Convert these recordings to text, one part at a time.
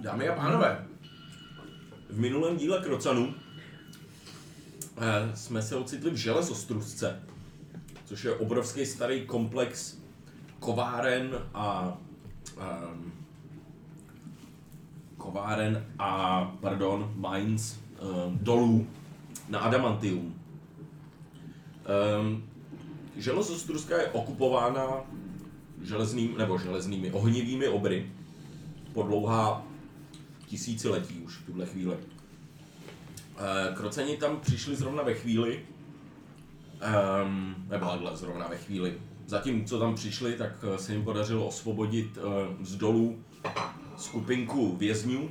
Dámy a pánové, v minulém díle Krocanu eh, jsme se ocitli v železostrusce, což je obrovský starý komplex kováren a ehm, kováren a, pardon, mines ehm, dolů na Adamantium. Um, železostruska je okupována železným, nebo železnými ohnivými obry po dlouhá tisíciletí už v tuhle chvíli. Eh, Kroceni tam přišli zrovna ve chvíli, um, nebo takhle zrovna ve chvíli. Zatím, co tam přišli, tak eh, se jim podařilo osvobodit eh, z dolů skupinku vězňů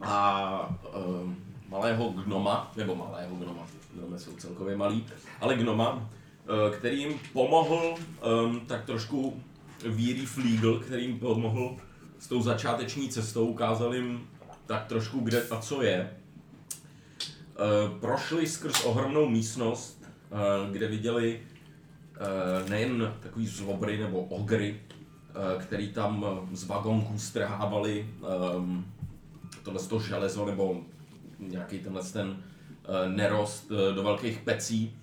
a eh, malého gnoma, nebo malého gnoma, gnomy jsou celkově malí, ale gnoma, eh, který jim pomohl eh, tak trošku víry Fliegel, který jim pomohl s tou začáteční cestou, ukázal jim tak trošku kde a co je. Eh, prošli skrz ohromnou místnost, eh, kde viděli eh, nejen takový zlobry nebo ogry, eh, který tam eh, z vagonků strhávali ehm, tohle to železo nebo nějaký tenhle ten eh, nerost eh, do velkých pecí,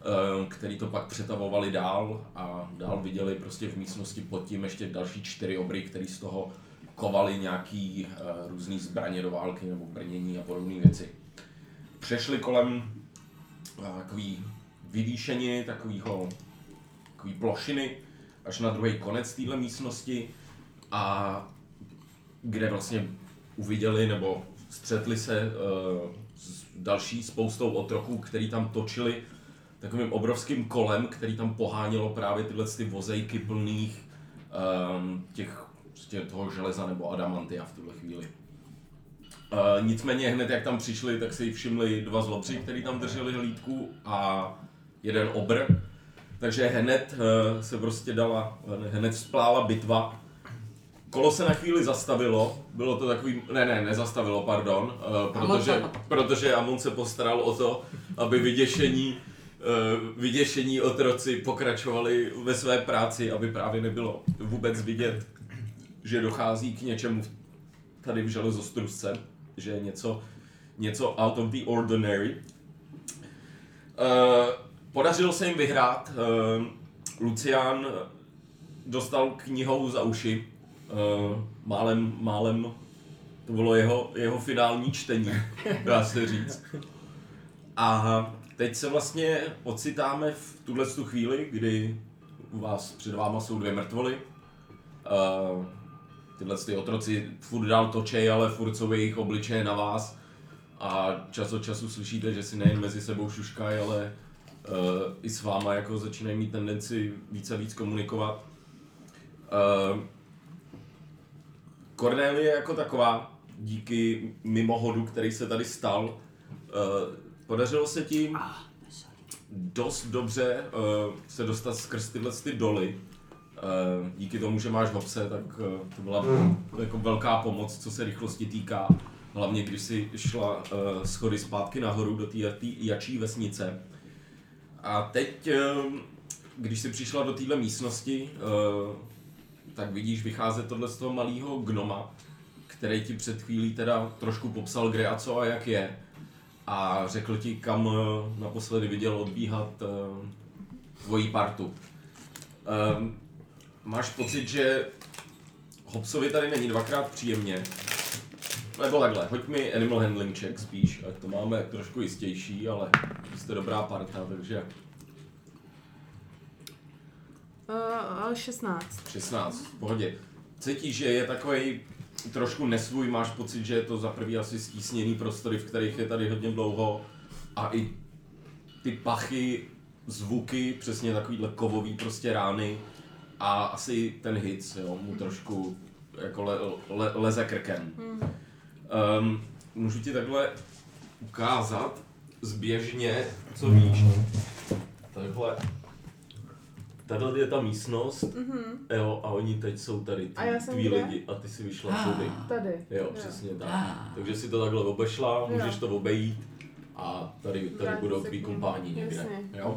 eh, který to pak přetavovali dál a dál viděli prostě v místnosti pod tím ještě další čtyři obry, který z toho kovali nějaký eh, různý zbraně do války nebo brnění a podobné věci. Přešli kolem eh, takový vyvýšení takového takový plošiny až na druhý konec téhle místnosti a kde vlastně uviděli nebo střetli se uh, s další spoustou otroků, který tam točili takovým obrovským kolem, který tam pohánělo právě tyhle ty vozejky plných um, těch prostě toho železa nebo adamantia v tuhle chvíli. Uh, nicméně hned jak tam přišli, tak si jich všimli dva zlobři, který tam drželi hlídku a jeden obr. Takže hned uh, se prostě dala, hned splála bitva. Kolo se na chvíli zastavilo, bylo to takový, ne, ne, nezastavilo, pardon, uh, protože, protože Amon se postaral o to, aby vyděšení, uh, vyděšení otroci pokračovali ve své práci, aby právě nebylo vůbec vidět, že dochází k něčemu v tady v železostrusce, že je něco, něco out of the ordinary. Eh, podařilo se jim vyhrát. eh, Lucián dostal knihou za uši. eh, málem, málem to bylo jeho, jeho finální čtení, dá se říct. A teď se vlastně ocitáme v tuhle tu chvíli, kdy u vás před váma jsou dvě mrtvoly. Eh, tyhle ty otroci furt dál točej, ale furt jsou jejich obličeje na vás. A čas od času slyšíte, že si nejen mezi sebou šuškají, ale uh, i s váma jako začínají mít tendenci víc a víc komunikovat. Uh, Cornelie jako taková, díky mimohodu, který se tady stal, uh, podařilo se tím dost dobře uh, se dostat skrz tyhle ty doly. Eh, díky tomu, že máš hopse, tak eh, to byla jako velká pomoc, co se rychlosti týká. Hlavně, když si šla eh, schody zpátky nahoru do té jačí vesnice. A teď, eh, když si přišla do téhle místnosti, eh, tak vidíš vycházet tohle z toho malého gnoma, který ti před chvílí teda trošku popsal, kde a co a jak je. A řekl ti, kam eh, naposledy viděl odbíhat eh, tvoji partu. Ehm, máš pocit, že Hobsovi tady není dvakrát příjemně? Nebo takhle, hoď mi animal handling check spíš, ať to máme trošku jistější, ale jste dobrá parta, takže Uh, 16. 16, v pohodě. Cítíš, že je takový trošku nesvůj, máš pocit, že je to za prvý asi stísněný prostory, v kterých je tady hodně dlouho a i ty pachy, zvuky, přesně takovýhle kovový prostě rány a asi ten hit, jo, Mhm. mu trošku jako le, le, leze krkem. Mhm. Um, můžu ti takhle ukázat zběžně, co víš. Takhle. Tady je ta místnost, Mhm. Jo, a oni teď jsou tady, ty, A já jsem tví kde? lidi, a ty si vyšla tudy. Tady. Jo, přesně tak. Takže si to takhle obešla, můžeš to obejít a tady, tady Vrátím budou se tví k nim. kompání někde. Jasně. Mhm. Jo?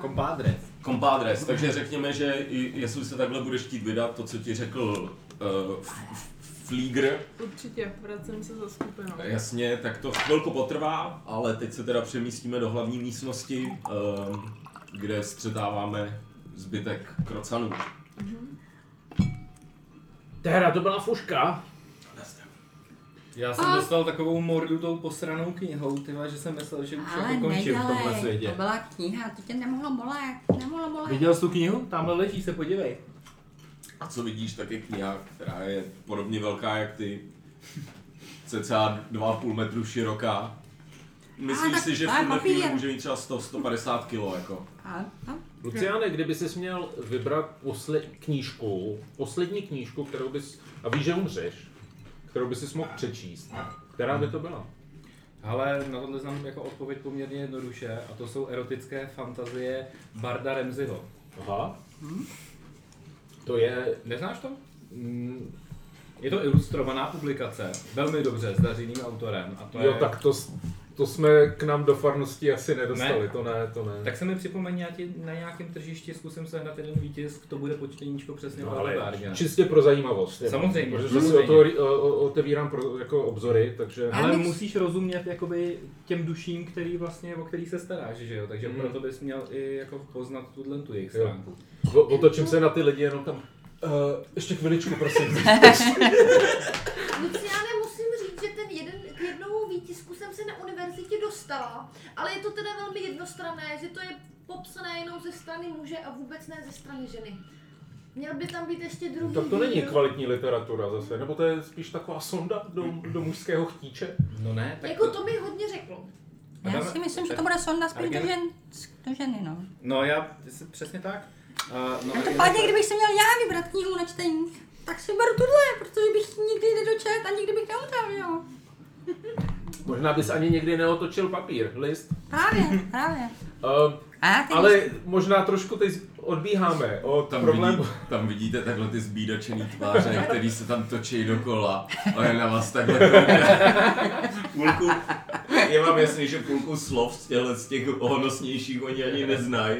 Kompadre. Kompádres, takže řekněme, že i- jestli se takhle budeš chtít vydat, to, co ti řekl uh, Flieger, Určitě, vracím se za skupinou. Jasně, tak to chvilku potrvá, ale teď se teda přemístíme do hlavní místnosti, ehm, kde střetáváme zbytek krocanů. Tehra, to byla fuška. Já jsem A- dostal takovou mordu tou posranou knihou, tyva, že jsem myslel, že už Ale jako končím v tomhle nedělej, to světě. byla kniha, to tě nemohlo bolet, nemohlo bolet. Viděl jsi tu knihu? Tamhle leží, se podívej. A co vidíš, tak je kniha, která je podobně velká jak ty, cca 2,5 metru široká. Myslíš A, tak si, že v to je tuhle chvíli papír. může mít třeba 100-150 kg, jako? A to? Luciane, kdyby jsi měl vybrat posle- knížku, poslední knížku, kterou bys, a víš, že umřeš, kterou bys si mohl přečíst, která by to byla? Ale na tohle znám jako odpověď poměrně jednoduše a to jsou erotické fantazie Barda Remziho. Aha. To je... Neznáš to? Mm, Je to ilustrovaná publikace, velmi dobře, s dařiným autorem. A to Jo, je... tak to, s- to jsme k nám do farnosti asi nedostali, Ne. to ne, to ne. Tak se mi připomení, já ti na nějakém tržišti zkusím sehnat jeden výtisk, to bude počteníčko přesně No, no, ale ale čistě pro zajímavost. jo. Samozřejmě, Protože si samozřejmě. o to ri- o- o- otevírám pro, jako obzory, takže... Ale Ale my- musíš rozumět jakoby těm duším, který vlastně, o který se staráš, že jo? Takže Mm. proto bys měl i jako poznat tuhle tu jejich Jo. stránku. O- Otočím se na ty lidi jenom tam. Uh, ještě chviličku, prosím. Luciane, musím říct, že ten jeden, k jednomu výtisku jsem se na univerzitě dostala, ale je to teda velmi jednostranné, že to je popsané jenom ze strany muže a vůbec ne ze strany ženy. Měl by tam být ještě druhý tak to není díl. kvalitní literatura zase, nebo to je spíš taková sonda do, do mužského chtíče. No ne, tak Jako to mi hodně řeklo. Já si myslím, že to bude sonda spíš do, Argen- žen, do ženy, no. No já, se- přesně tak. Uh, no, Každopádně, kdybych si měl já vybrat knihu na čtení, tak si beru tuhle, protože bych nikdy nedočet a nikdy bych neumřel, jo. Možná bys ani někdy neotočil papír, list. Právě, právě. Uh, A já ty ale možná trošku teď odbíháme od Tam, problému. vidí, tam vidíte takhle ty zbídačený tváře, který se tam točí dokola a je na vás takhle kouká. půlku, je vám jasný, že půlku slov z, těchhle, z těch honosnějších oni ani neznají.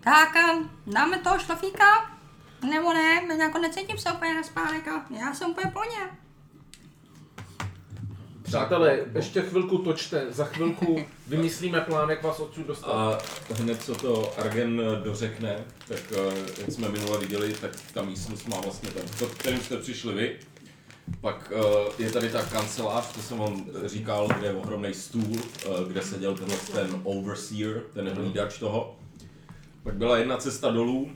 Tak, a dáme toho šlofíka? Nebo ne, jako necítím se úplně na spánek a já jsem úplně plně. Přátelé, ještě chvilku točte, za chvilku vymyslíme plán, jak vás odsud dostat. A hned co to Argen eh, dořekne, tak eh, jak jsme minule viděli, tak ta místnost má vlastně ten, do kterým jste přišli vy. Pak eh, je tady ta kancelář, to jsem vám říkal, kde je ohromný stůl, eh, kde seděl tenhle ten overseer, ten hlídač toho. Pak byla jedna cesta dolů.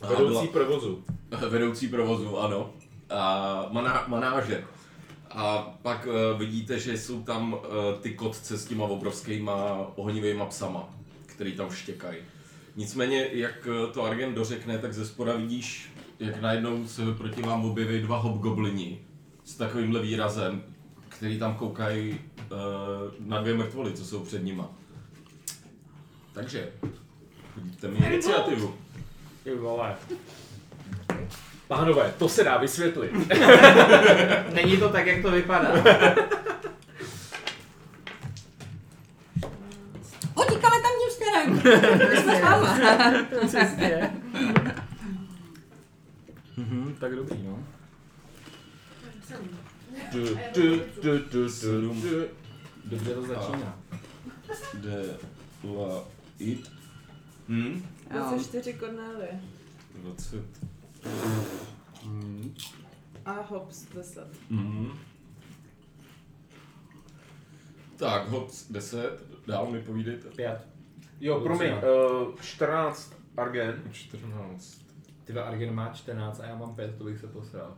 A Vedoucí provozu. vedoucí provozu, ano, a maná, manáže. A pak uh, vidíte, že jsou tam uh, ty kotce s těma obrovskýma ohnivýma psama, který tam štěkají. Nicméně, jak eh, to Argen dořekne, tak ze spora vidíš, jak najednou se proti vám objeví dva hobgoblini s takovýmhle výrazem, který tam koukají uh, na dvě mrtvoly, co jsou před nima. Takže, hodíte mi iniciativu. Ty vole. Pánové, to se dá vysvětlit. Není to tak, jak to vypadá. Utíkáme tam tím směrem. My jsme s váma. Přesně. Mhm, tak dobrý, no. Du, du, du, du, du, du. Dobře to začíná. De la it. Hmm? Jo. 24 Cornelie 20. Hm. a hops 10. Mhm. Tak, hop 10, dál mi povídejte. Pět. Jo, promiň, uh, 14 Argen. 14. Tyva Argen má 14 a já mám 5, to bych se posral.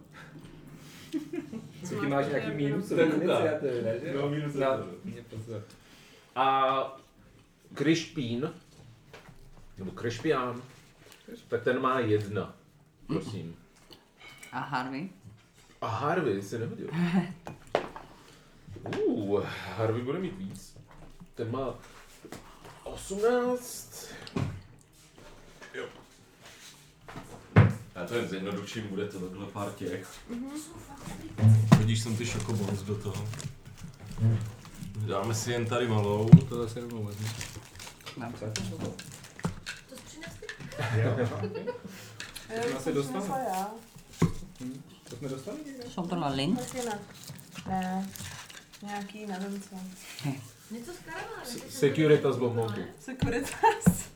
Co ty máš nějaký mínus? Tak kouká. ne? že? No, minus Na- jeden. mě posral. A Krišpín, nebo Krišpián, tak ten má jedna. Prosím. A Harvey. A Harvey se nehodil. Uh, Harvey bude mít víc. Ten má 18. Já to jen zjednoduším, bude to takhle pár těch. Hodíš sem Mhm. ty šokobons do toho. Dáme si jen tady malou. To zase rovnou vezmu. Mám To z 13. To jsme asi dostali. já. To jsme dostali někde? Jsou tohle lin? Tak jinak. Ne. Nějaký, nevím co. Něco z karavány. S- Securita z Blomoutu. Securitas.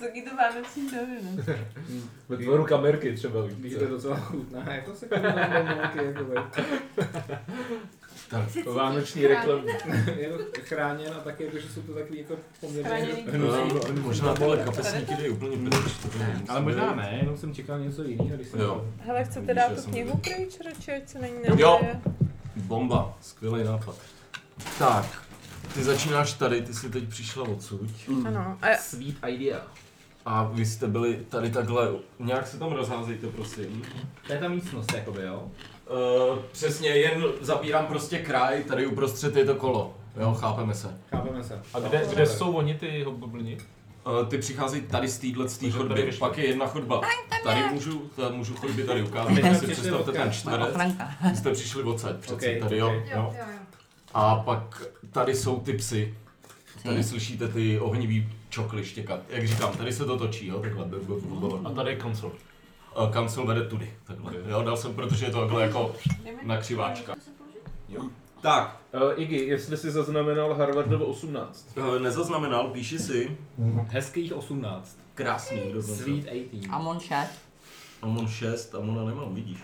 Taky to vánoční noviny. Ve tvoru kamerky třeba Víš, víc. to je docela chutná, jako se kouká jako vej. Vánoční reklamy. Je to chráněn a taky, jako, že jsou to takový jako poměrně Chráněný. No, možná tyhle kapesníky dají úplně pryč. to nevím. ale možná ne, jenom jsem čekal něco jiného, když jsem Jo. Hele, chcete Vidíš, dát já tu jsem knihu byl. pryč, radši, ať se na ní Jo. nebude. Bomba, skvělý nápad. Tak, ty začínáš tady, ty jsi teď přišla odsud. Ano. A Sweet idea. A vy jste byli tady takhle, nějak se tam rozházejte, prosím. To je ta místnost, jakoby, jo? Uh, přesně, jen zabírám prostě kraj, tady uprostřed je to kolo. Jo, chápeme se. Chápeme se. A kde, kde jsou oni ty hobgoblini? Uh, ty přicházejí tady z téhle z té Takže tady chodby, vyšli. pak je jedna chodba. Tady můžu, tady můžu chodby tady ukázat, Teď tak si přišli představte odkud? ten čtverec. Ochranka. Jste přišli odsaď přece, Okej, tady jo. No. okej. Jo, jo, jo. A pak tady jsou ty psy. Tady slyšíte ty ohnivý čokly štěkat. Jak říkám, tady se to točí, jo, takhle. b- b- b- A tady je koncel. A kancel vede tudy, takhle. Jo, dal jsem, protože je to takhle jako na křiváčka. Můžu se položit? Tak, Eh, Uh, Iggy, jestli jsi zaznamenal Harvardovo 18. eh, nezaznamenal, píši si. Hezkých 18. Krásný, dokonce. Sweet 18. Amon šest. Amon 6, Amona nemám, vidíš.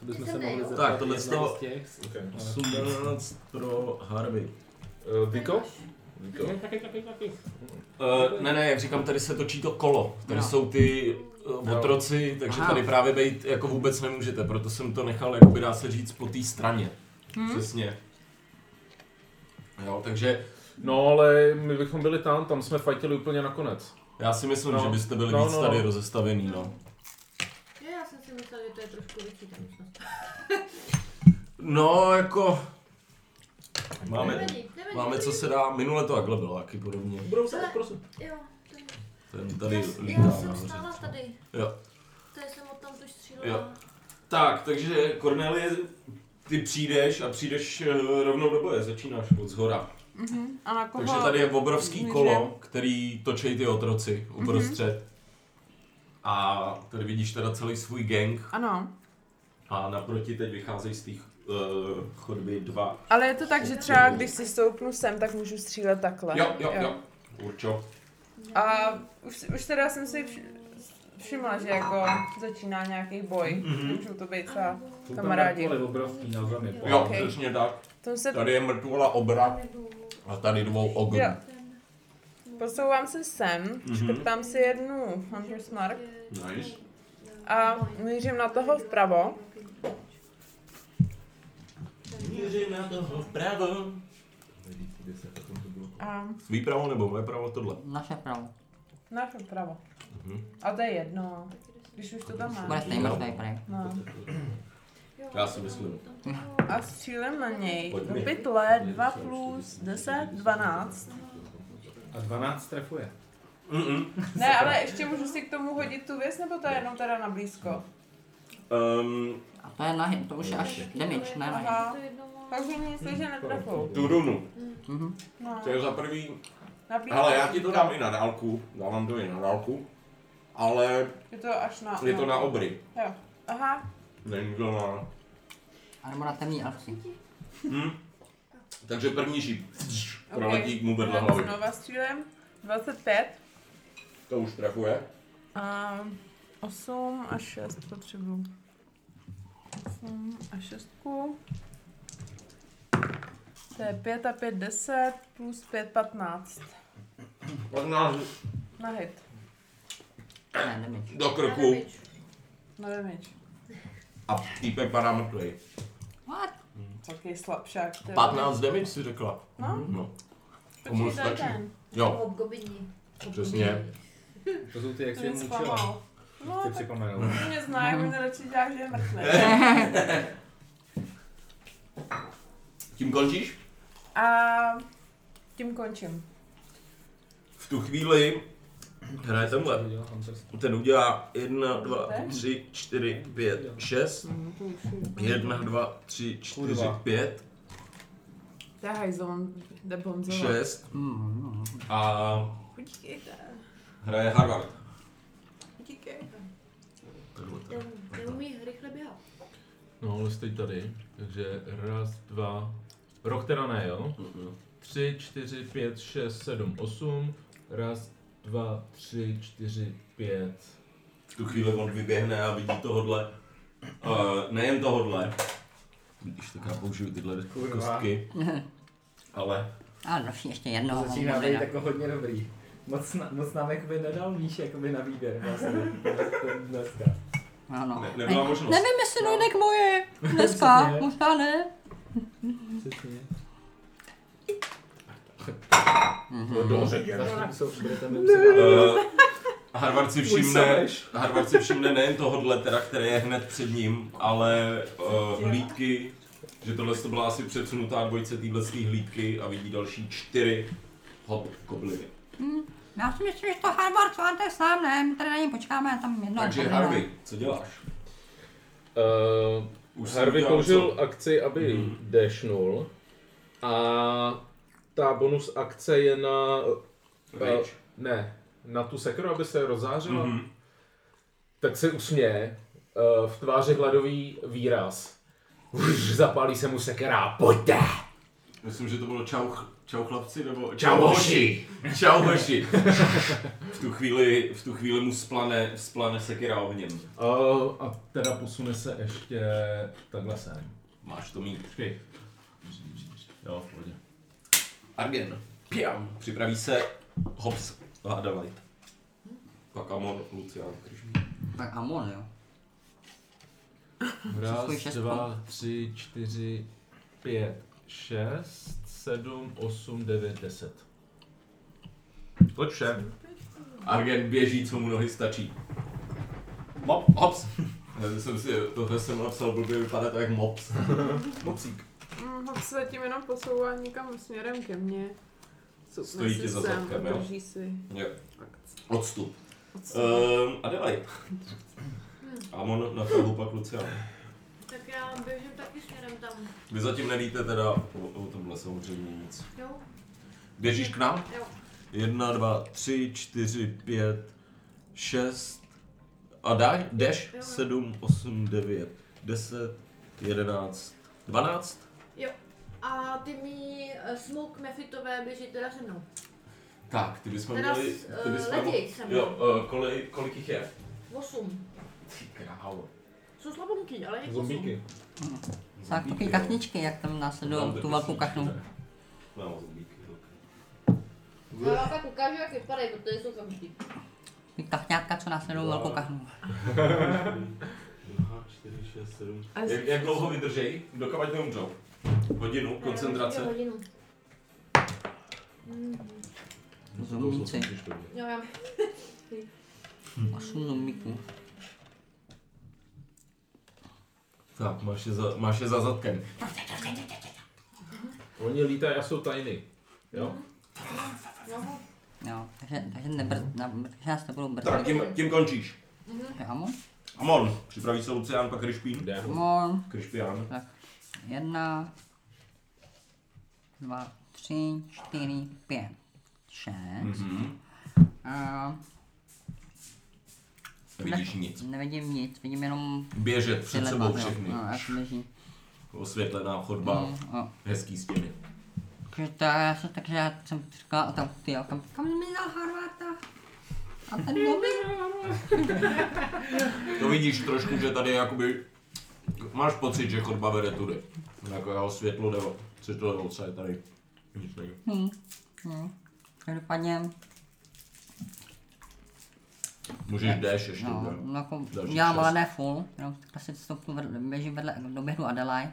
To bychom Jsem se mohli nejel. zeptat. Tak, tohle jednoho to- z těch. 18 pro Harvey. Eh, Uh, Jako? Jako? Viko? Viko. Uh, ne, ne, jak říkám, tady se točí to kolo. Tady No. jsou ty uh, Jo. otroci, takže Aha. tady právě být jako vůbec nemůžete, proto jsem to nechal, jakoby dá se říct, po té straně. Hmm? Přesně. Jo, takže No ale my bychom byli tam, tam jsme fajtili úplně nakonec. já si myslím, No. že byste byli No, víc no, tady no. rozestavený, no. Jo, já jsem si myslela, že to je trošku větší ta místnost. No, jako... Máme, Nevadí, nevadí, máme to co je- se dá, minule to takhle bylo, taky podobně. Budou se, prosím. Jo, to je- Ten tady Já- lítá Já jsem nahoře. stála tady. Jo. To jsem od tam už Jo. střílela. Tak, takže Cornelie, ty přijdeš a přijdeš eh, rovnou do boje, začínáš od zhora. Mhm. A na koho? Takže tady je obrovský Můžem? kolo, který točí ty otroci uprostřed. Mhm. A tady vidíš teda celý svůj gang Ano, a naproti teď vycházejí z těch uh, chodby dva. ale je to tak, že třeba když si stoupnu sem, tak můžu střílet takhle. Jo, jo, jo. Určo. A už, už teda jsem si vš- všimla, že jako začíná nějaký boj. Mhm. Můžou to být ta Jsou tam kamarádi. takové obrovský na zemi. Jo. Jo, Ok. přesně tak. Tom se Tady je mrtvola obra a tady dvou ogr. Jo. Posouvám se sem, Mhm. mm-hmm. škrtám si jednu Hunter's Mark Nice. a mířím na toho vpravo. Mířím na toho vpravo. A Svý pravo nebo moje pravo tohle? Naše pravo. na to vpravo. Mhm. A to je jedno, když už to tam Bude má. stejný mrtvý prej. No. Já si myslím. A střílem na něj. Pojď Do mi. pytle 2 plus 10, 12. A 12 trefuje. Mm-mm. Ne, ale ještě můžu si k tomu hodit tu věc, nebo to je jenom teda na blízko? Um, A to je na hit, to už je až damage, ne na hit. Aha. Takže mi se, že netrefou. tu runu, Mhm. No, to je za prvý. na blízko. Ale já ti to dám i na dálku, dávám to i na dálku, ale Je to až na... no. je to na obry. Jo. Aha, Není to na... Armora temní elfsy. Hm? Takže první šíp proletí Ok. mu vedle Jdem hlavy. znova střílem. 25. To už trefuje. A 8 Ehm, a 6 potřebuju. 8 a 6. To je 5 a 5, 10, plus 5, 15. 15 Na hit, Ne, damage. do krku na damage. a týpek padá mrtvý. What? Takový slabšák. to je- 15 damage si řekla. No, No. tomu počítaj stačí. ten. Jo, Hobgobini. přesně. To jsou ty, jak To si je mě mučila. zklamal. No, Chci tak připomenout. to mě zná, Mhm. jak mi radši dělá, že je mrtvý. Tím končíš? A tím končím. V tu chvíli hraje tenhle. Udělal Hunters. Ten udělá 1, 2, 3, 4, 5, 6. Mhm. 1, 2, 3, 4, Kurva. 5, To je hajzon, jde No, bonzovat. 6 Mm, Hmm, a Utíkejte, hraje Harvard. utíkejte. Takhle tak. Neum- Neumí rychle běhat. No, ale jste tady, takže raz, dva, rok teda ne, jo? Tři, čtyři, pět, šest, sedm, osm, raz, dva, tři, čtyři, pět. V tu chvíli on vyběhne a vidí tohodle. Uh, nejen tohodle. Když tak já použiju tyhle Kurva. kostky. Ale Ano, ještě jednou. Začíná být mluvila. jako hodně dobrý. Moc, na, moc nám jakoby nedal Míš jakoby na výběr vlastně. Dneska. Ano. ne, nebyla možnost. Nevím, jestli dojde k moje. Dneska, Přesně. možná ne. Přesně. Dobře, Za jsou, budete mi Uh, Harvard si všimne, sameš. Harvard si všimne nejen tohodle, teda, které je hned před ním, ale uh, hlídky, že tohle to byla asi předsunutá dvojice téhle hlídky a vidí další čtyři hop kobliny. Já si myslím, že to Harvard zvládne sám, ne? My tady na něj počkáme, tam No, jedno. jako Takže odpoledne. Harvey, co děláš? Uh, Už jsi Harvey udělal použil co? akci, aby Mhm. dashnul a ta bonus akce je na... eh, Rage. Ne, na tu sekeru, aby se rozářila. Mhm. Tak se usměje, eh, v tváři hladový výraz. Už zapálí se mu sekera, pojďte! Myslím, že to bylo čau, ch- čau chlapci, nebo Čau hoši! Čau hoši. v, tu chvíli, v tu chvíli mu splane, splane sekira ohněm. Uh, a teda posune se ještě takhle sem. Máš to mít. Počkej. Jo, v pohodě. Argen. Piam. Připraví se Hobbs Ladavite. Pak Amon, Lucian, Krišmí. Tak Amon, jo. Přeskuj Raz, šestku. dva, tři, čtyři, pět, šest, sedm, osm, devět, deset. Pojď všem. Argen běží, co mu nohy stačí. Mop, hops. Já jsem si, tohle jsem napsal blbě, vypadá to jak mops. Mopsík. Mm, on se zatím jenom posouvá někam směrem ke mně. Cupne Stojí si ti za sem zadkem, a jo? Drží si. Jo. Odstup. Odstup. Um, Adelaide. Amon na toho pak Lucian. Tak já běžím taky směrem tam. Vy zatím nevíte teda o, o tomhle samozřejmě nic. Jo, Běžíš k nám? jo. Jedna, dva, tři, čtyři, pět, šest. A dáš? Jdeš? Jo. Sedm, osm, devět, deset, jedenáct, dvanáct. A ty mi eh, smoke mefitové běží teda se mnou. Tak, ty bychom Teda měli... s, Ty eh, bychom letěj se mnou. Jo, eh, kolik, kolik jich je? Osm. Ty králo. Jsou slabonký, ale je osm. Zombíky. Tak taky jo. kachničky, jak tam Mám následují tu dvě velkou kachničky, kachnu. ne. Mám zombíky, ok. Já vám tak ukážu, jak vypadají, protože jsou famští. Ty kachňátka, co následují Dva. velkou kachnu. Dva, čtyři, šest, sedm. A z- Jak, jak dlouho vydržej? Dokavať neumřou. Hodinu, koncentrace. Hodinu. Zombíci. Jo, já. Osm zombíků. Tak, máš je za, máš je za zadkem. Oni lítají a jsou tajny. Jo? Jo. Jo, takže, takže, nebr, na, takže nás nebudou Tak, brzdit. tím, tím končíš. Takže Amon? Amon, připraví se Lucián, pak Krišpín. Jde. Mm. Amon. Krišpián. Tak jedna, dva, tři, čtyři, pět, šest. Mhm. A Vidíš nic. nevidím nic, vidím jenom Běžet před tyhle sebou dva, jo. všechny. No, jak leží. Osvětlená chodba, Mm, jo. hezký stěny. Takže to já jsem, takže já jsem říkal, a tam ty, a kam, kam mi dal Harvarda? A ten mobil? To vidíš trošku, že tady je jakoby... Máš pocit, že chodba vede tudy. Jako jeho světlo nebo světlo nebo co je tady. Nic není. Hm. Hm. Každopádně, Můžeš déš ještě. no, že? no jako, Další já šest. ale ne full, jenom asi stopnu, vedle, běžím vedle, doběhnu Adelaide,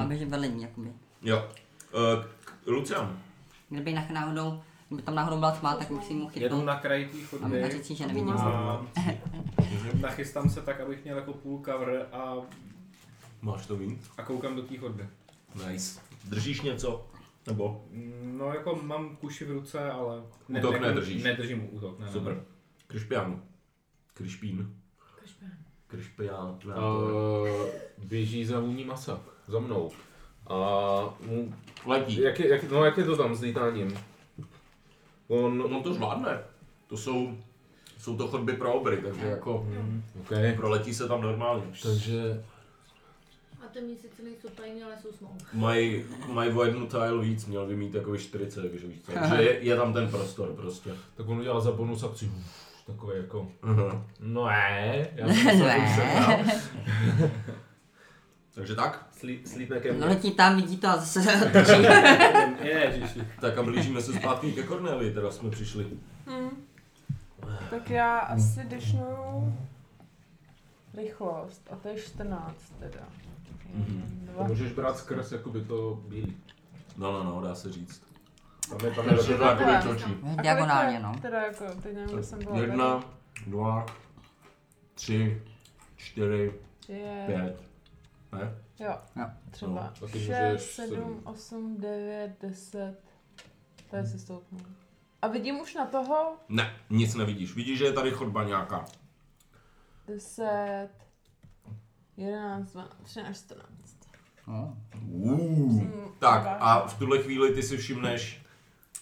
a běžím vedle ní, jakoby. Jo. Uh, Lucián. Kdyby nach- náhodou, kdyby tam náhodou byla tma, tak bych si ji mohl Jedu chytnout na kraji té a, a chodby říct si, že nevidím. a nachystám se tak, abych měl jako půl cover a, Máš to víc? a koukám do té chodby. Nice. Držíš něco? Nebo? No jako mám kuši v ruce, ale Útok jako nedržíš. nedržím útok. Ne, ne. Super. Krišpián. Krišpín. Krišpián. Eh, Uh, běží za vůní masa. Za mnou. A mu Letí. Jak je, jak, no no, jak je to tam s lítáním? On, On to zvládne. To jsou Jsou to chodby pro obry, takže jako OK. proletí se tam normálně. Takže A ty mi sice nejsou tajný, ale jsou smou. Mají maj o jednu tile víc, měl by mít takový 40, takže víš co. Že je, je, tam ten prostor prostě. tak on udělal za bonus akci. uf, Takové jako, Mhm. no ne, já jsem myslel, že už jsem dál. Takže tak, Slí, slípek je No letí tam, vidí to a zase se otočí. Ježiši. tak a blížíme se zpátky ke Cornelii, teda jsme přišli. Hm. Tak já asi dešnu rychlost a to je 14 teda. Mhm. To Dva. můžeš brát skrz jakoby to bílý. No, no, no, dá se říct. Tam je, tam je Takže rozdíl. tak, takové. kdo čočí. A kolik to je? Diagonálně, no. Teda jako, teď nevím, kde jsem byla. Jedna, dva, tři, čtyři, Je, pět. Ne? jo, Jo. třeba No, taky můžeš 6, 7, sedm. 8, 9, 10. To je si stoupnu. A vidím už na toho Ne, nic nevidíš. Vidíš, že je tady chodba nějaká. 10, 11, 12, 13, 14. No. Uuu. Tak a v tuhle chvíli ty si všimneš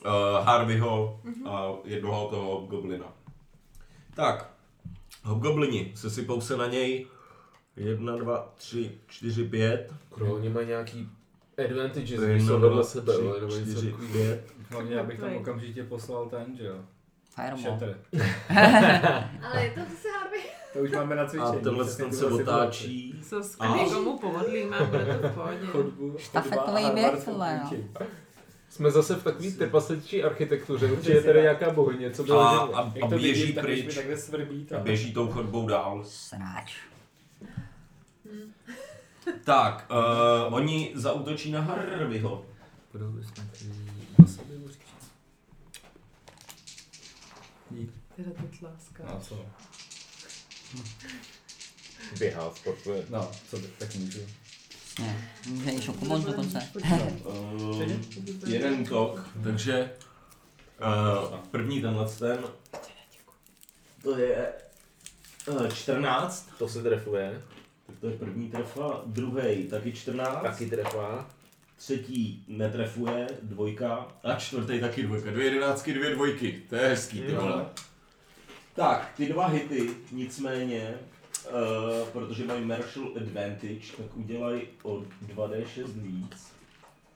uh, Harveyho a jednoho toho hobgoblina. Tak, hobgoblini, sesypou se na něj. Jedna, dva, tři, čtyři, pět. Kurva, oni mají nějaký advantages, když Jedna, jsou dva, vedle sebe, tři, ale nebo něco čtyři, takového. pět. Hlavně já bych tam okamžitě poslal ten, že jo. Fireball. Šetr. Ale je to zase Harvey. To už máme na A cvičení. tenhle přesně ten se tuhle situaci. otáčí. Co s A? někomu povodlíme, bude to v pohodě. Chodbu, chodba Štafetový a běh, Harvardský tohle, no. knížky. Jsme zase v takový trpasličí architektuře, určitě je tady nějaká bohyně, co byla A- živá. a- Jak to běží vidím, tak už mi pryč. takhle svrbí. A tam. běží tou chodbou dál. Sráč. Tak, uh, oni zautočí na Harveyho. Budou bychom na sobě uříčit. Teda to tláska. No co? Běhá, sportuje. No, co by, tak můžu. Ne, může i šokumont dokonce. Um, jeden tok, takže uh, první tenhle ten, to je uh, 14, To se trefuje, tak to je první trefa, druhý taky 14, taky trefá. třetí netrefuje, dvojka a čtvrtý taky dvojka, dvě jedenáctky, dvě dvojky, to je hezký ty vole. No. Tak, ty dva hity, nicméně, uh, protože mají martial advantage, tak udělají o 2d6 víc.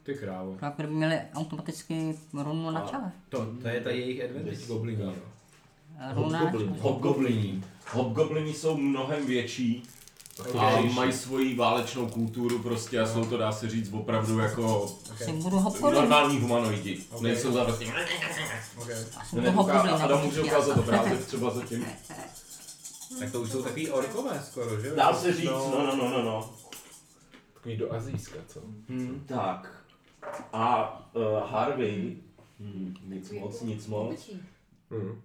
Ty krávo. Tak Jako kdyby měli automaticky runu na čele. To, to je ta jejich advantage goblíní, jo. Eh, Runa na čele. Hobgoblini. Hobgoblini jsou mnohem větší a mají svoji válečnou kulturu prostě a jsou to dá se říct opravdu jako Si budu hopkořit. normální humanoidi. Nejsou zavrstí. Okay. No, A tam může ukázat obrázek třeba zatím. Tak to už jsou takový orkové skoro, že jo? Dá se říct, no no no no no. Takový do azijska, co? Tak. A uh, Harvey. Hmm, nic moc, nic moc. Obočí. Hm.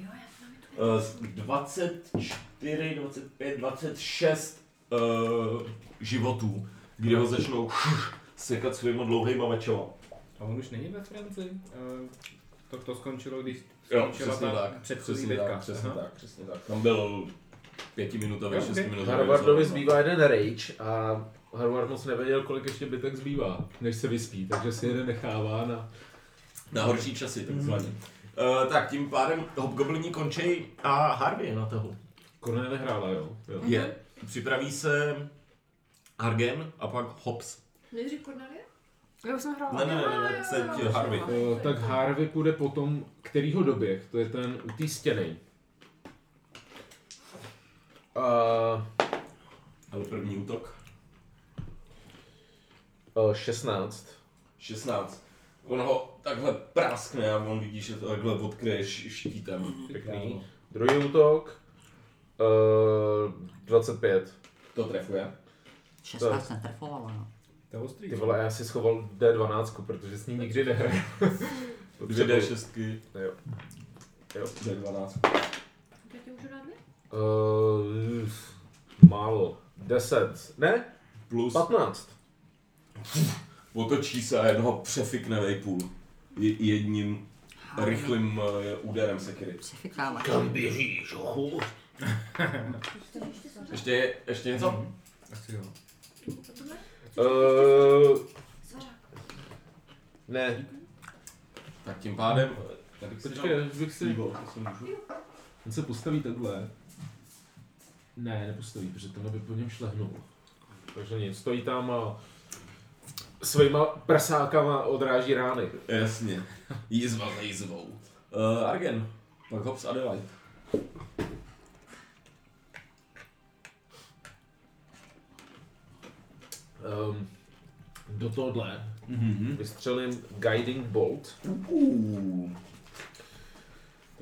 Jo, já jsem to Uh, 24, 25, 26 uh, životů, kde ho začnou sekat svýma dlouhýma mečema. A on už není ve Francii. Eh, To, to skončilo, když Jo, skončila přesně ta tak. předchozí Přesně bitka. tak, přesně Aha. tak, přesně tak. Tam byl pětiminutový, Jo, ok. šestiminutový. Harvardovi zbývá jeden rage a Harvard moc nevěděl, kolik ještě bytek zbývá, než se vyspí, takže si jeden nechává na... Na horší časy, takzvaně. Uh, tak tím pádem hobgoblini končí a Harvey je na tahu. Korne nehrála, jo. jo. Je. Připraví se Hargen a pak Hobbs. Nejdřív Cornelia? Já jsem hrála. Ne, ne, ne, ne, teď Harvey. Eh, tak Harvey půjde potom, kterýho doběh, to je ten u té stěny. A Ale první útok. uh, 16. 16. On ho takhle práskne a on vidí, že to takhle odkryje š- štítem. Pěkný. Druhý útok. Uh, 25. To trefuje. 16 netrefovalo, no. To je ostrý. Ty vole, já si schoval D12, protože s ní nikdy nehraju. Dvě D6, Jo. Jo. D12. Já ti můžu dát dvě? Uh, málo. 10. Ne? Plus 15. Otočí se a jednoho přefikne vejpůl. Je- jedním rychlým eh, úderem sekiry. Přefikávat. běžíš, ho? Ještě, ještě jsem Ještě, je, ještě něco? Mhm. Asi jo. Uh, Eh, Zvařák. ne. Tak tím pádem Já bych si Počkej, dal až bych si... pivo, jestli můžu. On se postaví takhle. Ne, nepostaví, protože tenhle by po něm šlehnul. Takže nic, stojí tam a svýma prsákama odráží rány. Jasně. Jizva za jizvou. Uh, Argen. Pak Hobbs Adelaide. Um, do tohohle Mhm. vystřelím Guiding Bolt Uh,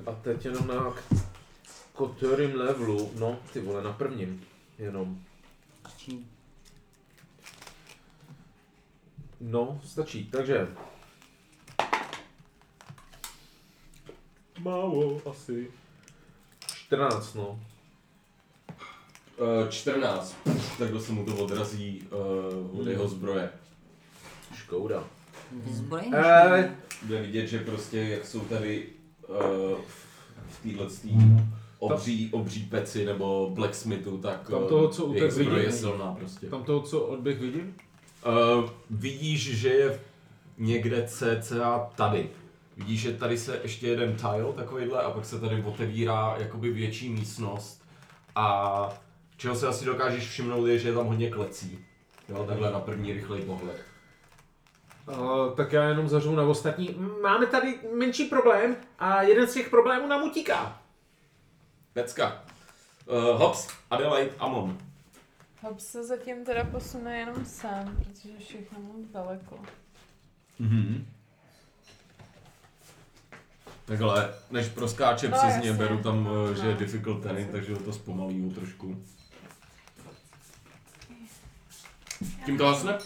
a teď jenom na k- kterým levelu, no ty vole, na prvním jenom. No, stačí, takže Málo asi. 14 no. Eh, 14. Pff, Takhle se mu to odrazí uh, od Hmm. jeho zbroje. Škoda. Zbrojení. Eh, Bude vidět, že prostě jak jsou tady uh, v téhle Mhm. obří, obří peci nebo blacksmithu, tak Tam eh, toho, co utek jejich zbroje vidím. je silná prostě. Tam toho, co odběh vidím? Uh, vidíš, že je někde cca tady. Vidíš, že tady se ještě jeden tile takovýhle a pak se tady otevírá jakoby větší místnost a čeho se asi dokážeš všimnout je, že je tam hodně klecí. Jo, takhle na první rychlej pohled. Uh, tak já jenom zařvu na ostatní. Máme tady menší problém a jeden z těch problémů nám utíká. Pecka. Uh, hops, Adelaide, Amon. Hob se zatím teda posune jenom sám, protože všechno moc daleko. Mhm. Takhle, než proskáče No, přes ně, jasně. beru tam, eh, že je No. difficult terrain, takže ho to zpomalí trošku. Tím to hasne?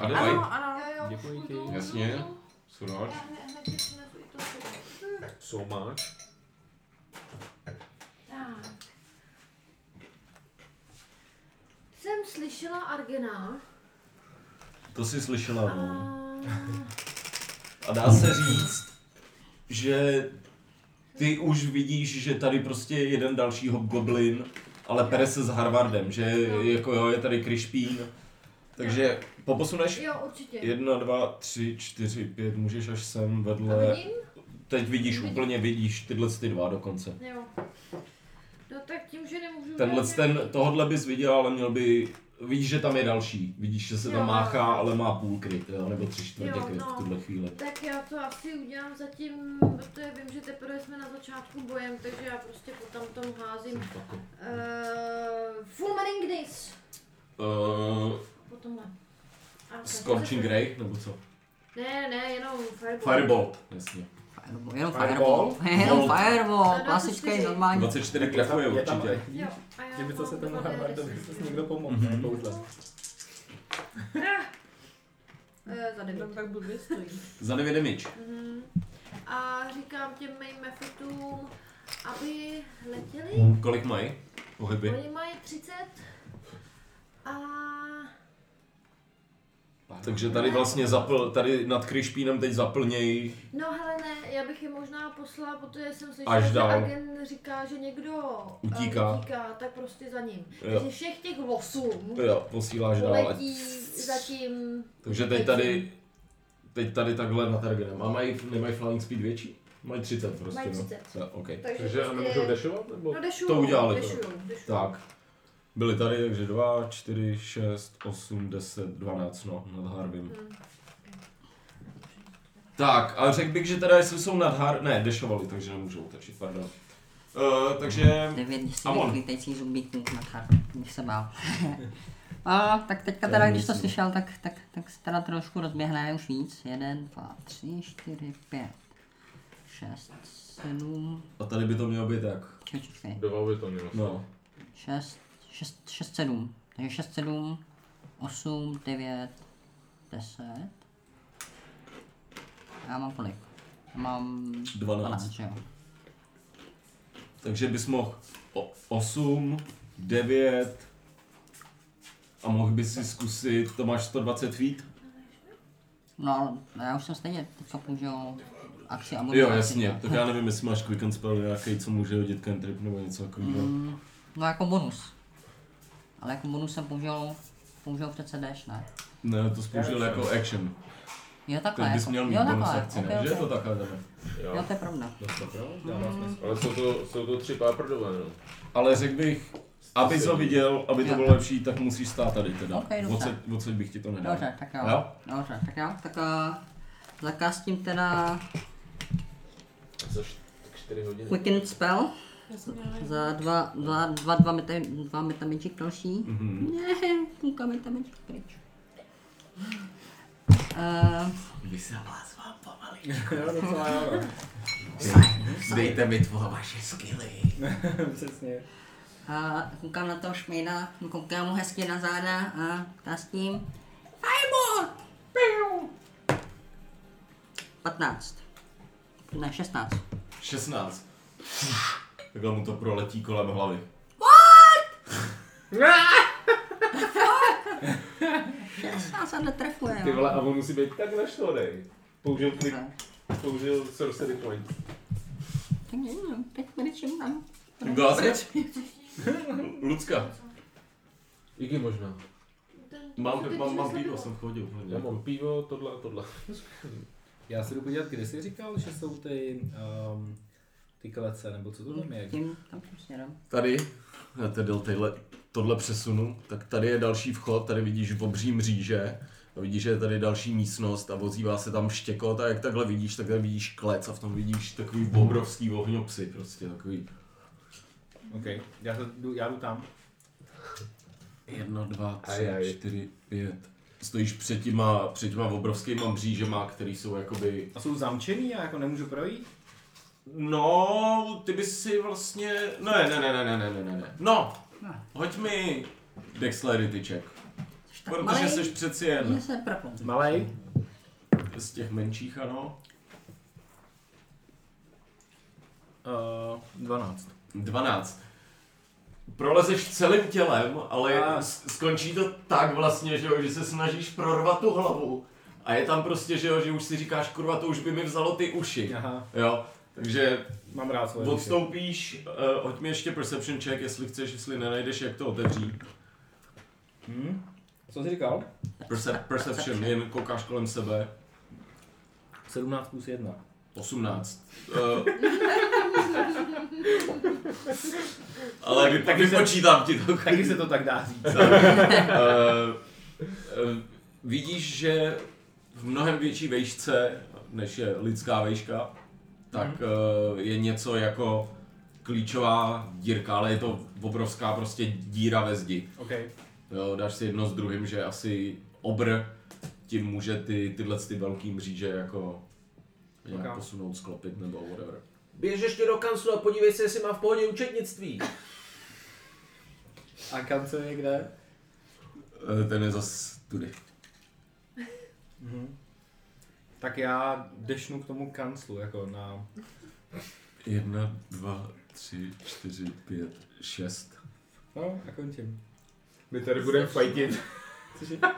Adelaide, Ano, No, ano. Jo, jo, Děkuji ti. jdu, Jasně. jdu, jdu. suráč. Já hned- hned si přinesu i to pivo. So much. Tak. Jsem slyšela Argena To si slyšela, a... no. A dá se říct, že ty už vidíš, že tady prostě je jeden další hobgoblin, ale pere se s Harvardem, že jako jo, je tady Krišpín. Takže poposuneš Jo, určitě. Jedna, dva, tři, čtyři, pět, můžeš až sem A vedle. vidím? Teď vidíš, úplně vidíš tyhle ty dva dokonce. Jo. No tak tím, že nemůžu... Tenhle nějak- ten, tohle bys viděl, ale měl by, víš, že tam je další. Vidíš, že se Jo. tam máchá, ale má půl kryt, jo, nebo tři čtvrtě Jo, kryt no. v tuhle chvíli. Tak já to asi udělám zatím, protože vím, že teprve jsme na začátku bojem, takže já prostě po tamtom házím. Uh, full Manning Days. Uh, Po tomhle. A Scorching Ray, nebo co? Ne, ne, jenom Fireball. Firebolt, jasně. Fireball, Jenom Fireball? fireball. Jenom Bolt. fireball. Ano, Klasický, čtyři. normální. 24 trefuje určitě. Jo, a já Kdyby co se tam mám dva Harvardovi D10. zase někdo pomohl, mm-hmm. kouzle. Eh, Za devět. Tam tak blbě stojí. Za 9 damage. Mhm. A říkám těm mým mefitům, aby letěli. Kolik mají? Pohyby? Oni mají 30. A... Takže tady vlastně zapl, tady nad Krišpínem teď zaplněj No hele ne, já bych je možná poslala, protože jsem slyšela, Až že dál. agent říká, že někdo eh, Utíká. utíká tak prostě za ním. Jo. Takže všech těch losů Jo, posíláš dál. ať- letí zatím Takže teď tady, teď tady takhle na targetem. A mají, nemají flying speed větší? Mají 30 prostě, Mají no. 30. Jo, OK. Takže, Takže a nemůžou dešovat? Nebo? No dešuju, To udělali to. dešuju, dešuju. Tak. Byli tady, takže 2, 4, 6, 8, 10, 12, no, nad Harvim. Hm. Tak, a řekl bych, že teda jestli jsou nad Har... Ne, dešovali, takže nemůžou utačit, pardon. Uh, takže... Devět Amon. děsivých lítajících zumbíků na kartu. Bych se bál. A, tak teďka To teda, je když to hnusný. slyšel, tak, tak, tak se teda trošku rozběhne už víc. Jeden, dva, tři, čtyři, pět, šest, sedm, A tady by to mělo být tak. čtyři, čtyři. Dva by to mělo. No. 6, 6, 6, 7. Takže 6, 7, 8, 9, 10. Já mám kolik? Já mám 12. 12, že jo. Takže bys mohl 8, 9 a mohl bys si zkusit, to máš 120 feet? No ale já už jsem stejně teďka použil akci a Jo, jasně, tak já nevím, jestli máš quick and spell nějaký, co může hodit cantrip nebo něco takového. Mm, no jako bonus. Ale jako bonus jsem použil, použil přece dash, ne? Ne, to spoužil jako action. Jo, takhle. Teď bys jako- měl mít jo, bonus takhle. akci, ok, ne? ok. Že je to takhle jdeme? Jo, to je pravda. Dává smysl. Ale jsou to, jsou to tři páprdové, no. Ale řekl bych, aby to viděl, aby to Jo. bylo lepší, tak musíš stát tady teda. Ok, dobře. Odsaď, odsaď bych ti to nedal. Dobře, tak jo. Jo? Dobře, tak jo. Tak uh, zakastím teda Za š- tak čtyři hodiny. Quicken Spell za dva, dva, dva, dva, meta, dva metamagic další. Mhm. Mm-hmm. Ne, půlka metamagic pryč. Uh, Vy se vás vám pomaličku. no, Dejte mi tvoje vaše skilly. Přesně. a Eh, koukám na toho šmejda, koukám mu hezky na záda a kastím. Fireball! Piu! 15. Ne, 16. 16. Takhle mu to proletí kolem hlavy. Já se netrefuje, Ty jo. vole, a on musí být takhle štorej. Použil klik, Dobře. použil sorcery point. Tak no, nevím, teď mi něčím tam. Byla se? Lucka. Iggy možná. Mám, mám, mám pivo, jsem chodil. Já mám pivo, tohle a tohle. Já si jdu podívat, kde jsi říkal, že jsou ty, um, ty klece, nebo co to tam je? Tím, tam tím směrem. Tady, já tedy tyhle, tohle přesunu, tak tady je další vchod, tady vidíš v obří mříže, a vidíš, že je tady další místnost a ozývá se tam štěkot a jak takhle vidíš, takhle vidíš klec a v tom vidíš takový obrovský ohňopsy, prostě takový OK, já, se jdu, já jdu tam. Jedna, dva, tři, Ajaj. čtyři, pět. Stojíš před těma, před těma obrovskýma mřížema, který jsou jakoby... A jsou zamčený, já jako nemůžu projít? No, ty bys si vlastně... Ne, ne, ne, ne, ne, ne, ne, ne, ne. No, hoď mi dexterity check. Protože malej. jsi přeci jen Já se prapnu. Malej? z těch menších, ano. Uh, 12. 12. Prolezeš celým tělem, ale A. s- skončí to tak vlastně, že, jo, že se snažíš prorvat tu hlavu. A je tam prostě, že, jo, že už si říkáš, kurva, to už by mi vzalo ty uši. Aha, Jo, takže mám rád svoje duše. Odstoupíš, uh, hoď mi ještě perception check, jestli chceš, jestli nenajdeš, jak to otevří. Hm? Co jsi říkal? Percep, perception, jen koukáš kolem sebe. 17 plus 1. 18. Uh, ale vy, taky vypočítám ti to. Taky se to tak dá říct. Eh, eh, vidíš, že v mnohem větší vejšce, než je lidská vejška, tak eh, je něco jako klíčová dírka, ale je to obrovská prostě díra ve zdi. OK. Jo, dáš si jedno s druhým, že asi obr tím může ty, tyhle ty velký mříže jako nějak Ok. posunout, sklopit nebo whatever. Běž ještě do kanclu a podívej se, jestli má v pohodě účetnictví. A kam co je kde? Eh, Ten je zas tudy. Tak já dešnu k tomu kanclu, jako na... Jedna, dva, tři, čtyři, pět, šest. No, a končím. My tady budeme fajtit.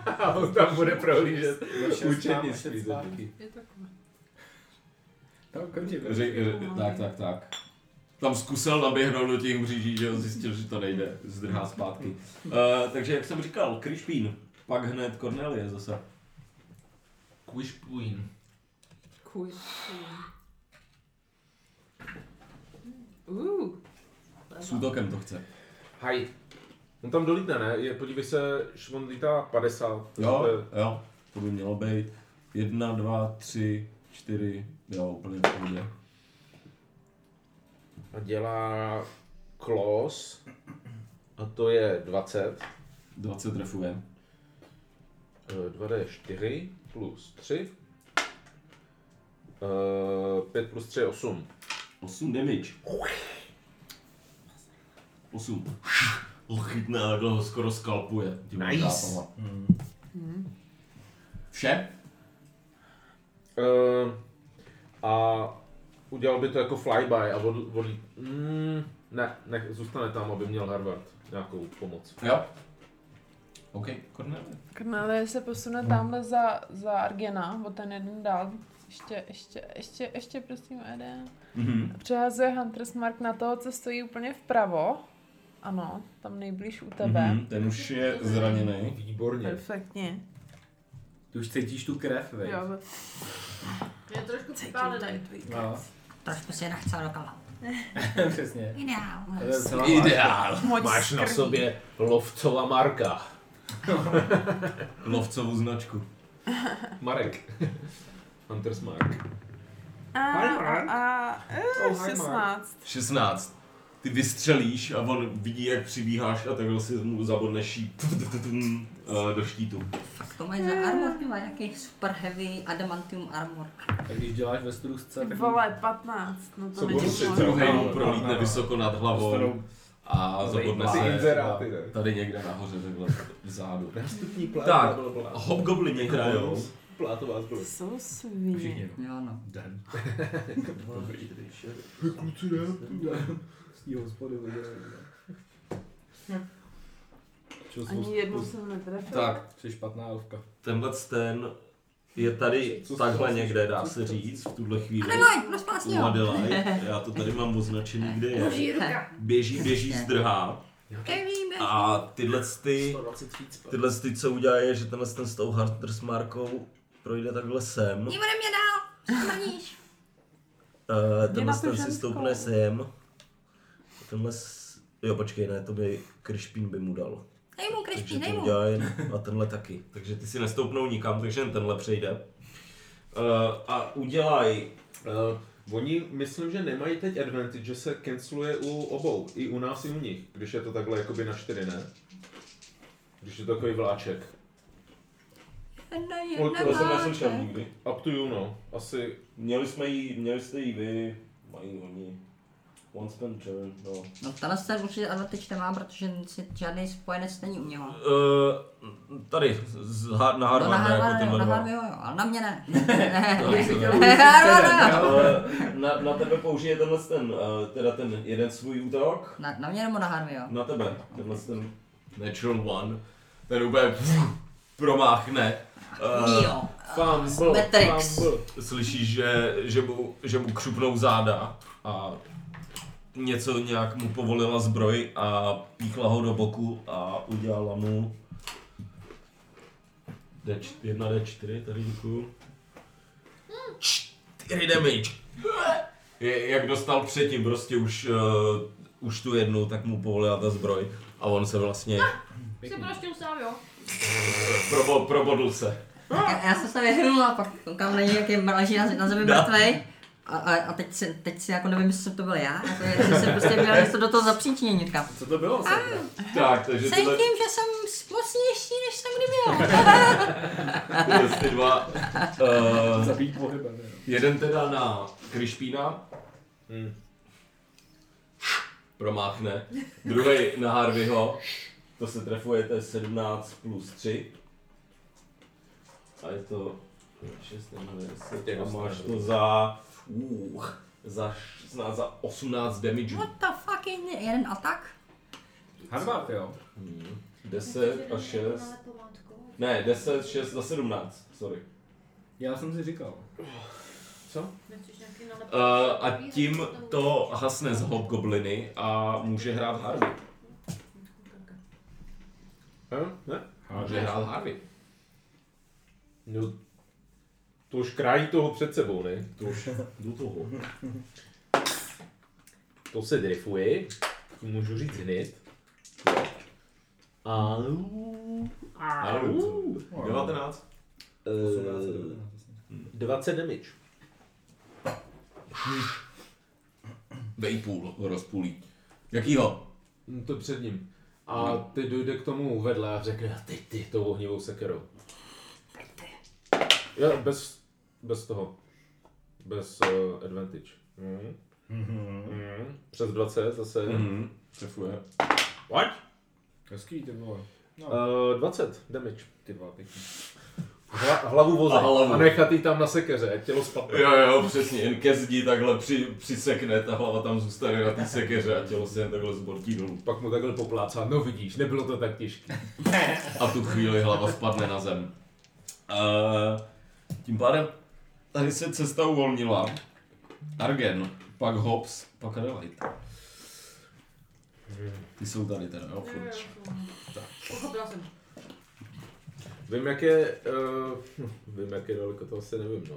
A on tam bude prohlížet. Učení Šest zpátky. Je to cool. No, končím. Řek, eh, tak, tak, tak. Tam zkusil naběhnout do těch mříží, že jo, zjistil, že to nejde, zdrhá zpátky. Uh, takže jak jsem říkal, Krišpín, pak hned Cornelie zase. Quishpuin. Cool. Uh, S útokem to chce. Haj. On tam dolítne, ne? Je, podívej se, že on lítá 50. Jo, To je- jo, to by mělo být. Jedna, dva, tři, čtyři, jo, úplně v pohodě. A dělá klos. A to je 20. 20 trefuje. Eh, 2D4 plus 3. 5 plus 3 je 8. 8 damage. 8. Ho chytne a takhle ho skoro skalpuje. Těma Nice. zápama. Vše? Eh, a udělal by to jako flyby a od, od, mm, ne, ne, zůstane tam, aby měl Harvard nějakou pomoc. Jo. OK, Cornelie. Knele se posune tamhle za, za Argena, o ten jeden dál. Ještě, ještě, ještě, ještě prosím, Eden. Mhm. Přehazuje Hunter's Mark na toho, co stojí úplně vpravo. Ano, tam nejblíž u tebe. Mhm, ten už je zraněný. Výborně. Perfektně. Ty už cítíš tu krev, vej. Jo, Je trošku připálený. No, Trošku si nachcel do kala. přesně. Ideál. To je docela Ideál! Moc Máš na skrví. sobě lovcova marka. Lovcovou značku. Marek. Hunter's Mark. a, a, a, a, 16. 16. Ty vystřelíš a on vidí, jak přibíháš a takhle si mu zabodneš šíp eh, do štítu. Fakt to mají za armor, ty mají nějaký super heavy adamantium armor. Tak když děláš ve strusce, tak... Vole, 15. No to Co není budu si možné. třeba? Druhý mu no, Prostě prolítne no, no. vysoko nad hlavou a zabodne Ty se inzeráty, ne? tady někde nahoře, takhle vzadu. Nástupní Tak. pláta byla blá. Hobgoblini Jako hrajou. Plátová zbroje. To jsou svině. Všichni. Jo no. Den. Dobrý. Hej, kluci, ne? Z té hospody lidé. Čo, Ani jednou jsem netrefil. Tak, Jsi špatná elfka. tenhle ten je tady Co takhle jsi- někde, dá se říct, v tuhle chvíli. Pojď, no spásně U jo. Adelaide, já to tady mám označený, kde je. Boží ruka. Běží, běží, zdrhá. Nevíme. A tyhle ty, 123 cpa. tyhle ty, co udělá, je, že tenhle ten s tou Hunter s Markou projde takhle sem. Jí bude mě dál. Smrníš. Eh, na tenhle tu ten si ženskou. stoupne sem. Tenhle s... Jo, počkej, ne, to by Krišpín by mu dal. Dej mu Takže krišpí, to dej mu. udělá jen, a tenhle taky. Takže ty si nestoupnou nikam, takže jen tenhle přejde. Uh, a udělaj Uh, oni myslím, že nemají teď advantage, že se canceluje u obou, i u nás, i u nich, když je to takhle jakoby na čtyři, ne? Když je to takový vláček. Jedna, Kolik jedna, to jsem máte. nikdy. Up to you, no. Asi Měli jsme jí, měli jste jí vy, mají oni. One spin turn, no. Uh, No tenhle se určitě advantage nemá, protože si žádný spojenec není u něho. Eh, tady, z, har, na No na Harvarda jako Harvarda, jo, tenhle na dva. Harvarda jo, jo, ale na mě ne. Harvarda, Harvarda! Eh, na, na tebe použije tenhle ten, eh, teda ten jeden svůj útok. Na, na mě nebo na Harvey, jo? Na tebe, tenhle ten natural one. Ten úplně promáchne. Eh, Jo. fumble, Matrix. fumble. slyšíš, že, že, mu, že mu křupnou záda a něco nějak mu povolila zbroj a píchla ho do boku a udělala mu D4, 1 D4, tady děkuju. 4 damage. Je, jak dostal předtím prostě už, uh, už tu jednu, tak mu povolila ta zbroj a on se vlastně Se proštil sám, jo. probo, probodl se. Já, já jsem se vyhnul a pak koukám na něj, jak je leží na, na zemi Da. mrtvej. A, a, a teď, si, teď si jako nevím, jestli jsem to byl já, jako jestli jsem prostě měl něco do toho zapříčinit někam. Co to bylo? sakra? Tak, takže Cítím, tyhle, že jsem mocnější, než jsem kdy byl. tyhle ty dva, uh, Zabít pohybem, jo. Jeden teda na Krišpína. Hmm. Promáchne. Druhý na Harveyho. To se trefuje, to je 17 plus 3. A je to 6 nebo 10. Ty A dostaneš. máš to za... Uh, za 16, za 18 damage. What the fuck, jen- jeden atak? Harvard, jo. 10 a 6. Ne, 10, 6 za 17, sorry. Já jsem si říkal. Uh, a tím to hasne z hobgobliny a může hrát Harvey. Hm? Ne? Může hrát Harvey. No, to už krájí toho před sebou, ne? To už do toho. To se drifuji, tím můžu říct hned. Au, au. 19. Eh, 20 damage. Vejpůl rozpůlí. Jakýho? Mm, To před ním. A teď dojde k tomu vedle a řekne, "A teď ty tou ohnivou sekerou. Jo, bez, bez toho. Bez uh, advantage. Mm. Mm. Přes 20 zase. Mhm. Trefuje. What? Hezký, ty vole. Uh, 20 damage. Ty vole, pěkný. Hla, hlavu voze. A hlavu. A nechat ji tam na sekeře, ať tělo spadne. Jo, jo, přesně, jen ke zdi takhle při, přisekne, ta hlava tam zůstane na té sekeře a tělo se jen takhle zbortí dolů. Pak mu takhle poplácá, no vidíš, nebylo to tak těžké. A v tu chvíli hlava spadne na zem. Uh, tím pádem tady se cesta uvolnila. Argen, pak Hobbs, pak Adelaide. Ty jsou tady teda, Hmm. jo, furt. Pochopila jsem. Vím, jak je, uh, vím, jak je daleko, to asi nevím, no.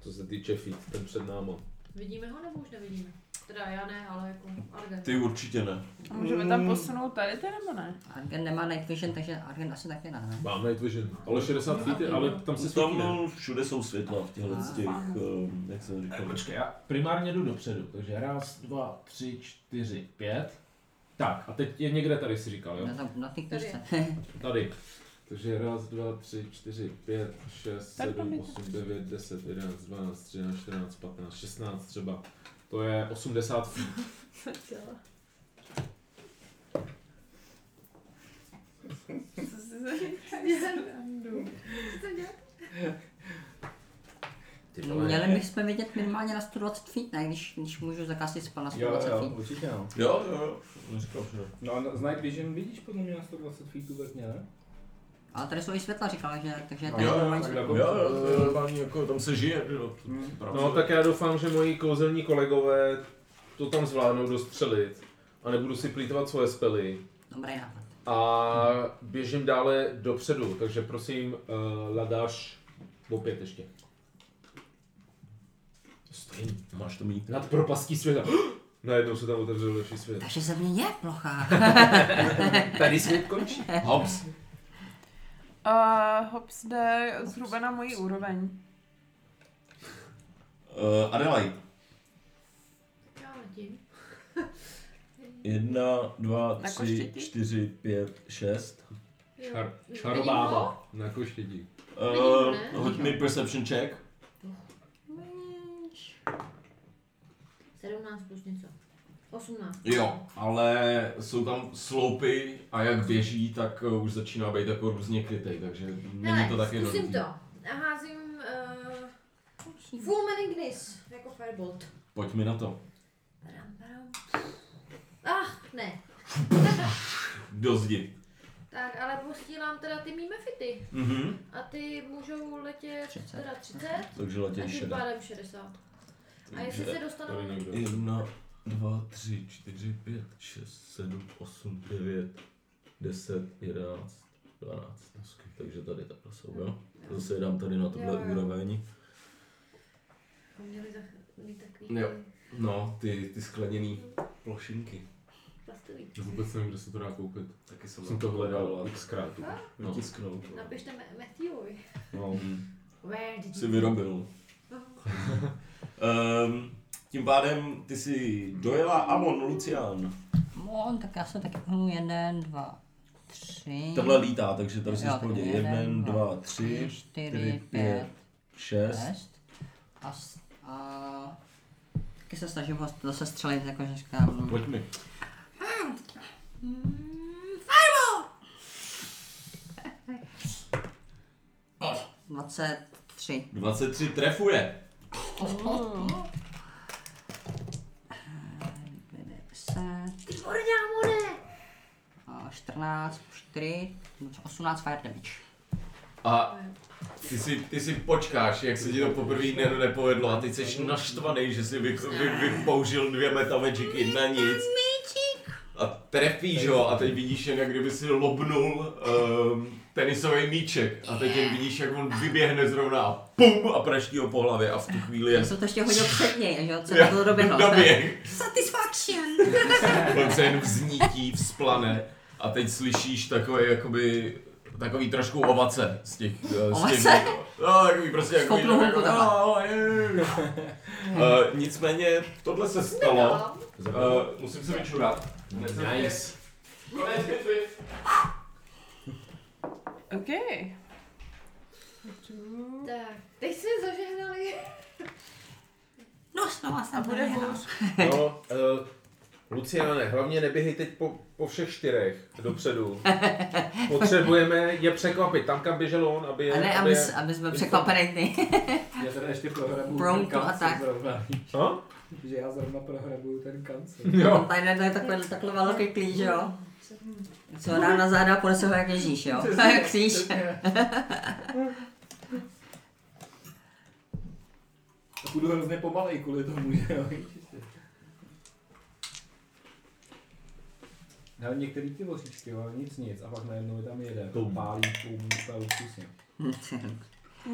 Co se týče feed, ten před náma. Vidíme ho nebo už nevidíme? Teda já ne, ale jako Argen. Ty určitě ne. A můžeme tam posunout tady ty nebo ne? Argen nemá night vision, takže Argen asi taky ne. ne? Máme Night Vision, ale 60 feet, No, je, ale tam se svítí, Tam ne? no, všude jsou světla v těchto Ah, z těch, ehm, jak se říká. no, Počkej, já primárně jdu dopředu, takže raz, dva, tři, čtyři, pět. Tak, A teď je někde tady, si říkal, jo? Na, za- na ty knížce. Tady. Takže raz, dva, tři, čtyři, pět, šest, Tak tam sedm, je osm, devět, deset, jedenáct, dvanáct, třináct, čtrnáct, patnáct, šestnáct třeba. To je 80 feet. Co si za- Ty Měli bychom vědět minimálně na 120 feet, ne? Když, když můžu zakázat spal na Jo, 120 jo, feet. určitě no. Jo, jo, jo. Neříkal, že ne. No a z Night Vision vidíš podle mě na 120 feetů vrchně, ne? Ale tady jsou i světla, říkal, že takže je No, tady jo, normální tak světlo. Jo, jo, to je normální, jako tam se žije, že jo. to- Hmm. pravda. No tak já doufám, že moji kouzelní kolegové to tam zvládnou dostřelit a nebudu si plítovat svoje spely. Dobrý nápad. A běžím dále dopředu, takže prosím, uh, ladáš opět ještě. Stojím Máš to mít. nad propastí světa. Najednou se tam otevřel další svět. Takže země je plochá. Tady svět končí. Hops. A Hops jde zhruba na moji úroveň. Uh, Adelaide. Já letím. Jedna, dva, Na tři, koštěti? čtyři, pět, šest. Jo. Čar, Vidím ho? čarobába. Na koštěti. Uh, Vidím, ne? hoď mi perception check. 17 plus něco. 18. Jo, ale jsou tam sloupy a jak běží, tak eh, už začíná být jako různě krytej, takže není to Hele, tak zkusím jednoduchý. to. A házím uh, Fulman Ignis, jako Firebolt. Pojď mi na to. Param, param. Ach, ne. Do zdi. Tak, ale posílám teda ty mý mefity. Mhm. A ty můžou letět 30. 30. teda 30 Takže a letěj tím šedá. pádem 60. A jestli se dostanou... Jedna, dva, tři, čtyři, pět, šest, sedm, osm, devět, deset, jedenáct, dvanáct. No, Takže tady takhle jsou, jo? Zase je dám tady na tuhle Jo, jo. úroveň. Měli zachránit takový Jo. ty No, ty, ty skleněný plošinky. plastový. Vůbec nevím, kde se to dá koupit. Taky Jsem to hledal xkrát. No. Vytisknout. Napište Me- Matthewovi. No. Mhm. Where did Jsi you... vyrobil. No. um, tím pádem ty si dojela Amon, Lucian. On, No, tak já se taky pnu jeden, dva, tři. Tohle lítá, takže tady si Jo, spodě tak jeden, jeden, dva, dva, tři, čtyři, pět, šest. šest. A, s- a taky se snažím ho zase střelit, jakože říkám. Pojď mi. Mm, 23. 23 trefuje. 10 Ty morňámone! a 14, 4, 18 fire damage. A ty si, ty si počkáš, jak se ti to poprvé ne, nepovedlo a teď jsi naštvaný, že jsi vy, vy, vy, použil dvě metamagicy na nic. A trefíš ho a teď vidíš jen, jak kdyby si lobnul um, tenisový míček. A teď jen vidíš, jak on vyběhne zrovna a pum a praští ho po hlavě a v tu chvíli Já je jsem to ještě hodil před něj, že jo, co to doběhlo. Doběh. Satisfaction! On se jen vznítí, vzplane a teď slyšíš takové jakoby takový trošku ovace z těch... eh, Z těch Ovace? no, takový prostě jako... Schopnou hůlku takhle. Uh, nicméně, tohle se stalo. Uh, musím se vyčurat. Nice. Konec bitvy. OK. Tak, teď jsme zažehnali. No, znovu A jsem to bude nehrál. hůř. No, uh, Luciane, hlavně neběhej teď po, po všech čtyřech dopředu. Potřebujeme je překvapit tam, kam běžel on, aby je... A ne, aby, s- aby jsme překvapený ty. Já teda ještě prohrabuju Prone ten to kancel attack. zrovna. A? Že já zrovna prohrabuju ten kancel. On tady nedá takhle, takhle velký klíč, jo. Co ho dá na záda a ponese ho jak Ježíš, jo. Kříž. A Půjdu hrozně pomalej kvůli tomu, že jo. Hele, některý ty voříčky, ale nic nic, a pak najednou je tam jede. Pum. Pálí, pum, úplně luxusně.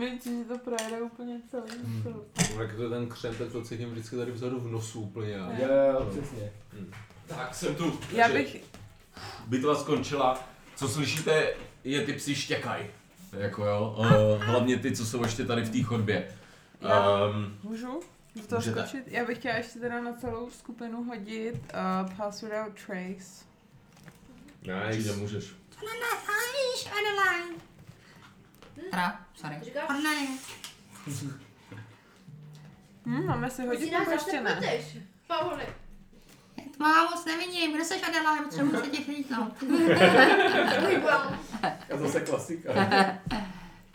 Víc, že to projede úplně celý. celou- Jak to ten křem, tak to cítím vždycky tady vzadu v nosu úplně. A... Jo, jo, jo, přesně. Tak jsem tu. Já bych, Bitva skončila. Co slyšíte, je ty psi štěkaj. Jako jo, uh, hlavně ty, co jsou ještě tady v té chodbě. Já- Um, můžu do toho Můžete. skočit? Já bych chtěla ještě teda na celou skupinu hodit uh, Pass Without Trace. Nice. můžeš. Teda, sorry. Říkáš? Online. Hm, máme si Ty si hodit nás nebo zase ještě ne? pleteš, Pavle. Má moc nevidím, kde seš Adela, potřebuji se tě no. chytnout. Tvůj bal. A zase klasika.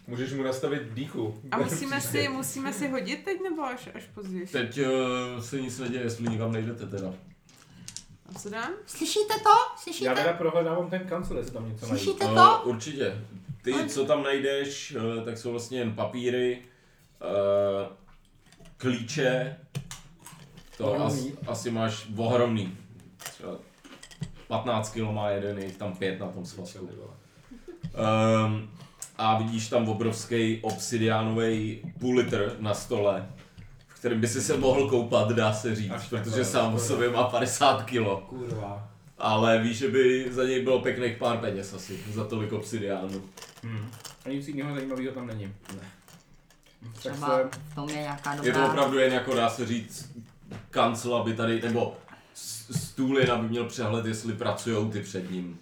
Můžeš mu nastavit dýku. A musíme si, musíme si hodit teď nebo až, až později? teď uh, se nic neděje, jestli nikam nejdete teda. A co dám? Slyšíte to? Já Slyšíte? teda prohledávám ten kancel, jestli tam něco najdu. Slyšíte Eh, to? určitě. Ty, co tam najdeš, eh, tak jsou vlastně jen papíry, eh, klíče, to as, Ohromný. asi máš ohromný. Třeba 15 kg má jeden, je jich tam pět na tom svazku. Um, a vidíš tam obrovský obsidiánový půl litr na stole, v kterém by si se mohl koupat, dá se říct, Až takhle, protože sám o skoro. sobě má 50 kg. Kurva. Ale víš, že by za něj bylo pěkných pár peněz asi, za tolik obsidiánu. Hmm. A nic jiného zajímavého tam není. Ne. Tak Třeba se... v tom je nějaká Je to dobrá... opravdu jen jako dá se říct kancel, aby tady, nebo s- stůl jen, aby měl přehled, jestli pracují ty před ním.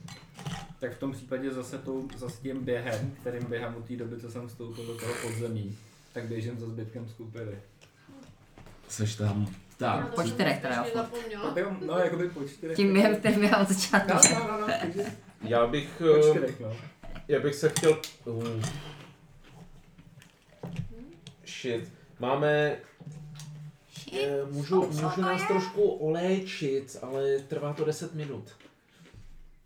Tak v tom případě zase, tou, zase tím během, kterým běhám od té doby, co jsem vstoupil do toho podzemí, tak běžím za zbytkem skupiny. Seš tam. Tak, po čtyřech teda, jo. Zapomněla. Jo, no, jakoby po čtyřech. Tím během, který během od začátku. No, no, no, no, takže Já bych, po eh, čtyřech, no. já bych se chtěl... Uh. Shit. Máme... eh, Můžu, můžu nás trošku oléčit, ale trvá to 10 minut.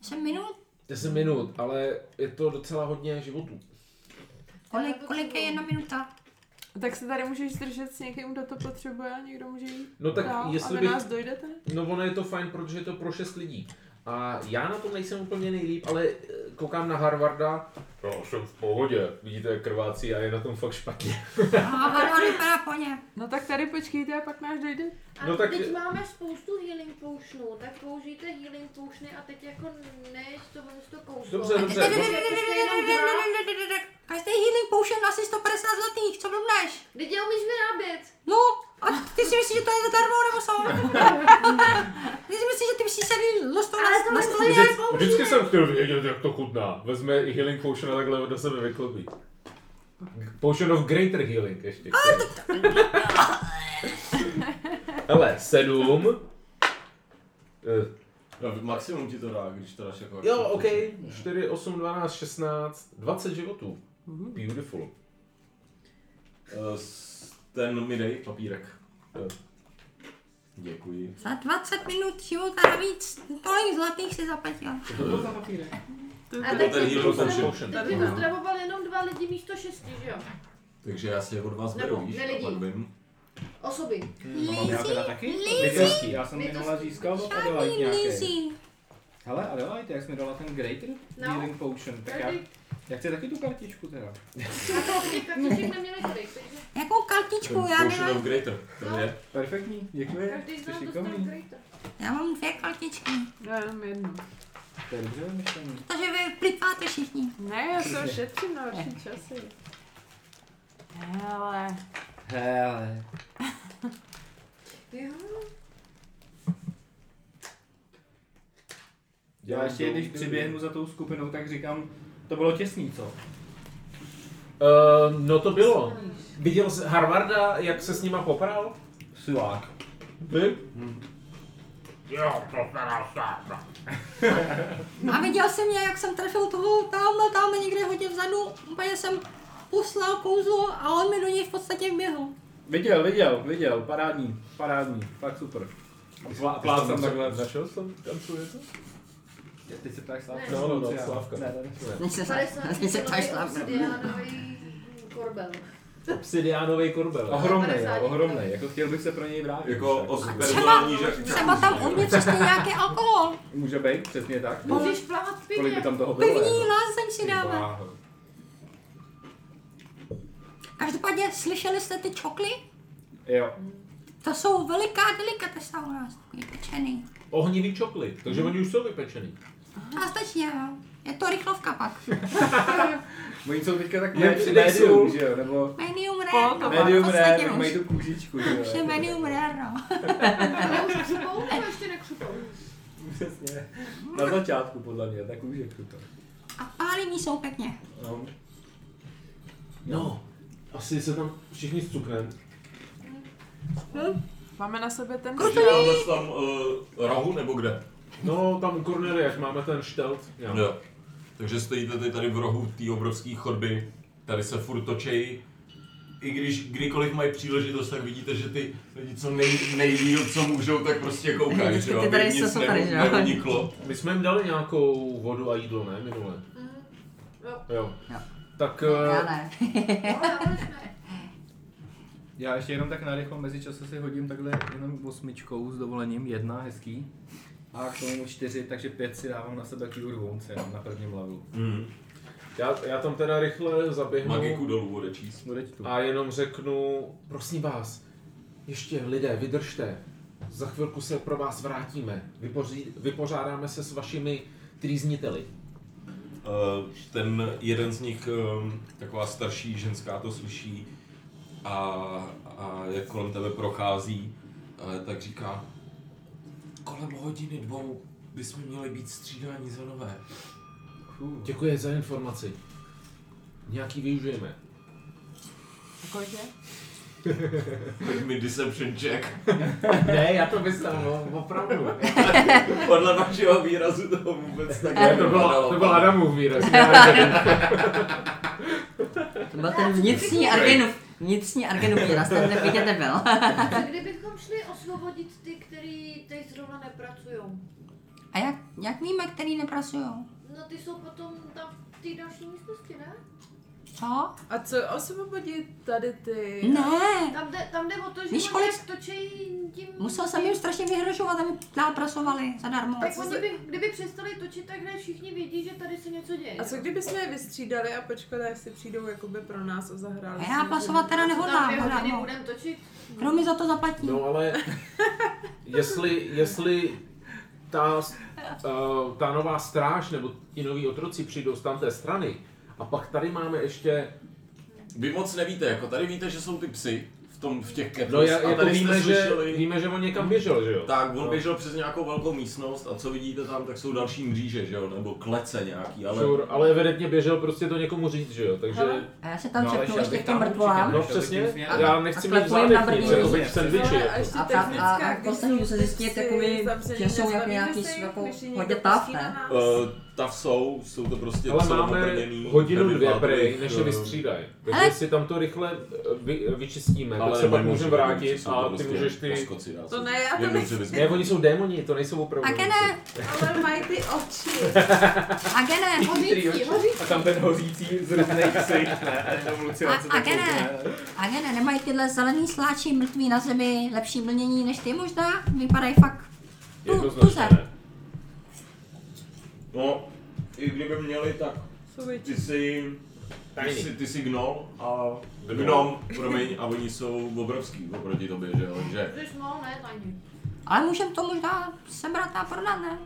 Jsem minut? 10 minut, ale je to docela hodně životů. Kolik, kolik je jedna minuta? Tak se tady můžeš držet s někým, kdo to potřebuje a někdo může jít No tak dál a jestli vy bych... nás dojdete? No ono je to fajn, protože je to pro 6 lidí. A já na tom nejsem úplně nejlíp, ale eh, koukám na Harvarda. No, jsem v pohodě. Vidíte, jak krvácí a je na tom fakt špatně. A Harvard vypadá po ně. No tak tady počkejte a pak nás dojde. A No no tak- tak... teď máme spoustu healing potionů, tak použijte healing potiony a teď jako ne tohle to kouzlo. Dobře, dobře. prostě Každý healing potion asi 150 zlatých, co blbneš? Teď je umíš vyrábět. No, a ty si myslíš, že to je zadarmo nebo co? Ty si myslíš, že ty myslíš, že do stolu Ale tohle na to je jak použijeme. Vždycky jsem chtěl vědět, jak to chutná. Vezme i healing potion a takhle do sebe vyklopí. Potion of greater healing ještě. Hele, sedm. Eh, no, maximum ti to dá, když to dáš jako... Jo, OK. 4, 8, 12, 16, 20 životů. Mhm. Beautiful. Eh, s- Ten mi dej papírek. Eh, Děkuji. Za 20 minut života navíc, tolik zlatých si zaplatil. To bylo za papírek. A To byl teď ten teď healing pozdravu- potion. teď by to zdravovali jenom dva lidi místo šesti, že jo? Takže já si je od vás Nebo beru, víš, nelidi. a pak vím. Osoby. A mám já teda taky? Lizzy, Bytostí. Já jsem minula bytosti. získal od Adelaide Žádný nějaký. lízí. Hele, Adelaide, jak jsi mi dala ten Greater No. Healing Potion, tak já, Tady- já chci taky tu kartičku teda. Na to těch kartiček neměli kolik, takže Jakou kartičku, já Potion of nemám, Greater. To je. Perfektní, děkuji. každý z Jsi nás dostal šikovný. kryta. já mám dvě kartičky, Já jenom jednu. To je dobře vymyšlený. protože vy plitváte všichni. Ne, já se ošetřím na další časy. Hele, Hele. Jo. Já ještě, když přiběhnu za tou skupinou, tak říkám, to bylo těsný, co? Uh, no to bylo. Viděl jsi Harvarda, jak se s nima Hm. popral? Silák. Vy? A viděl jsem mě, jak jsem trefil toho tamhle, tamhle někde hodně vzadu, úplně jsem poslal kouzlo a on mi do něj v podstatě vběhl. Viděl, viděl, viděl, parádní, parádní, fakt super. A plá- Plácám takhle. Našel jsem tam tu větu? Teď se ptáš Slávka. Ne. No, no, no, Slávka. Ne, ne, ne. Než Vlastně se, 50 než se ptáš kilový Slávka. obsidiánový korbel. Obsidiánový korbel. Ohromnej, jo, ohromnej. Jako chtěl bych se pro něj vrátit. Jako Však. os- Třeba, personální žák- třeba tam uvnitř ještě nějaký alkohol. Může být, přesně tak. Můžeš plavat v Kolik by pivě. tam toho bylo? Pivní jako? lázeň si Ty dáme. bláho. Každopádně slyšeli jste ty čokly? Jo, To jsou veliká delikatesa u nás, takový pečený. Ohnivý čokly, takže oni už jsou vypečený. Částečně, jo. Je to rychlovka pak. oni jsou teďka tak Je med- přidej medium, sůl. že jo, nebo Medium rare, no. medium rare, Podstatě tak už. mají tu kůžičku, že jo. Už je medium rare, no. Ale už křupou nebo ještě nekřupou? Přesně. Jako Na začátku podle mě, tak už je to. A pálení jsou pěkně. No. No, asi se tam všichni zcuknem. Máme na sebe ten Takže máme tam uh, rohu nebo kde? No, tam u Cornery, jak máme ten štelt. Jo. Jo. Takže stojíte tady, tady v rohu té obrovské chodby, tady se furt točejí. I když kdykoliv mají příležitost, tak vidíte, že ty lidi co nej, nejdíl, co můžou, tak prostě koukají, Vždycky že jo, ty tady aby jsou nic super, ne, že jo? neuniklo. My jsme jim dali nějakou vodu a jídlo, ne, minule? Jo. Jo. Jo. Tak Já eh, ne. Jo, ale proč ne? Já ještě jenom tak narychlo mezičase si hodím takhle jenom osmičkou s dovolením, jedna, hezký. A k tomu čtyři, takže pět si dávám na sebe Cure Wounds jenom na prvním levelu. Mm. já, já tam teda rychle zaběhnu Magiku dolů odečíst. Bude ti tu. a jenom řeknu, prosím vás, ještě lidé, vydržte. Za chvilku se pro vás vrátíme. Vypoří, vypořádáme se s vašimi trýzniteli. Eh, ten jeden z nich, ehm, taková starší ženská to slyší a, a jak kolem tebe prochází, eh, tak říká, kolem hodiny dvou bychom měli být střídáni za nové. Fů. Děkuji za informaci. Nějaký využijeme. Kolik je? Pojď mi deception check. Ne, já to myslel, no, opravdu. Podle vašeho výrazu toho vůbec tak Ne, to byl, to byl Adamův výraz. To byl ten vnitřní Argenův, vnitřní Argenův výraz, ten nepíte nebyl. A kdybychom šli osvobodit ty, který teď zrovna nepracují? A jak, jak víme, který neprasují? No ty jsou potom tam v té další místnosti, ne? Co? A co osvobodí tady ty? Ne! Tam jde, tam jde o to, že Víš, oni kolik- jak točejí tím... Musel jsem jim strašně vyhrožovat, aby dál prasovali zadarmo. Tak co oni se- by, kdyby přestali točit, tak ne všichni vědí, že tady se něco děje. A co kdyby jsme je vystřídali a počkali, až si přijdou jakoby pro nás a zahráli? A já si- plasovat teda Tam nehodlám, dvě hodlám, hodiny no. budeme točit. Kdo mi za to zaplatí? No ale jestli, jestli ta, uh, ta nová stráž nebo ti noví otroci přijdou z tamté strany a pak tady máme ještě, Vy moc nevíte, jako tady víte, že jsou ty psy v, tom, v těch kettles no já, a jako tady víme, jste že, slyšeli... víme, No. že on někam běžel, že jo? Tak, on běžel přes nějakou velkou místnost a co vidíte tam, tak jsou další mříže, že jo, nebo klece nějaký, ale... Sure, ale evidentně běžel prostě to někomu říct, že jo, takže... Hele. A já se tam No, ale čepnu šel ještě bych k těm tam mrtvolám. určitě, No šel bych tím přesně, směrem. já nechci A mít v sklepujem na zádech nic, brdí. jako bych sandviči. No, Ale a Jako. ještě A pra- technická, a- prostě a když poslední jsou se ty zjistí, psy takový, zavřený že jsou na jak zelený nějaký sejf, jako když je hodně někdo tough, pustí na ne? nás. Eh, Uh, tav jsou, jsou to prostě Ale jsou máme obrněný, hodinu nevím, dvě ale to prej, jich, než je eh, vystřídají. Takže Ale- si tam to rychle eh, vy, vyčistíme, Ale tak se pak nemají můžeme možnost, vrátit jsou to a ty prostě můžeš ty... poskoci, dá se To říct. ne, já to Jednou nechci. se vezmu. Ne, oni jsou démoni, to nejsou opravdu. A gene, Ale mají ty oči. a gene, Hořící, hořící. A tam ten hořící z různých ksicht, ne? A jenom Lucian se A- a tak kde ne? koukne. a gene, nemají tyhle zelený sláči mrtví na zemi lepší mlnění než ty možná? Vypadají fakt tu, tuze. Jednoznačně ne. No, i kdyby měli, tak Jsou větší. ty jsi... Ty Tajný. jsi, ty jsi gnol a... Gnom, promiň, a oni jsou obrovský oproti tobě, že jo, že... Jsi no, ne, tajně. Ale můžem to možná sebrat a prodat, ne?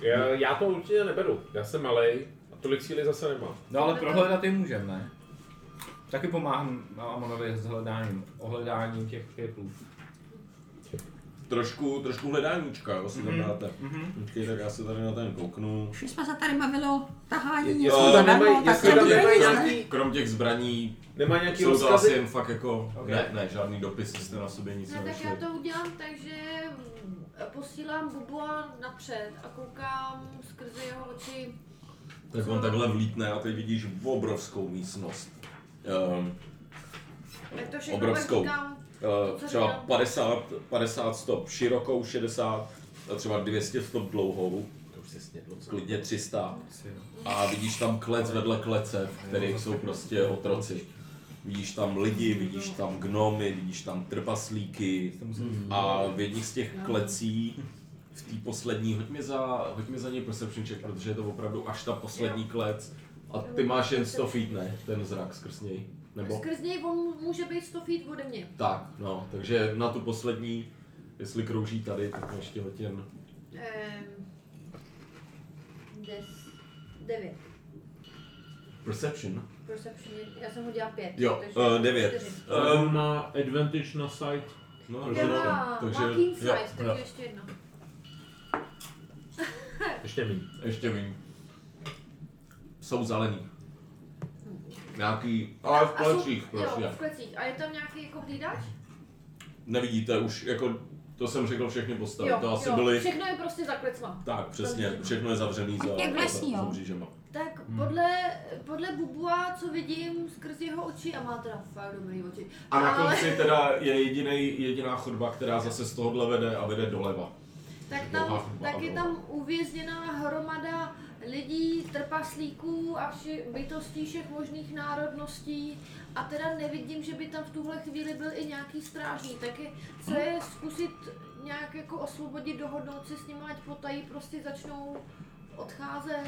Já, já to určitě neberu. Já jsem malej a tolik síly zase nemám. No ale prohledat je můžem, ne? Taky pomáhám Amonovi s hledáním, ohledáním těch kvěplů. Trošku, trošku hledáníčka, jo, si tam dáte. Počkej, tak já se tady na ten kouknu. Už jsme se tady bavili o tahání. Jestli co tam zadarmo, nemají- tak jestli si Krom tam dobrý, těch, nemají ne? nějaký- krom těch zbraní Nemá nějaký jsou to asi rozkazy? jen fakt jako... Ok. Ne, ne, žádný dopis jste na sobě nic Ne, No, tak nenašli. já to udělám tak, že mm, posílám Bubua napřed a koukám skrze jeho oči. Tak on takhle vlítne a teď vidíš obrovskou místnost. Ehm, Tak to všechno Obrovskou. pak říkám. Eh, Co třeba říkám? 50, 50 stop širokou, 60 a třeba 200 stop dlouhou. prostě snědlo klidně 300. A vidíš tam klec vedle klece, v kterých jsou prostě otroci. Vidíš tam lidi, vidíš No. tam gnomy, vidíš tam trpaslíky. A v jedných z No. těch klecí, v té poslední, hoď mi za, hoď mi za něj perception check, protože je to opravdu až ta poslední klec. A ty máš jen 100 feet, ne? Ten zrak skrz něj. Nebo? Skrz něj on může být 100 feet ode mě. Tak, no, takže na tu poslední, jestli krouží tady, tak ještě letěn. Ehm, des, 9. Perception. Perception, je- já jsem hodila 5. Jo, eh, devět. Um, má advantage na side. No, Já má, takže, má keen size, jo, takže jo, ještě jedno. Ještě méně. ještě méně. Jsou zelený. Nějaký, ale v A jsou- plecích prostě. Jo, v klecích. A je tam nějaký jako hlídač? Nevidíte už, jako, to jsem řekl všechny postavy, jo, to asi jo. byly, Všechno je prostě za klecma. tak přesně, všechno je zavřený za, Jak za, lesní, za jo. mřížema. Tak Hmm. podle, podle Bubua, co vidím skrz jeho oči, a má teda fakt dobrý oči. A na Ale- konci teda je jedinej, jediná chodba, která zase z tohohle vede a vede doleva. Tak, Dlouhá tam, chodba a tak je dlouhá. tam uvězněná hromada lidí, trpaslíků a vši, bytostí všech možných národností a teda nevidím, že by tam v tuhle chvíli byl i nějaký strážní, tak je, co je zkusit nějak jako osvobodit, dohodnout se s nimi, ať potají prostě začnou odcházet.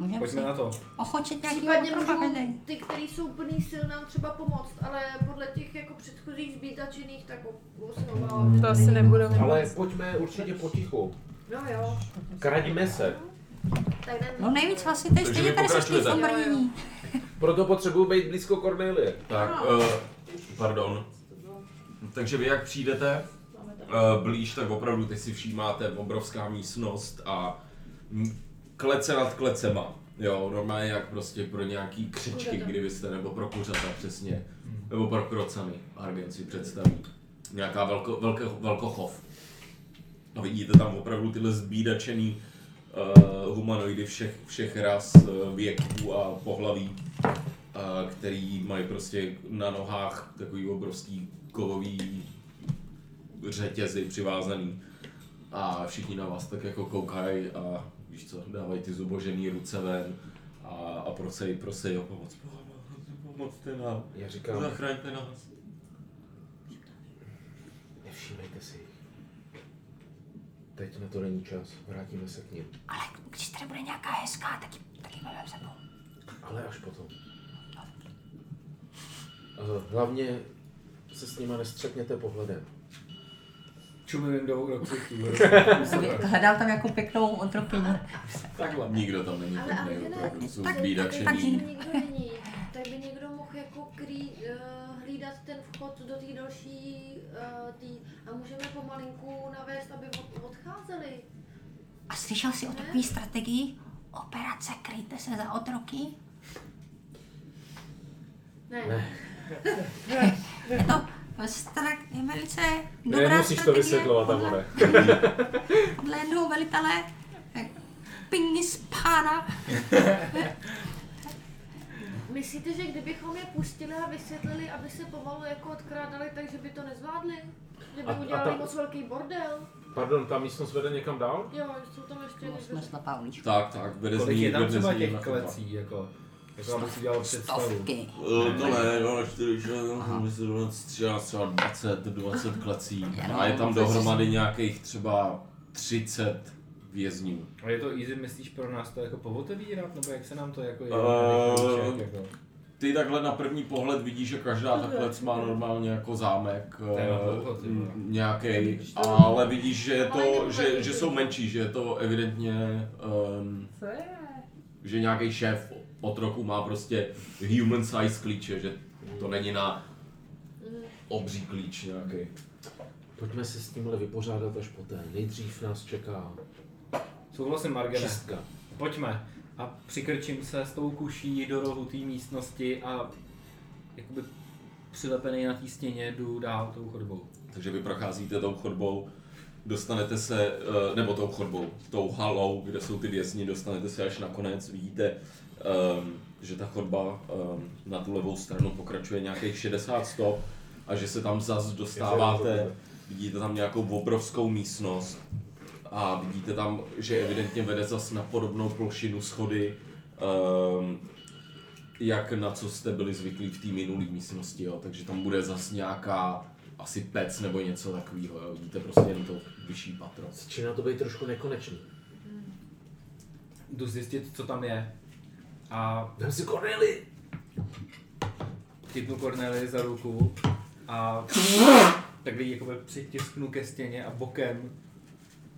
Můžeme si Pojďme na to. ochočit nějaký Případně můžou propagandej. ty, který jsou plný sil, nám třeba pomoct, ale podle těch jako předchozích zbítačených, tak o- se obávám. že To asi není nebude moc. Ale pojďme určitě potichu. No jo, Kraďme se. tak jdeme. No nejvíc vlastně teď Takže stejně vy tady sešli v pokračujete. tom brnění. Proto potřebuju být blízko Cornelie. Tak, uh, pardon. Takže vy jak přijdete uh, blíž, tak opravdu teď si všímáte obrovská místnost a m- klece nad klecema. Jo, normálně jak prostě pro nějaký křičky, Kuřata. kdybyste, nebo pro kuřata přesně, nebo pro krocany, Argen si představí. Nějaká velko, velké, velkochov. A No, vidíte tam opravdu tyhle zbídačený uh, humanoidy všech, všech ras, eh, věků a pohlaví a který mají prostě na nohách takový obrovský kovový řetězy přivázaný. A všichni na vás tak jako koukají a víš co, dávají ty zubožený ruce ven a, a prosej, prosej o pomoc. Pomozte nám, Já říkám, zachraňte nás. nevšímejte si. jich. Teď na to není čas, vrátíme se k ním. Ale když tady bude nějaká hezká, tak ji, tak ji máme sebou. Ale až potom. Eh, Hlavně se s nima nestřetněte pohledem. Čumím do do ksichtu. Hledal tam jako pěknou otrokyni. Takhle. Nikdo tam není Ale pěkný, Argene, opravdu jsou tak- Tak Takže- by zbídačení. nikdo není, tak by někdo mohl jako krý, uh, hlídat ten vchod do té další uh, tý, a můžeme pomalinku navést, aby od, odcházeli. A slyšel jsi o takové strategii? Operace, kryjte se za otroky. Ne. Je to strak, je velice dobrá Nemusíš to No, strategie. vysvětlovat, Podle- Amore. Podle jednoho velitele eh, Pingis pána. Myslíte, že kdybychom je pustili a vysvětlili, aby se pomalu jako odkrádali, takže by to nezvládli? Že by A- a udělali ta- moc velký bordel? Pardon, ta místnost vede někam dál? Jo, jsou tam ještě No, jsme někdo. slepá ulička. Tak, tak, vede z Kolik ní, je tam vede z třeba ní na- těch klecí, jako? Jako abych si dělal představu. Stovky. Eh, To ne, no, 4, 6, 13, třeba 20, 20 klecí. A je tam dohromady nějakých třeba 30 vězňů. A je to easy, myslíš, pro nás to jako povotevírat? Nebo jak se nám to jako je? Eh, Uh, jako? Ty takhle na první pohled vidíš, že každá ta Mhm. klec má normálně jako zámek je na dlouho, ty no. vole. nějaký, ale vidíš, že, je to, že, že jsou menší, že je to evidentně, um, Co je? že nějaký šéf otroku má prostě human size klíče, že to není na Mhm. obří klíč nějaký. Pojďme se s tímhle vypořádat až poté. Nejdřív nás čeká Souhlasím, Margene. čistka. Pojďme. A přikrčím se s tou kuší do rohu té místnosti a jakoby přilepený na té stěně jdu dál tou chodbou. Takže vy procházíte tou chodbou, dostanete se, eh, nebo tou chodbou, tou halou, kde jsou ty vězni, dostanete se až nakonec, vidíte, ehm, že ta chodba ehm, na tu levou stranu pokračuje nějakých 60 stop a že se tam zas dostáváte, vidíte tam nějakou obrovskou místnost, eh, A vidíte tam, že evidentně vede zas na podobnou plošinu schody, ehm, jak na co jste byli zvyklí v té minulé místnosti, jo. Takže tam bude zas nějaká asi pec nebo něco takového, jo. Vidíte prostě jen to vyšší patro. Začíná to být trošku nekonečný. Jdu zjistit, co tam je. A Vem si Corneli! chytnu Cornelii za ruku a takhle ji jakoby přitisknu ke stěně a bokem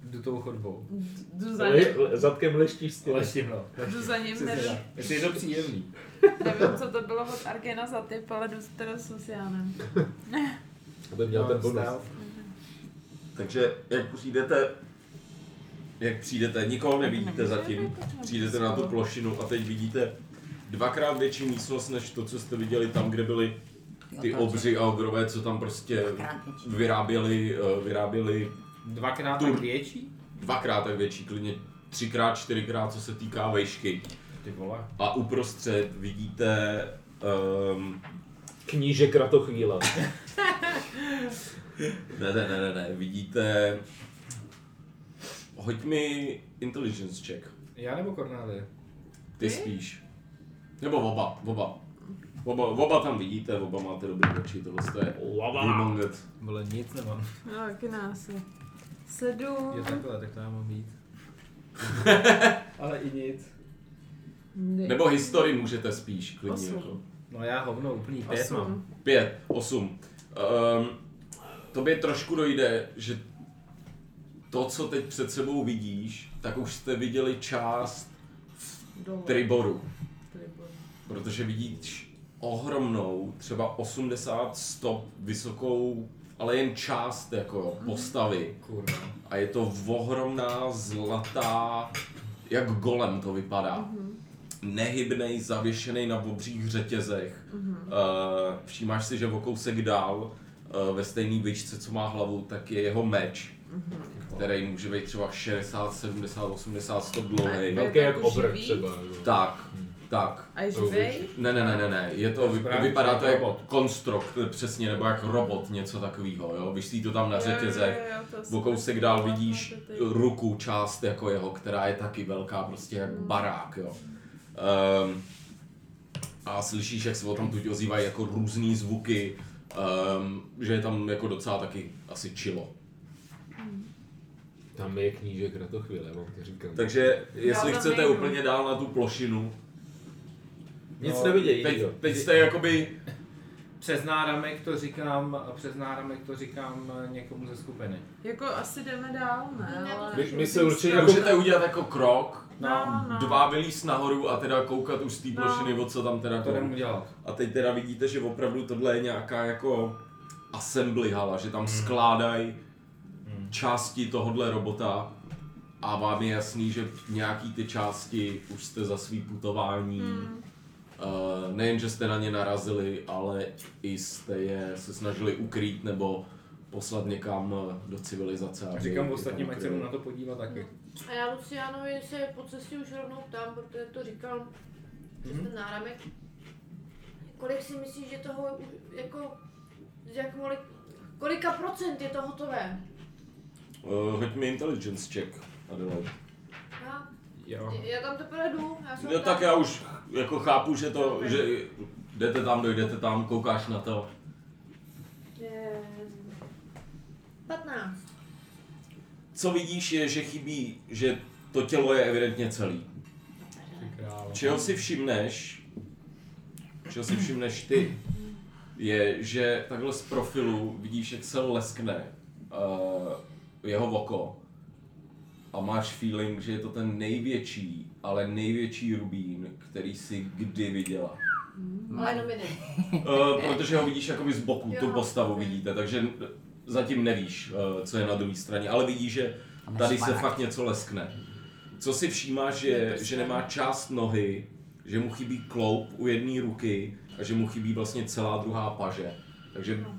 jdu tou chodbou. Jdu za ním, zadkem leštíš stěnu. Leštím, no. jdu za ním, Přesně nevím, tak. Jestli je to příjemný. nevím, co to bylo od Argena za typ, ale jdu teda s Lucianem. Aby měl ten bonus. Stav. Takže jak přijdete, jak přijdete, nikoho nevidíte zatím, přijdete na tu plošinu a teď vidíte dvakrát větší místnost, než to, co jste viděli tam, kde byly ty obři a ogrové, co tam prostě vyráběli, eh, vyráběli Dvakrát Tur. tak větší? dvakrát tak větší, klidně třikrát, čtyřikrát, co se týká vejšky. Ty vole. A uprostřed vidíte um, Kníže kratochvíla. Ne, ne, ne, ne, ne, vidíte... Hoď mi intelligence check. Já nebo Cornelie? Ty spíš. Nebo oba, oba. Oba, oba tam vidíte, oba máte dobrý oči, tohle to je humongous. Vole, nic nemám. No, taky násil. Sedm. Je takhle, tak to já mám víc. Ale i nic. Dej. Nebo historii můžete spíš, klidně. Osm. Jako. No já hovno úplný pět Osm. mám. Pět, osm. Um, tobě trošku dojde, že to, co teď před sebou vidíš, tak už jste viděli část Dole. Triboru. Tribor. Protože vidíš ohromnou, třeba 80 stop vysokou, ale jen část jako postavy. Kurva. A je to ohromná, zlatá, jak golem to vypadá. Mhm. Nehybnej, zavěšený na obřích řetězech. Mhm. Eh, Všímáš si, že o kousek dál, eh, ve stejné výšce, co má hlavu, tak je jeho meč, Mhm. který může být třeba 60, 70, 80 stop dlouhý. Ne. Velký jak Jako obr živý? třeba. no. jo. Tak, tak. A je živej? Ne, ne, ne, ne, ne. Je to, vy, Správně, vypadá to jako robot. konstrukt, přesně, nebo jak robot, něco takového, jo. Vyšlí to tam na řetězech. Jo, jo, jo, to asi O kousek dál tak- vidíš to ty- ruku, část jako jeho, která je taky velká, prostě jak Hmm. barák, jo. Um, a slyšíš, jak se o tom tu ozývají jako různý zvuky, um, že je tam jako docela taky asi čilo. Tam je kníže kratochvíla, já vám to říkám. Takže jestli tam chcete nejdu. úplně dál na tu plošinu, Nic No, nevidějí, teď, jo. teď jste jakoby, Přes náramek to říkám, přes náramek to říkám eh, někomu ze skupiny. Jako asi jdeme dál, ne? Ne, ale- My, my se určitě jako... můžete udělat jako krok, No, no. dva vylíz nahoru a teda koukat už z té plošiny, o co tam teda To to. jdem udělat. A teď teda vidíte, že opravdu tohle je nějaká jako assembly hala, že Hmm. tam skládají části tohohle robota a vám je jasný, že nějaký ty části už jste za svý putování Hmm. eh, nejen, že jste na ně narazili, ale i jste je se snažili ukrýt nebo poslat někam eh, do civilizace. aby je Říkám tam ostatním, ať se ukryli. jdou na to podívat taky. A já Lucianovi se po cestě už rovnou ptám, protože to říkal přes Mhm. ten náramek. Kolik si myslíš, že toho už- jako, z jak kolik, kolika procent je to hotové? Eh, Hoď mi intelligence check, Adelaide. Já, Jo. já tam teprve jdu, já jsem No tam. tak já už jako chápu, že to, že jdete tam, dojdete tam, koukáš na to. Ehm, 15. Co vidíš je, že chybí, že to tělo je evidentně celý. Král. Čeho si všimneš, čeho si všimneš ty, je, že takhle z profilu vidíš, jak se leskne uh, jeho oko a máš feeling, že je to ten největší, ale největší rubín, který si kdy viděla. Ale jenom jeden. Eh, protože ho vidíš jakoby z boku, tu Jo. postavu vidíte, takže eh, zatím nevíš, eh, co je na druhé straně, ale vidíš, že Tam je tady se smaragd. fakt něco leskne. Co si všímáš, je, že nemá část nohy, že mu chybí kloup u jedné ruky a že mu chybí vlastně celá druhá paže. Takže No.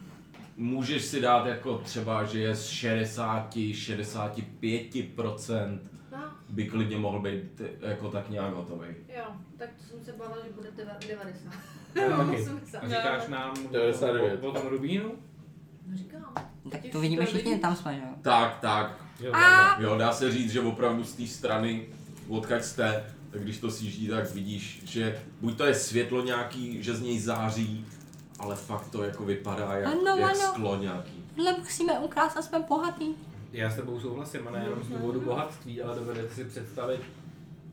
můžeš si dát jako třeba, že je z 60-65% No, by klidně mohl být eh, jako tak nějak hotový. jo, tak to jsem se bála, že bude deva- 90. No, Taky. A 80. říkáš nám o, 99. o, o tom Rubínu? No říkám. Tak to vidíme všichni, tam jsme, že jo? Tak, tak. Jo, A Jo, dá se říct, že opravdu z té strany, odkaď jste, tak když to sjíždí, tak vidíš, že buď to je světlo nějaký, že z něj září, ale fakt to jako vypadá jak, Ano, jak ano. sklo nějaký. Ale musíme ukrást a jsme bohatý. Já s tebou souhlasím, a nejenom z důvodu bohatství, ale dovedete si představit,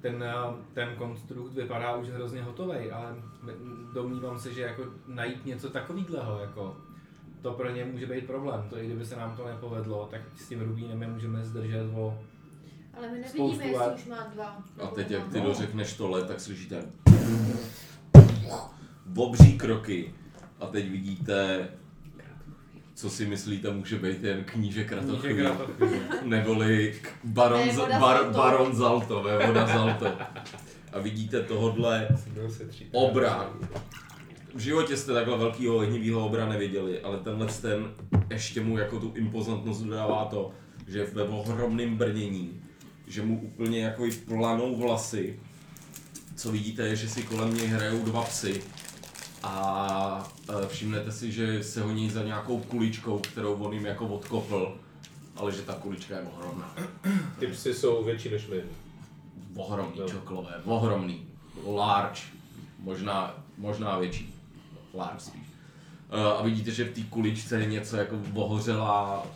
ten, eh, ten konstrukt vypadá už hrozně hotový, ale m- domnívám se, že jako najít něco takového, jako to pro ně může být problém. To i kdyby se nám to nepovedlo, tak s tím Rubínem je můžeme zdržet o... Ale my Spoustu nevidíme, jestli let. už má dva. A teď, jak ty No. dořekneš tohle, tak slyšíte obří kroky a teď vidíte, co si myslíte, může být jen kníže Níže kratochvíl. kratochvíli. neboli k- baron, Ne, Z- voda bar, Zalto. baron Zalto, ve voda Zalto. A vidíte tohodle obra. V životě jste takhle velkýho ohnivýho obra neviděli, ale tenhle ten ještě mu jako tu impozantnost dodává to, že je ve ohromném brnění, že mu úplně jako i planou vlasy. Co vidíte je, že si kolem něj hrajou dva psy a eh, všimnete si, že se honí za nějakou kuličkou, kterou on jim jako odkopl, ale že ta kulička je ohromná. Ty psy jsou větší než my. Ohromný Jo. čokolové, ohromný. Large. Možná, možná větší. Large spíš. Eh, A vidíte, že v té kuličce je něco jako ohořelá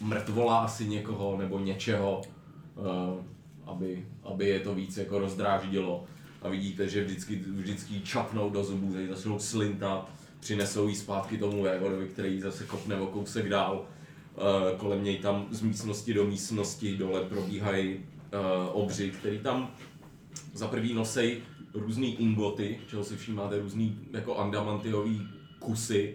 mrtvola asi někoho nebo něčeho, eh, aby, aby je to víc jako rozdráždilo. A vidíte, že vždycky, vždycky jí čapnou do zubů, teď začnou slintat, přinesou ji zpátky tomu Evodovi, který ji zase kopne o kousek dál. Eh, kolem něj tam z místnosti do místnosti dole probíhají eh, obři, který tam za prvý nosej různý ingoty, čeho si všímáte, různý jako andamantiový kusy.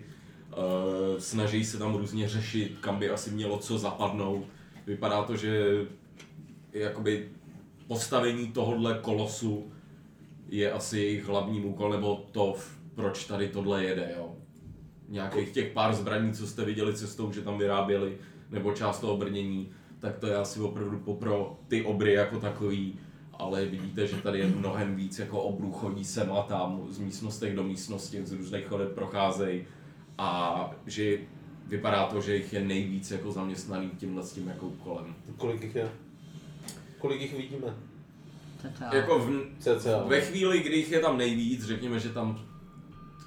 Eh, snaží se tam různě řešit, kam by asi mělo co zapadnout. Vypadá to, že jakoby postavení tohohle kolosu je asi jejich hlavním úkol, nebo to, v- proč tady tohle jede, jo. Nějakých těch pár zbraní, co jste viděli cestou, že tam vyráběli, nebo část toho brnění, tak to je asi opravdu po- pro ty obry jako takový, ale vidíte, že tady je mnohem víc jako obrů chodí sem a tam, z místnostech do místnosti, z různých chodeb procházejí a že vypadá to, že jich je nejvíc jako zaměstnaný tímhle s tím jako úkolem. Kolik jich je? Kolik jich vidíme? To co? Jako v, CCA. Ve chvíli, kdy jich je tam nejvíc, řekněme, že tam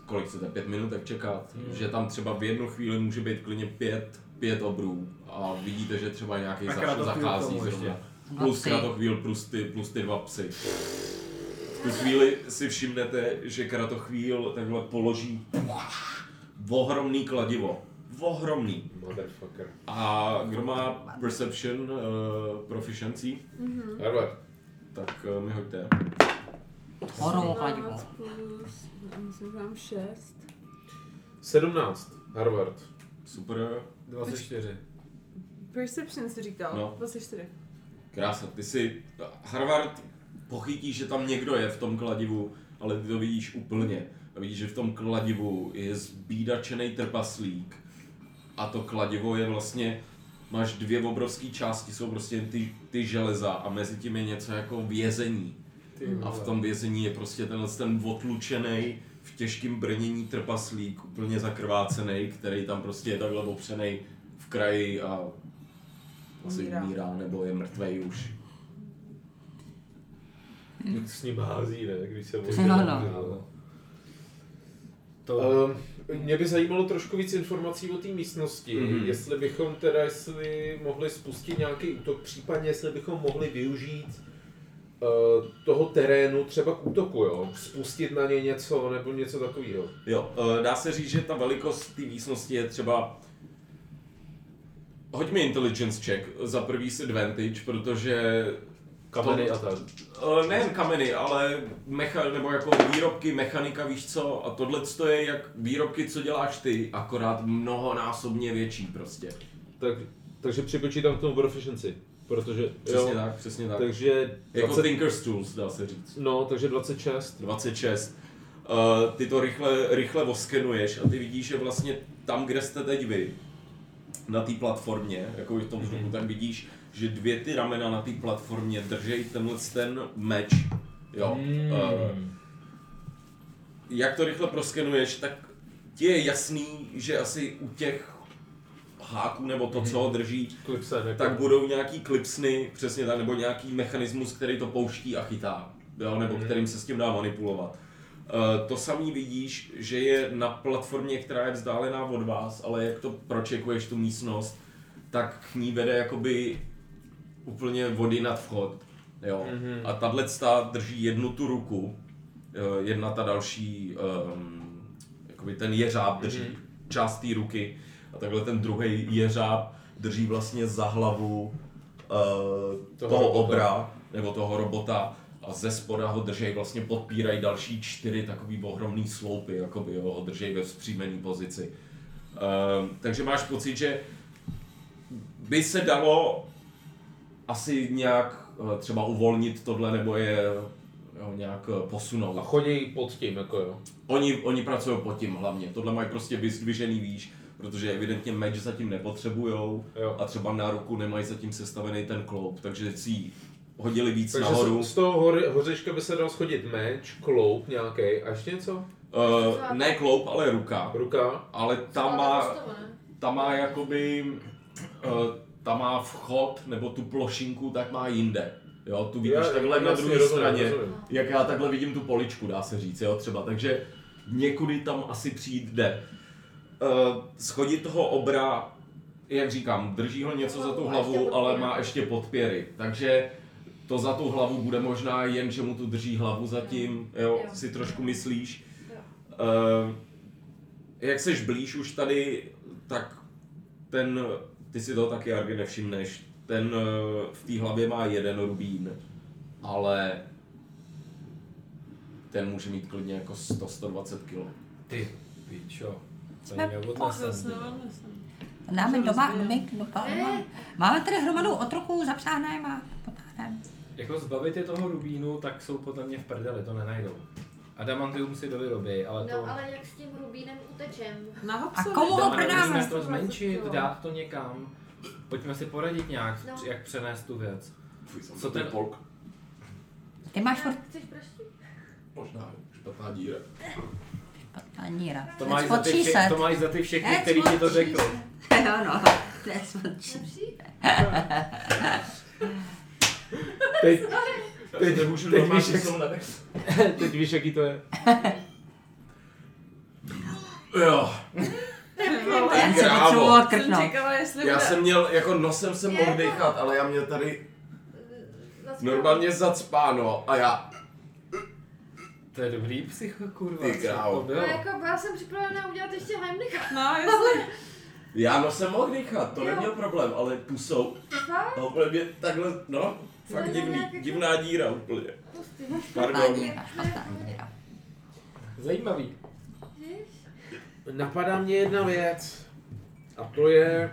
kolik chcete, pět minut, tak čekat, hmm. že tam třeba v jednu chvíli může být klidně pět, pět obrů a vidíte, že třeba nějaký A zač- kratochvíl zachází k tomu zrovna. ještě. Dva Plus psy. kratochvíl, plus ty, plus ty dva psy. V tu chvíli si všimnete, že kratochvíl takhle položí ohromný kladivo. Ohromný. Motherfucker. A kdo má perception uh, proficiency, Mhm. Harvard. tak uh, mi hoďte. Horovo kladivo. 17 plus, já myslím, že mám 6. 17. Harvard. Super. 24. Perception jsi říkal, No. 24. Krása, ty si Harvard pochytí, že tam někdo je v tom kladivu, ale ty to vidíš úplně. A vidíš, že v tom kladivu je zbídačený trpaslík. A to kladivo je vlastně, máš dvě obrovské části, jsou prostě jen ty, ty železa a mezi tím je něco jako vězení. A v tom vězení je prostě tenhle ten otlučený v těžkém brnění trpaslík, úplně zakrvácený, který tam prostě je takhle opřený v kraji a asi Umírá. umírá nebo je mrtvej už. Jak s ním hází, ne? Když se No, no. To... Um, mě by zajímalo trošku víc informací o té místnosti, Mhm. mm-hmm. jestli bychom teda, jestli mohli spustit nějaký útok, případně jestli bychom mohli využít uh, toho terénu třeba k útoku, jo? Spustit na ně něco nebo něco takového. Jo, eh, dá se říct, že ta velikost té místnosti je třeba... Hoď mi intelligence check, za prvý s advantage, protože... Kameny to- a tak. Eh, Nejen kameny, ale mecha, nebo jako výrobky, mechanika, víš co, a tohle to je jak výrobky, co děláš ty, akorát mnohonásobně větší prostě. tak. Takže připočítám k tomu proficiency, protože Přesně jo, tak, přesně tak. takže Jako 20, Tinker's Tools, dá se říct. no, takže 26. 26. Uh, ty to rychle, rychle oskenuješ a ty vidíš, že vlastně tam, kde jste teď vy, na té platformě, jako v tom vzduchu, tak vidíš, že dvě ty ramena na té platformě držej tenhle ten meč. Jo. Uh, jak to rychle proskenuješ, tak ti je jasný, že asi u těch háků nebo to, co ho drží, Klipse, jako, tak budou nějaký klipsny, přesně tak, nebo nějaký mechanismus, který to pouští a chytá, jo, nebo kterým se s tím dá manipulovat. Eh, To samý vidíš, že je na platformě, která je vzdálená od vás, ale jak to pročekuješ tu místnost, tak k ní vede jakoby úplně vody nad vchod. Jo. Mm-hmm. A tahle drží jednu tu ruku, eh, jedna ta další, um, jakoby ten jeřáb drží mm-hmm. část té ruky a takhle ten druhý jeřáb drží vlastně za hlavu uh, toho, toho robota. obra nebo toho robota a ze spoda ho držej, vlastně podpírají další čtyři takový ohromný sloupy, jakoby jo, ho držej ve vzpřímený pozici. Um, takže máš pocit, že by se dalo asi nějak eh, třeba uvolnit tohle, nebo je jo, nějak eh, posunout. a chodí pod tím, jako jo. Oni, oni pracují pod tím hlavně, tohle mají prostě vyzdvižený výš, protože evidentně meč zatím nepotřebujou Jo. a třeba na ruku nemají zatím sestavený ten kloub, takže si ji hodili víc Takže nahoru. z- z toho hor, hořečka by se dal schodit meč, kloub nějaký a ještě něco? Uh, ne kloub, ale ruka. Ruka? Ale ta prostě má, ta má jakoby, uh, ta má vchod nebo tu plošinku, tak má jinde. Jo, tu vidíš Já- takhle na jasně, druhé rozumím, straně. rozumím. Jak já takhle vidím tu poličku, dá se říct, jo, třeba. Takže někudy tam asi přijít jde. Uh, schodit toho obra, jak říkám, drží ho něco za tu hlavu, ale má ještě podpěry. Takže to za tu hlavu bude možná jen, že mu tu drží hlavu zatím, jo, Jo. si trošku myslíš. Jo. Uh, jak seš blíž už tady, tak ten, ty si to taky, Argy, nevšimneš, ten eh, v té hlavě má jeden rubín, ale ten může mít klidně jako 100-120 kg. Ty, pičo. To Jsme ani neodnesem. Dáme Jsem doma, rozbila. myk, doba, Ne. máme- Máme tady hromadu otroků, zapřáhneme a potáhneme. Jako zbavit je toho rubínu, tak jsou podle mě v prdeli, to nenajdou. Adamantium si dovyrobí, ale to... No, ale jak s tím rubínem utečem? Na A hopsu. komu ho Jdeme- prodáme? Musíme to zmenšit, 20 kilo. dát to někam. Pojďme si poradit nějak, No. jak přenést tu věc. Co ten polk? Ty máš furt Chceš prostě? Možná špatná díra. paníra. To máš, za Pod ty, vše, 300. to máš za ty všechny, That's který ti to what she řekl. said. Jo, no, that's what she Nepřijít? Teď, Teď, nemůžu teď normálně víš, jak- jsou na teď víš, jaký to je. Jo, no. Já se Krávo. potřeboval no. Jsem krknout. čekala, jestli já bude- jsem měl, jako nosem jsem mohl dechat, ale já mě tady Zas- normálně zacpáno a já, To je dobrý psycho, kurva. Ty co krávo. to bylo? No, jako já jsem připravena udělat ještě Heimlicha. No, jestli... já nosem mohl dechat, to Jo. neměl problém, ale pusou, Fakt? a úplně mě takhle, no, fakt To je nějak divný, jako- divná díra úplně, Pustý. pardon. Paníra, špatná díra. Zajímavý. Napadá mě jedna věc a to je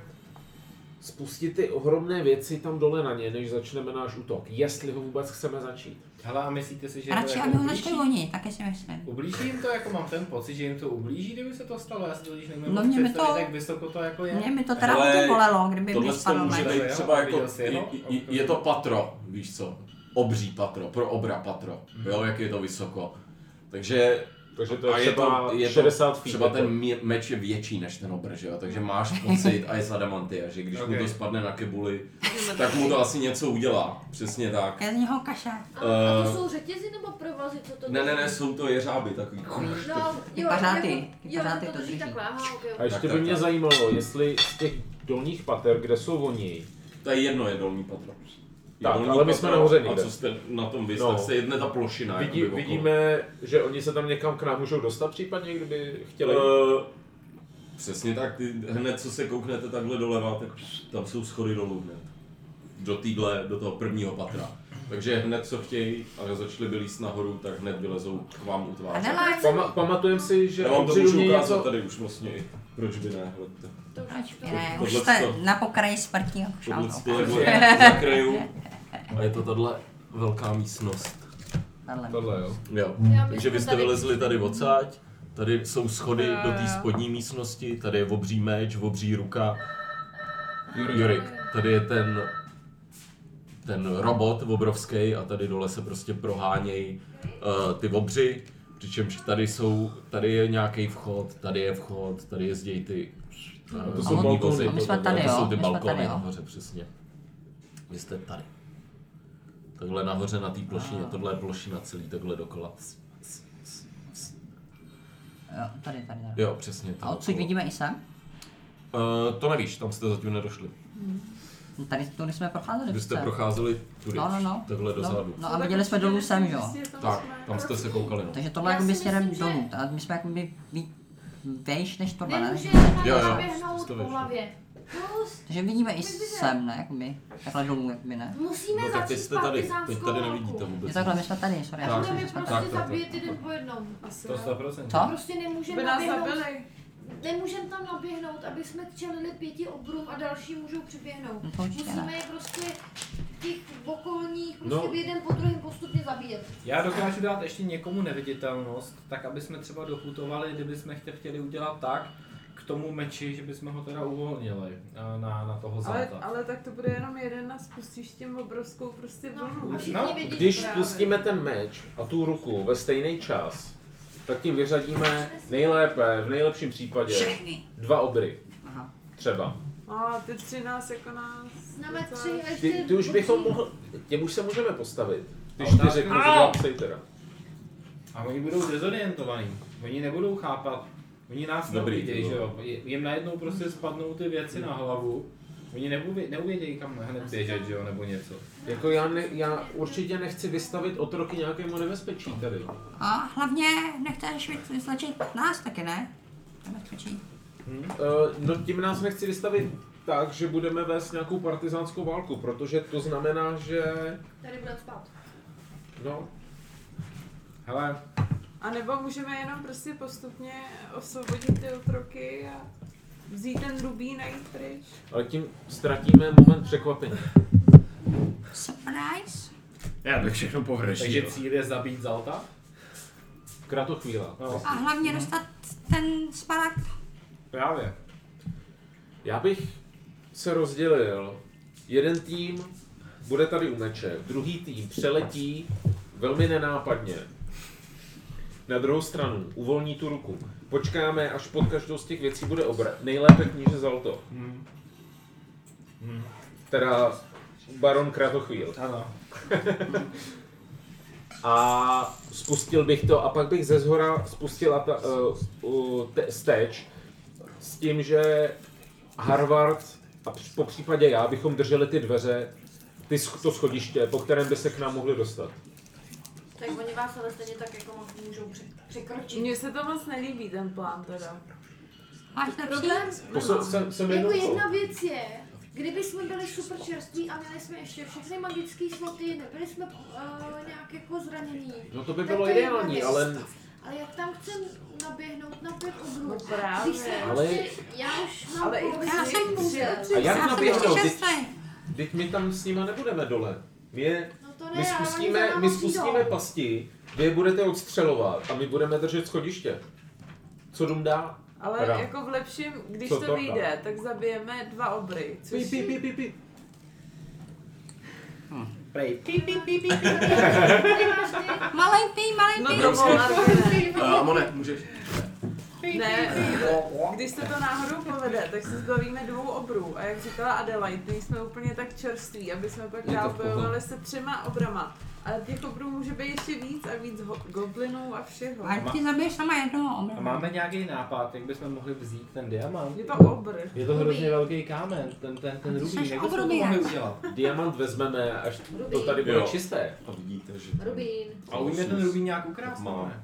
spustit ty ohromné věci tam dole na ně, než začneme náš útok. Jestli ho vůbec chceme začít. Hele, a myslíte si, že Radši, to aby jako ho začali ublíží? oni, taky si myslím. Ublíží jim to, jako mám ten pocit, že jim to ublíží, kdyby se to stalo. Já si to když nemůžu No, mě by představit, to- jak vysoko to jako je. Mě by to teda Hele, hodně bolelo, kdyby mi Tohle to spadlo může meč. být Jo, třeba jako, viděl jsi je, ho? je, je to patro, víš co, obří patro, pro obra patro, jo, jak je to vysoko. Takže Takže to je a třeba 60 feet, třeba jako. ten mě- meč je větší než ten obr, že jo? takže máš pocit a je z adamantia, že když okay. mu Okay. to spadne na kebuli, tak mu to asi něco udělá, přesně tak. Já z něho kaša. A, a Eh, to jsou řetězy nebo provazy, co to Ne, ne, ne, jsou to jeřáby takový. No, Ty jo, pařáty, jako- ty jo, pařáty že to to drží drží. takhle, aha, ok, A ok. ještě Tak, by tak, mě tak. zajímalo, jestli z těch dolních pater, kde jsou oni, To je jedno, je dolní patro. Je Tak, dolní ale my jsme nahoře A někde. co jste na tom vy, No. tak se jedne ta plošina. Vidí, jakoby okolo. vidíme, že oni se tam někam k nám můžou dostat případně, kdyby chtěli. Eh, Přesně tak, ty, hned co se kouknete takhle doleva, tak tam jsou schody dolů hned. Do týdle, do toho prvního patra. Takže hned co chtějí a začali by líst nahoru, tak hned vylezou k vám u tváře. Adelaide, Pama, pamatujem si, že Já vám to Ondřej můžu uměl ukázat něco... tady už vlastně i. Proč by ne, hledajte. To už- proč to by už- ne? Už Tohle jste to- na pokraji smrti. už Tohle auto. si to takhle zakryju. A je to tahle velká místnost. Tohle. Tohle jo. Jo. Já bych Takže vy jste tady- Eh. vylezli tady odsáď, tady jsou schody do té spodní místnosti, tady je obří meč, obří ruka. Jurik, tady je ten ten robot obrovský a tady dole se prostě prohánějí uh, ty obři, přičemž tady jsou, tady je nějaký vchod, tady je vchod, tady jezdí ty eh, Ano, to A jsou on- balkony. a my jsme to- tady, to jo, jsou ty my jsme balkony tady, jo. nahoře, přesně. Vy jste tady. Takhle nahoře na té Ah. plošině, tohle je plošina celý, takhle dokola. Jo, tady, tady, tady. Jo, přesně. A odsud vidíme i sem? Uh, to nevíš, tam jste zatím nedošli. No tady tudy jsme procházeli. Vy jste přece. procházeli tudy, No, no, no. takhle dozadu. No, no a viděli jsme dolů sem, jo. Tak, tam jste se koukali, no. Takže tohle Já je jakoby si směrem myslím, že- dolů. A my jsme jakoby ví- vejš než tohle, ne? Nemůže Jo, jo. běhnout To po je to. hlavě. No, Plus, Takže vidíme i My vidíme. sem, ne? Jakoby. Takhle dolů, jakoby, ne? musíme No tak teď začít jste tady, partizánskou teď tady válku. nevidíte Je vůbec. takhle, my jsme tady, sorry. A já jsem budeme si prostě vzpomněl. zabíjet jeden po jednom. Asi To jo. 100%. Co? Prostě By nemůžeme nás naběhnout. zabili. Nemůžeme tam naběhnout, aby jsme čelili pěti obrům a další můžou přiběhnout. No to určitě Musíme ne. je prostě těch okolních prostě No. no. jeden po druhém postupně zabíjet. Já dokážu dát ještě někomu neviditelnost, tak aby jsme třeba doputovali, kdyby jsme chtěli, chtěli udělat tak, k tomu meči, že bychom ho teda uvolnili eh, na, na toho Ale, záta. ale tak to bude jenom jeden a spustíš tím obrovskou prostě vlnu. No, a všichni No, vědí Když právě. spustíme ten meč a tu ruku ve stejný čas, tak tím vyřadíme nejlépe, v nejlepším případě, dva obry. Aha. Třeba. A ty tři nás jako nás... Známe docela- tři a ještě... Ty, ty už bychom musí- mohl, těm už se můžeme postavit. Ty Ale tak- čtyři kluci teda. A oni budou dezorientovaní. Oni nebudou chápat. Oni nás Dobrý, neuvidějí, jo. že jo. Je- Jim najednou prostě spadnou ty věci na hlavu. Oni neuvě- neuvědějí, kam hned běžet, že jo, nebo něco. Jako já, ne, já určitě nechci vystavit otroky nějakému nebezpečí tady. A hlavně nechceš vy- vytlačit nás taky, ne? Nebezpečí. Uh, no tím nás nechci vystavit tak, že budeme vést nějakou partizánskou válku, protože to znamená, že... Tady bude spát. No, Hele, A nebo můžeme jenom prostě postupně osvobodit ty otroky a vzít ten rubín a jít pryč. ale tím ztratíme moment překvapení. Surprise? Já bych všechno takže pohrešil. cíl je zabít Zalta? Kratochvíla. No, A hlavně dostat ten sparák. právě. Já bych se rozdělil. Jeden tým bude tady u meče, druhý tým přeletí velmi nenápadně. Na druhou stranu uvolní tu ruku. Počkáme, až pod každou z těch věcí bude obrat. Nejlépe kníže Zalto. Teda baron Kratochvíl. Ano. A spustil bych to a pak bych ze zhora spustil ata, uh, uh, te, steč s tím, že Harvard a při- po případě já bychom drželi ty dveře, ty, sch- to schodiště, po kterém by se k nám mohli dostat. Tak oni vás ale stejně tak jako moc můžou pře- překročit. Mně se to moc nelíbí ten plán teda. Máš lepší? Problém To jsem, jsem, jsem Jako jenom jedna věc je, kdyby jsme byli super čerství a měli jsme ještě všechny magické sloty, nebyli jsme uh, nějak jako zranění. No to by Tak bylo to je jedna ideální, věc. ale Ale jak tam chcem naběhnout na pět obrů? No právě. Když se Ale- prostě, já už mám No Ale i polovicu já jsem těch kůzel. a jak Já jsem naběhnou? ještě Teď, šestý. teď my tam s nima nebudeme dole. My, je, No to ne, my ale oni za spustíme, náma my přijdou. spustíme pasti, vy je budete odstřelovat a my budeme držet schodiště. Co dům dá? Ale Teda. jako v lepším, když Co to to vyjde, tak zabijeme dva obry, což Pi, pi, pi, pi, pi. Prej, Tady máš ty- Malenký, No malenký. to bylo argument. Uh, Amone, můžeš. Ne, když se to náhodou povede, tak se zbavíme dvou obrů. A jak říkala Adelaide, nejsme úplně tak čerství, aby jsme pak dál bojovali se třema obrama. Ale těch obrů může být ještě víc a víc ho- goblinů a všeho. Marti, zabiješ sama jednoho. A máme nějaký nápad, jak bychom mohli vzít ten diamant? Je to obr. Je to hrozně velký kámen, ten, ten, ten rubín, Jseš jak bychom to obrový, mohli jak? udělat? Diamant vezmeme, až to Dobrý. tady bude Jo. čisté. A vidíte, že... Rubín. A umíme ten rubín nějak ukrást, Mám. ne?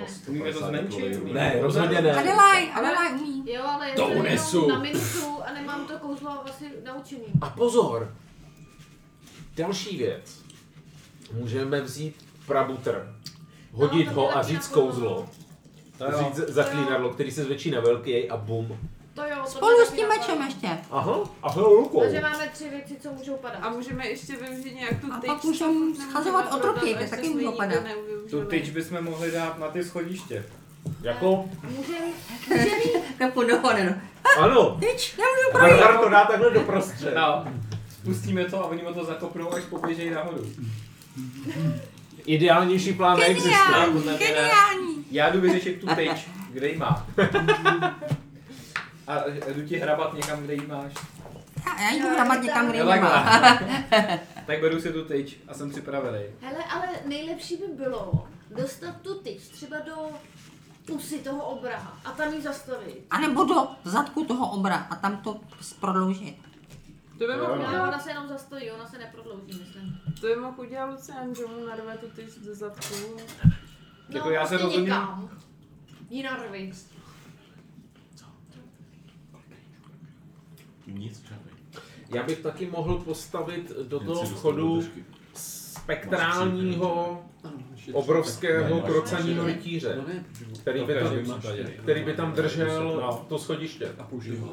Ne. Umíme to zmenšit? Ne, rozhodně ne. Adelaj, Adelaj umí. Jo, ale je to jenom na minutu a nemám to kouzlo asi naučený. A pozor! Další věc. Můžeme vzít prabutr, hodit No, to ho taky a říct napadlo. kouzlo. To jo. Říct zaklínadlo, který se zvětší na velký a bum. To jo, to Spolu mě s taky tím napadlo. mečem ještě. Aha, a hlou rukou. Takže máme tři věci, co můžou padat. A můžeme ještě využít nějak tu A tyč. pak můžeme schazovat otroky, kde taky můžou padat. Tu tyč bychom mohli dát na ty schodiště. Jako? Můžem, Kapu do honenu. Ano. Tyč, já můžu projít. Barbar to dá takhle do prostřed. No, spustíme to a oni mu to zakopnou, až poběžejí nahoru. Ideálnější plán neexistuje. podle Geniální, mě ne. geniální. Já jdu vyřešit tu tyč, kde ji má. A a jdu ti hrabat někam, kde ji máš. Já, já jdu hrabat někam, kde ji tak, nemá. tak beru si tu tyč a jsem připravený. Hele, ale nejlepší by bylo dostat tu tyč třeba do pusy toho obraha a tam ji zastavit. A nebo do zadku toho obra a tam to prodloužit. To by mohl No, udělat, ona se jenom zastaví, ona se neprodlouží, myslím. to by mohl udělat Lucian, že mu narve tu tyč do zadku. No, Jako já se prostě rozhodně- někam. Ji narvi. Nic žádný. Já bych taky mohl postavit do Jen si toho dostanu vchodu držky. spektrálního obrovského krocaního rytíře, který by, tam, který by tam držel to schodiště. A použiju ho.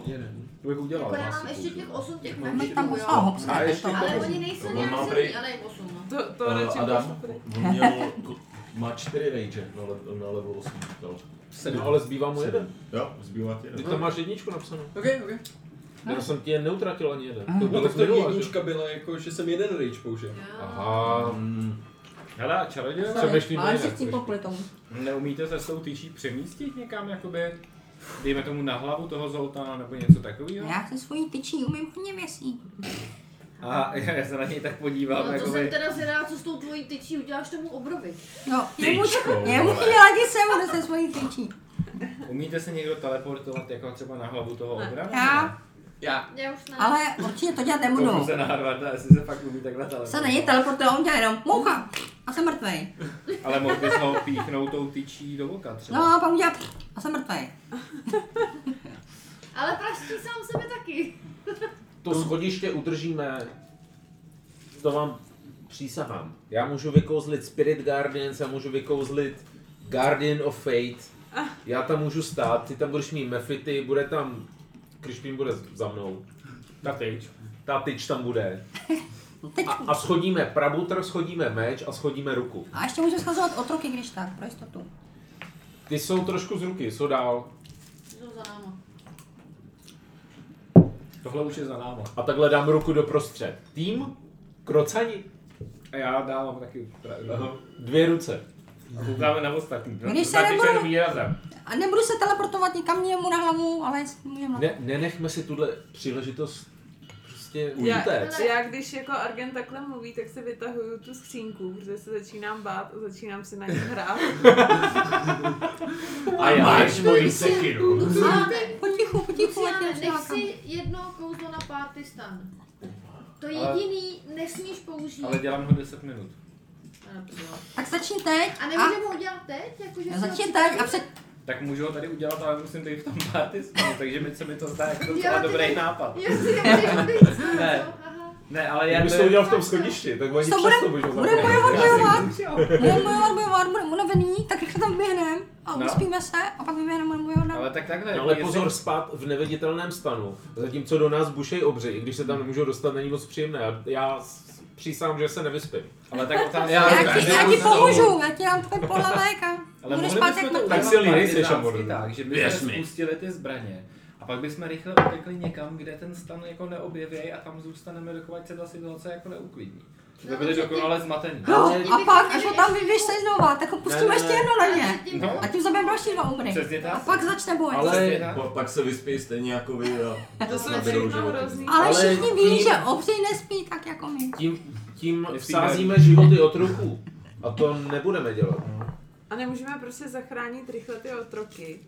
To bych udělal. no. Jako já mám asi ještě těch použiju. 8 těch Máme magičů, tam jo. oh, hopsa, A to je ještě to. Ale oni nejsou On nějak má silní, prý- ale je 8. No. To, to Eh, radši Adam, pošlu on měl, ko- má čtyři rage na, le, na level 8. dal. No, ale zbývá mu jeden. Jo, zbývá ti Ty jeden. No. tam máš jedničku napsanou. Okay, okay. Já jsem ti je neutratil ani jeden. To No, bylo tak z to minula, že? jednička byla jako, že jsem jeden rage použil. Aha, Hele, a čaroděj, přemýšlím Ale si jinak. s tím popletou. neumíte se s tou tyčí přemístit někam, jakoby, dejme tomu na hlavu toho zoltána nebo něco takového? Já se svojí tyčí umím hodně věcí. A já se na něj tak podívám, No, to jakoby, jsem teda zvědavá, co s tou tvojí tyčí uděláš tomu obrovi. Jo, jemu, jemu dělat nic se budu se svojí tyčí. umíte se někdo teleportovat jako třeba na hlavu toho Ne. obrana? Já, Já. Já už ne. ale určitě to dělat nebudu. se na Harvarda, jestli se fakt umí takhle Se teleportovat. není teleportuje, on dělá jenom moucha. A jsem mrtvej. Ale mohl bys ho píchnout tou tyčí do oka třeba. No a pak udělá a jsem mrtvej. Ale praští sám sebe taky. To schodiště udržíme. To vám přísahám. Já můžu vykouzlit Spirit Guardians, já můžu vykouzlit Guardian of Fate. Já tam můžu stát, ty tam budeš mít Mefity, bude tam... Krišpín bude za mnou. Ta tyč. Ta tyč tam bude. Teď. A, a schodíme prabutr, schodíme meč a schodíme ruku. A ještě můžu schazovat otroky, když tak, pro jistotu. Ty jsou trošku z ruky, jsou dál. Jdou za náma. Tohle už je za náma. A takhle dám ruku do prostřed. Tým? Krocani? A já dávám taky pravdu. Dvě ruce. A koukáme na ostatní. Když se Zapíšem nebudu- výrazem. A nebudu se teleportovat nikam jemu na hlavu, ale jestli můžeme na Ne, nenechme si tuhle příležitost prostě Já, utéct. já když jako Argen takhle mluví, tak se vytahuju tu skřínku, protože se začínám bát a začínám si na ní hrát. A já Máš moji sekiru. No, Luciane, Potichu, potichu, ať Luciane, nech nepřilákám. si jedno kouzlo na party stan. To jediný nesmíš použít. Ale dělám ho 10 minut. A nepřijel. Tak začni teď A a nemůžeme ho udělat teď? Jako, že si ho začni připravím? teď a před... Tak můžu ho tady udělat, ale musím být v tom party s ním, takže mi se mi to zdá jako docela Jo, ty dobrý ne- nápad. Jo, si nemůžeš odejít sám, Ne. jo? no, Aha. Ne, ale já Kdyby to udělal v tom schodišti, tak oni To přes bude- to můžou Bude zapomenout. bojovat, bojovat, bude bojovat, bojovat, bude unavený, tak rychle tam běhnem a No. uspíme se a pak vyběhneme, budeme bojovat. dál. Ale tak takhle. No, jako ale jestli- pozor, spát v neviditelném stanu, zatímco do nás bušej obři, i když se tam nemůžou dostat, není moc příjemné. Já, já s- přísahám, že se nevyspím. Ale tak otázka. Já- je- tak Já ti, já nebudu ti se pomůžu, já ti dám tvůj polavek a Ale budeš jako mohli spát bychom jak to mrtvý. tak silný udělat nejsi, partyzánsky Šambordu. Tak, že bychom Věř mi. spustili ty zbraně. A pak bychom rychle utekli někam, kde ten stan jako neobjeví a tam zůstaneme, dokud se ta situace jako neuklidní. Jsme No, byli dobře, dokonale zmatení. No, Ale- a pak, až ho tam vyjdeš se znova, tak ho pustíme ne, ještě jedno na Ale ně. předtím- No. A tím zabijeme další dva obry. Přesně tak. A pak začne boj. Ale- Po, pak se vyspěj stejně jako vy a To jsou naberou všechno životy. hrozný. Ale Ale všichni ví, tím- že obři nespí tak jako my. Tím, tím Nespíme. vsázíme životy otroků. A to nebudeme dělat. A nemůžeme prostě zachránit rychle ty otroky.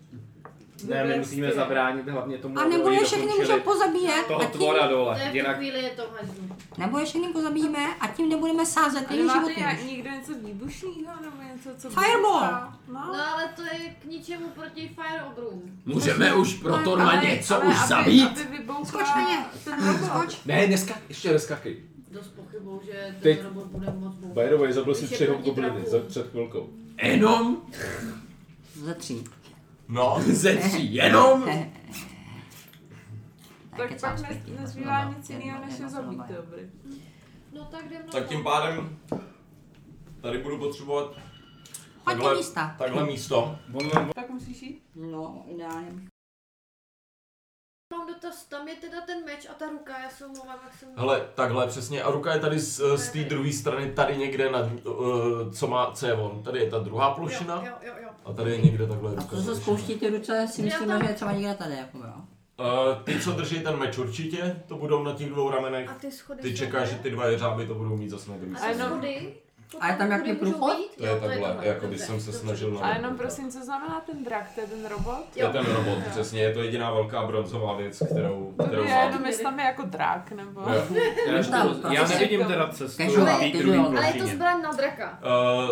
Ne, my musíme Prostě. zabránit hlavně tomu, A nebo no, aby je oni všechny dokončili můžeme pozabíjet toho a tím, tvora To je dole. v tu Jinak chvíli je to hajzlu. nebo je všechny pozabijeme a tím nebudeme sázet A jejich nemáte životy. jak, někdo něco výbušného nebo něco, co... Fireball! No, No ale to je k ničemu proti Fire Obrům. Můžeme už pro tohle ale- něco ale už aby- zabít? Aby Skoč vybouchla na ně, ten robot. skoč. Ne, dneska, ještě neskakej. Dost pochybou, že ten Teď- robot bude moc bouchat. By the way, zabil si Ještě tři proti hobgobliny draku. za- před chvilkou. Jenom Ze tří. No, ze tří, jenom. Tak pak ne- nezbývá No, nic jiného, než je zabít, dobrý. No tak jdem na tak to. tím pádem tady budu potřebovat Hodně místa. takhle místo. Tak musíš jít? No, ideálně. Mám dotaz, tam je teda ten meč a ta ruka, já se omlouvám, jak jsem... Hele, takhle přesně. A ruka je tady z, eh, z té druhé strany, tady někde, na, eh, co, má, co je on. Tady je ta druhá plošina Jo, jo, jo, jo. a tady je někde takhle A ruka. to, co spouští ty ruce, si Já myslíme, tam- že je třeba někde tady, jako jo. Uh, ty, co drží ten meč určitě, to budou na těch dvou ramenech. A ty schody Ty jsou čekáš, kde? že ty dva jeřáby to budou mít zase na druhé A ty Ano. schody? A je tam Kudy nějaký můžou průchod? jít? To je Jo, takhle, takhle. jako když Dobře, jsem se dobře. snažil A na... jenom prosím, co znamená ten drak, to je ten robot? To je Jo. ten robot, přesně, je to jediná velká bronzová věc, kterou, To kterou je mám. jenom, jestli tam je jako drak, nebo... Jo. Já, ještě Tam, to- tam já se- nevidím teda cestu Casual, na té druhé casual. Ale je to plošině. zbraň na draka.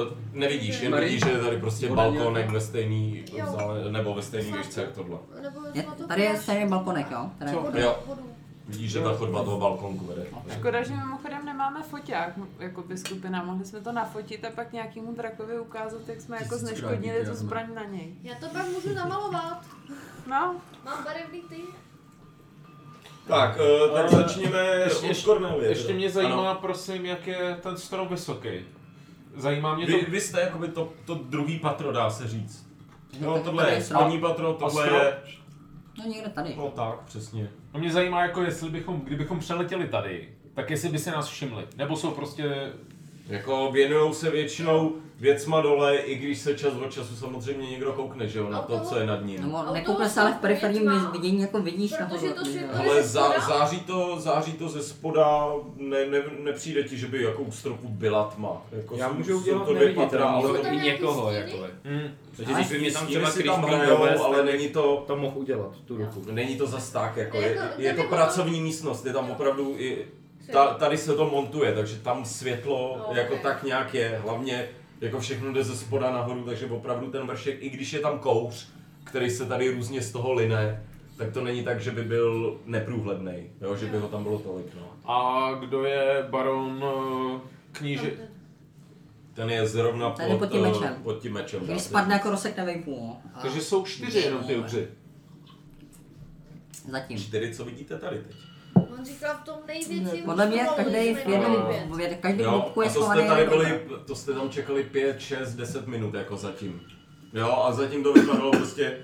Uh, nevidíš, jen Tady- vidíš, že je tady prostě Voda balkónek nějaká. ve stejný, Jo. zále, nebo ve stejný výšce jak tohle. Nebo Je, na No, to tady je pláž. starý balkonek, jo? Tady Co? Vodu, Jo. vodu. Vidíš, že ta chodba toho balkónku vede. Škoda, že mimochodem nemáme foťák, jako by skupina. Mohli jsme to nafotit a pak nějakému drakovi ukázat, jak jsme jako Tisíckrát zneškodnili díky, tu ano. zbraň na něj. Já to pak můžu namalovat. No, Mám barevný ty. Tak, uh, tak Ale- začněme ještě- od ještě- Kornelie. Ještě mě Ano. zajímá, prosím, jak je ten strom vysoký. Zajímá mě to... Vy, vy jste jakoby to, to druhý patro, dá se říct. No, tak tohle tady je je strop. spodní patro, tohle strop? je... No někde tady. No tak, přesně. No mě zajímá, jako jestli bychom, kdybychom přeletěli tady, tak jestli by se nás všimli. Nebo jsou prostě... Jako věnujou se většinou věcma dole, i když se čas od času samozřejmě někdo koukne, že jo, na to, co je nad No, ním. mo- Auto nekoukne se ale v jsou periferním větma. vidění, jako vidíš na Protože to povrchu, světlo jo. je- Ale zá, září, to, září to ze spoda, ne, ne, nepřijde ti, že by jako u stropu byla tma. Jako Já jsou- můžu jsou udělat to dvě neviditelný, patra, ale Jsou to tam i nějaký někoho, jako stíny? jakhle. Mm. Protože když by mě tam třeba si tam kryšpík hrajou, dovést, ale ale není No, to, to mohl udělat, tu ruku. není to zas tak, jako Ne, je, jako je to nevím, pracovní místnost, je tam opravdu i, ta, tady se to montuje, takže tam světlo No, jako ok. tak nějak je, hlavně jako všechno jde ze spoda nahoru, takže opravdu ten vršek, i když je tam kouř, který se tady různě z toho line, tak to není tak, že by byl neprůhledný, jo, že by ho tam bylo tolik, no. A kdo je baron eh, kníže... Ten je zrovna Ten je pod tím eh, mečem. Pod tím mečem dá Když se spadne říct. jako rozsekne půl. A Takže jsou čtyři jenom ty obři. Zatím. Čtyři, co vidíte tady teď. On říkal v tom největším. Podle mě stromu, každý jsme v jednom, měli pět. v jed- každý Jo, klubku je a to jste schovaný jako- tady jeden byli, to jste tam čekali 5, 6, 10 minut jako zatím. Jo, a zatím to vypadalo prostě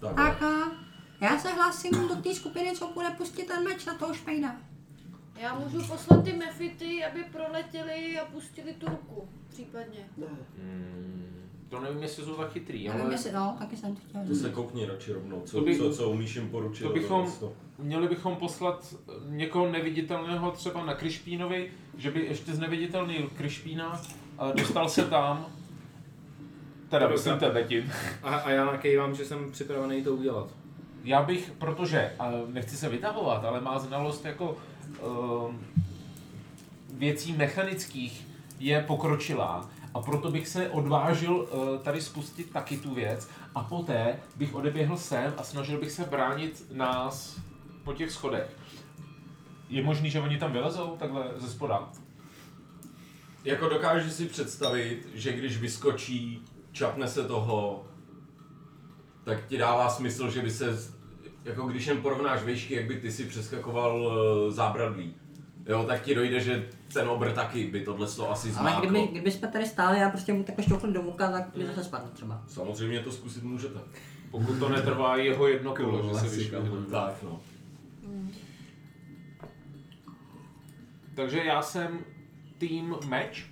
takhle. Aka, já se hlásím do té skupiny, co bude pustit ten meč na toho špejna. Já můžu poslat ty mefity, aby proletěli a pustili tu ruku. Případně. To nevím, jestli jsou tak chytrý, Já nevím, ale jestli, no, taky jsem to chtěl To říct. se koukni radši rovnou, co, To by- co, co umíš jim poručit. to bychom- To. měli bychom poslat někoho neviditelného třeba na Kryšpínovi, že by ještě z neviditelný Kryšpína eh, dostal se tam. Teda Dobře. myslím tebe tím. A, a já nakejvám, že jsem připravený to udělat. Já bych, protože, a nechci se vytahovat, ale má znalost jako ehm, věcí mechanických je pokročilá. A proto bych se odvážil eh, tady spustit taky tu věc a poté bych odeběhl sem a snažil bych se bránit nás po těch schodech. Je možný, že oni tam vylezou takhle ze spoda? Jako dokážu si představit, že když vyskočí, čapne se toho, tak ti dává smysl, že by se, z- jako když jen porovnáš výšky, jak by ty si přeskakoval eh, zábradlí. Jo, tak ti dojde, že ten obr taky by tohle asi Ale zmáklo. kdyby, kdyby jsme tady stáli a prostě mu takhle šťouchli do muka, tak by zase spadl třeba. Samozřejmě to zkusit můžete. Pokud to netrvá jeho jedno kolo, že se vyškrtne. Tak no. Takže já jsem tým meč.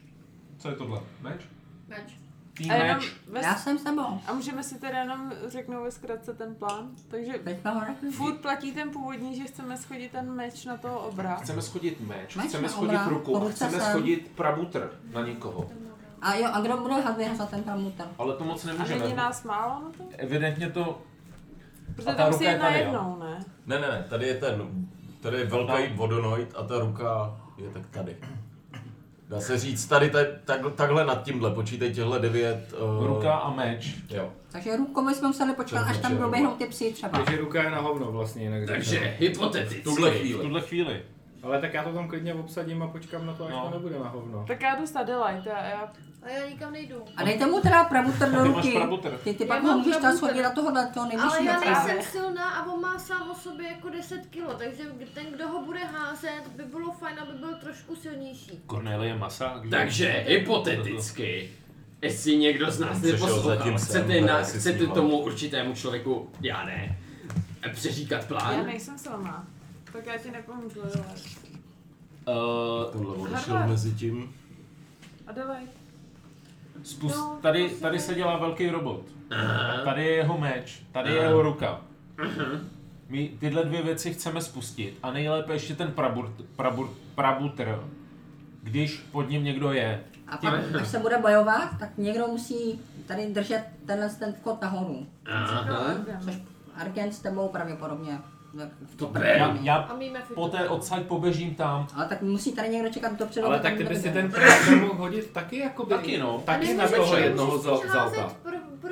Co je tohle? Meč? Meč. Tým a jenom meč. ve... Já jsem s tebou. A můžeme si teda jenom řeknout ve zkratce ten plán. Takže Teďka ho řeknu. furt platí ten původní, že chceme schodit ten meč na toho obra. Chceme schodit meč, Meč chceme na schodit obrán, ruku, a poruce chceme sem. schodit prabutr na někoho. A jo, a kdo bude házet vyhazovat ten tam muter? Ale to moc A není nemůžeme. nás málo na to? Evidentně to... Protože ta tam si ruka je je na tady, jo? jednou, ne? Ne, ne, ne, tady je ten, tady je velký vodonoid a ta ruka je tak tady. Dá se říct, tady tak, tak, takhle nad tímhle, počítej těhle devět. Uh, Ruka a meč. Jo. Takže ruku my jsme museli počkat, až tam doběhnou ty psy třeba. Takže ruka je na hovno vlastně, jinak řečeno. V tuhle chvíli. V tuhle chvíli. Ale tak já to tam klidně obsadím a počkám na to, až No. to nebude na hovno. Tak já jdu s Adelaide a já... A já nikam nejdu. A dejte mu teda prabutr do Ty máš ruky. prabutr. Ty, ty Já pak mám ho můžeš tam prabutr. shodit na tohohle, to Ale nejvyšší já metra. nejsem silná a on má sám o sobě jako 10 kilo, takže ten, kdo ho bude házet, by bylo fajn, aby byl trošku silnější. Cornelie Masa. Takže hypoteticky, jestli někdo z nás Přišel neposlouchá, zatím sem, chcete, na, tak si chcete snímal. tomu určitému člověku, já ne, přeříkat Já plán? nejsem silná. Tak já ti nepomůžu, Adelaide. Uh, Tenhle Eh, odešel Harvard. mezi tím. Adelaide. Spust, No, tady, prosím. tady se dělá velký robot. Tady je jeho meč, tady je jeho ruka. My tyhle dvě věci chceme spustit a nejlépe ještě ten prabur, prabur, prabutr, když pod ním někdo je. A pak, až se bude bojovat, tak někdo musí tady držet tenhle ten vchod nahoru. Aha. Což Argen s tebou pravděpodobně. v- v- Dobré. Já, já A my jsme fit. poté odsaď poběžím tam. Ale tak musí tady někdo čekat dopředu. Ale aby tak tam ty někdo bys si viděl. ten prabutr mohl hodit taky jakoby. Taky no, taky na toho jednoho za, za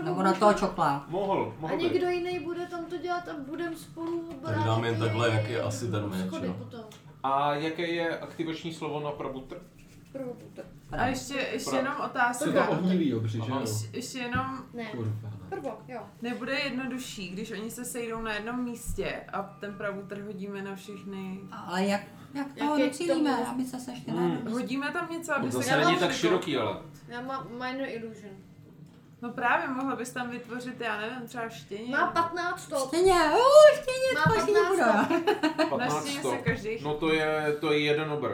Nebo na toho čokla. Mohl, A někdo jiný bude tam to dělat a budeme spolu brát. Tak dám jen takhle, jak je asi ten meč, schody no. potom. A jaké je aktivační slovo na prabutr? Prvoputr. A ještě, ještě No, Pravda. jenom otázka. Jsou to ohnivý obři, že Aha. jo? Ještě- Ještě jenom... Ne. Kurva. Prvo, jo. Nebude jednodušší, když oni se sejdou na jednom místě a ten pravutr hodíme na všechny. Ale jak, jak Jak toho je docílíme, tomu- aby se sešli na Hmm. jednom místě? Hodíme tam něco, aby No to se se dalo není tak všechno- široký, ale. Já mám minor illusion. No právě, mohla bys tam vytvořit, já nevím, třeba štěně. Má 15 stop. Štěně, u, štěně, Má to 15 asi nebude. stop. Na 15 stěně to. se každý. No to je, to je jeden obr.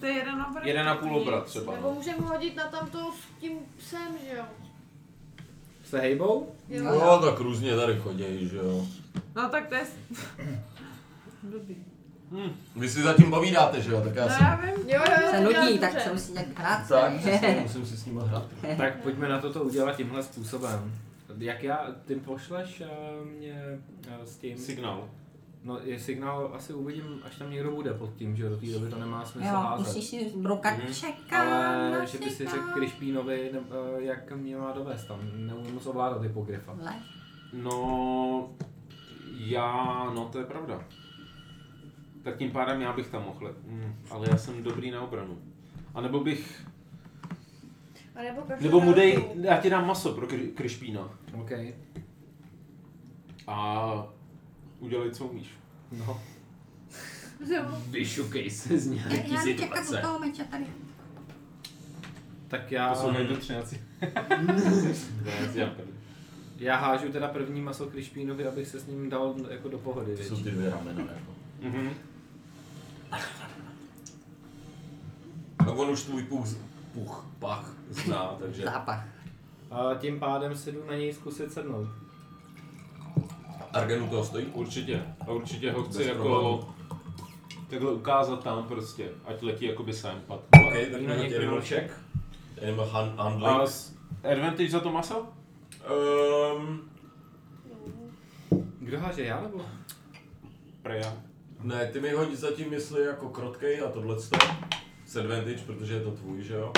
To je jeden obrat. Jeden a půl obrat třeba. no. Nebo můžeme hodit na tamto s tím psem, že jo? Se hejbou? Jo. No, tak různě tady chodí, že jo. No tak to je... Blbý. Vy si zatím povídáte, že jo, tak já No jsem... já vím. Jo, jo, jo. Se to dělám nudí, tak dobře. se musí nějak hrát. Tak, ne? přesně, musím si s ním hrát. Tak pojďme na toto udělat tímhle způsobem. Jak já, ty pošleš eh, mě eh, s tím? Signál. No je signál, asi uvidím, až tam někdo bude pod tím, že do té doby to nemá smysl Jo, házet. musíš si broukat Mhm. čekat. na Ale že by si signál. řekl Krišpínovi, ne- eh, jak mě má dovést tam, neumím moc ovládat hypogryfa. Le- No, já, no to je pravda. Tak tím pádem já bych tam mohl, mm, ale já jsem dobrý na obranu. A nebo bych, A nebo každou nebo mu dej, velkou. já ti dám maso pro kry, kryšpína. OK, A udělej, co umíš. no. Jo. Vyšukej se z Já- nějaký Já jdu čekat u situace. toho meče tady. Tak já, Posouvají do 13. já hážu teda první maso Krišpínovi, abych se s ním dal jako do pohody. To větší. jsou ty dvě ramena, jako. Mhm. Tak No, on už tvůj puch, z- puch, pach zná, takže... Zápach. A tím pádem si jdu na něj zkusit sednout. Argenu toho stojí? Určitě. A určitě ho chci Bez jako problémů. takhle ukázat tam prostě, ať letí jakoby sem. Pat. OK, tak na mi hoď něj animal krivulček. check. Animal han- A handling. s advantage za to maso? Um, Kdo háže, já nebo? Preja. ne, ty mi hoď zatím jestli jako krotkej a tohle to. S advantage, protože je to tvůj, že jo?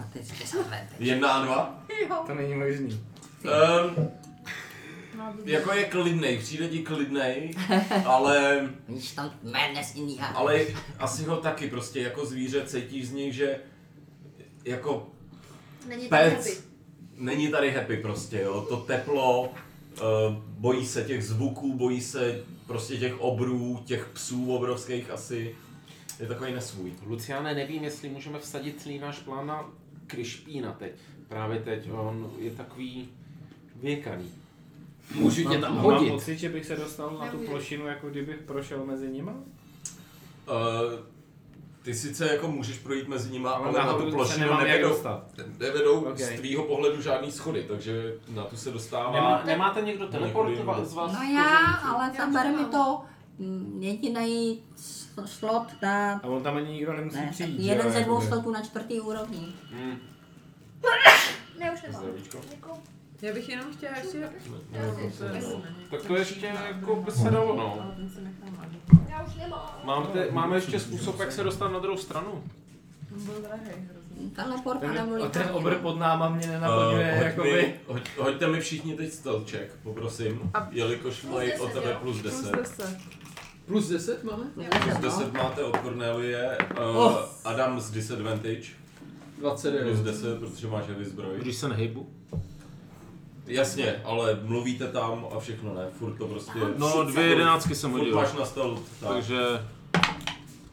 A teď si zavet. Jedna a dva. Jo. To není možný. Um, jako je klidnej, přijde ti klidnej, ale, Víš, tam madness in the heart. ale asi ho taky prostě jako zvíře cítíš z něj, že jako Není to pec happy. není tady happy prostě, jo. To teplo, eh, bojí se těch zvuků, bojí se prostě těch obrů, těch psů obrovských asi. Je takový nesvůj. Luciane, nevím, jestli můžeme vsadit celý náš plán na Krišpína teď. Právě teď on je takový věkaný. Můžu tě tam A mám hodit. pocit, že bych se dostal na tu Nemůžu. plošinu, jako kdybych prošel mezi nima? Eh, ty sice jako můžeš projít mezi nimi, ale, Ale ale na nahoru tu se plošinu nemám jak nevedou, dostat. nevedou Ok. z tvýho pohledu žádný schody, takže na tu se dostává. Nemá, nemáte někdo teleport Někdo jiný. z vás? No já, ale Já tam už bere mi nemám. to mm, jediný s- slot na... A on tam ani nikdo nemusí Ne, přijít, že jeden jo, ze dvou jakoby. slotů na čtvrtý úrovni. Hmm. Ne, už nemám. Zdravíčko. Děkuju. Já bych jenom chtěla ještě... Já To už- je rozumím. Tak to ještě jako by se dalo, no. Ale ten se nechal mladý. Já už nemám. Máte, máme ještě způsob, jak se dostat na druhou stranu. On byl drahý hrozně. Teleport a Ten, a nemluví. ten no. obr pod náma mě nenaplňuje, Uh, hoď jakoby. mi, hoď, hoďte mi všichni teď stelček, poprosím, A- jelikož Plus mají 10, od tebe jo? plus 10. Plus 10. Plus 10 máme? Plus 10 máte od Cornelie, uh, Oh. Adam z Disadvantage, 29. plus 10, protože máš heavy zbroj. Když se nehybu. Jasně, ale mluvíte tam a všechno ne, furt to prostě... No, dvě jedenáctky jsem Furt hodil. máš na stealth, tak. Takže...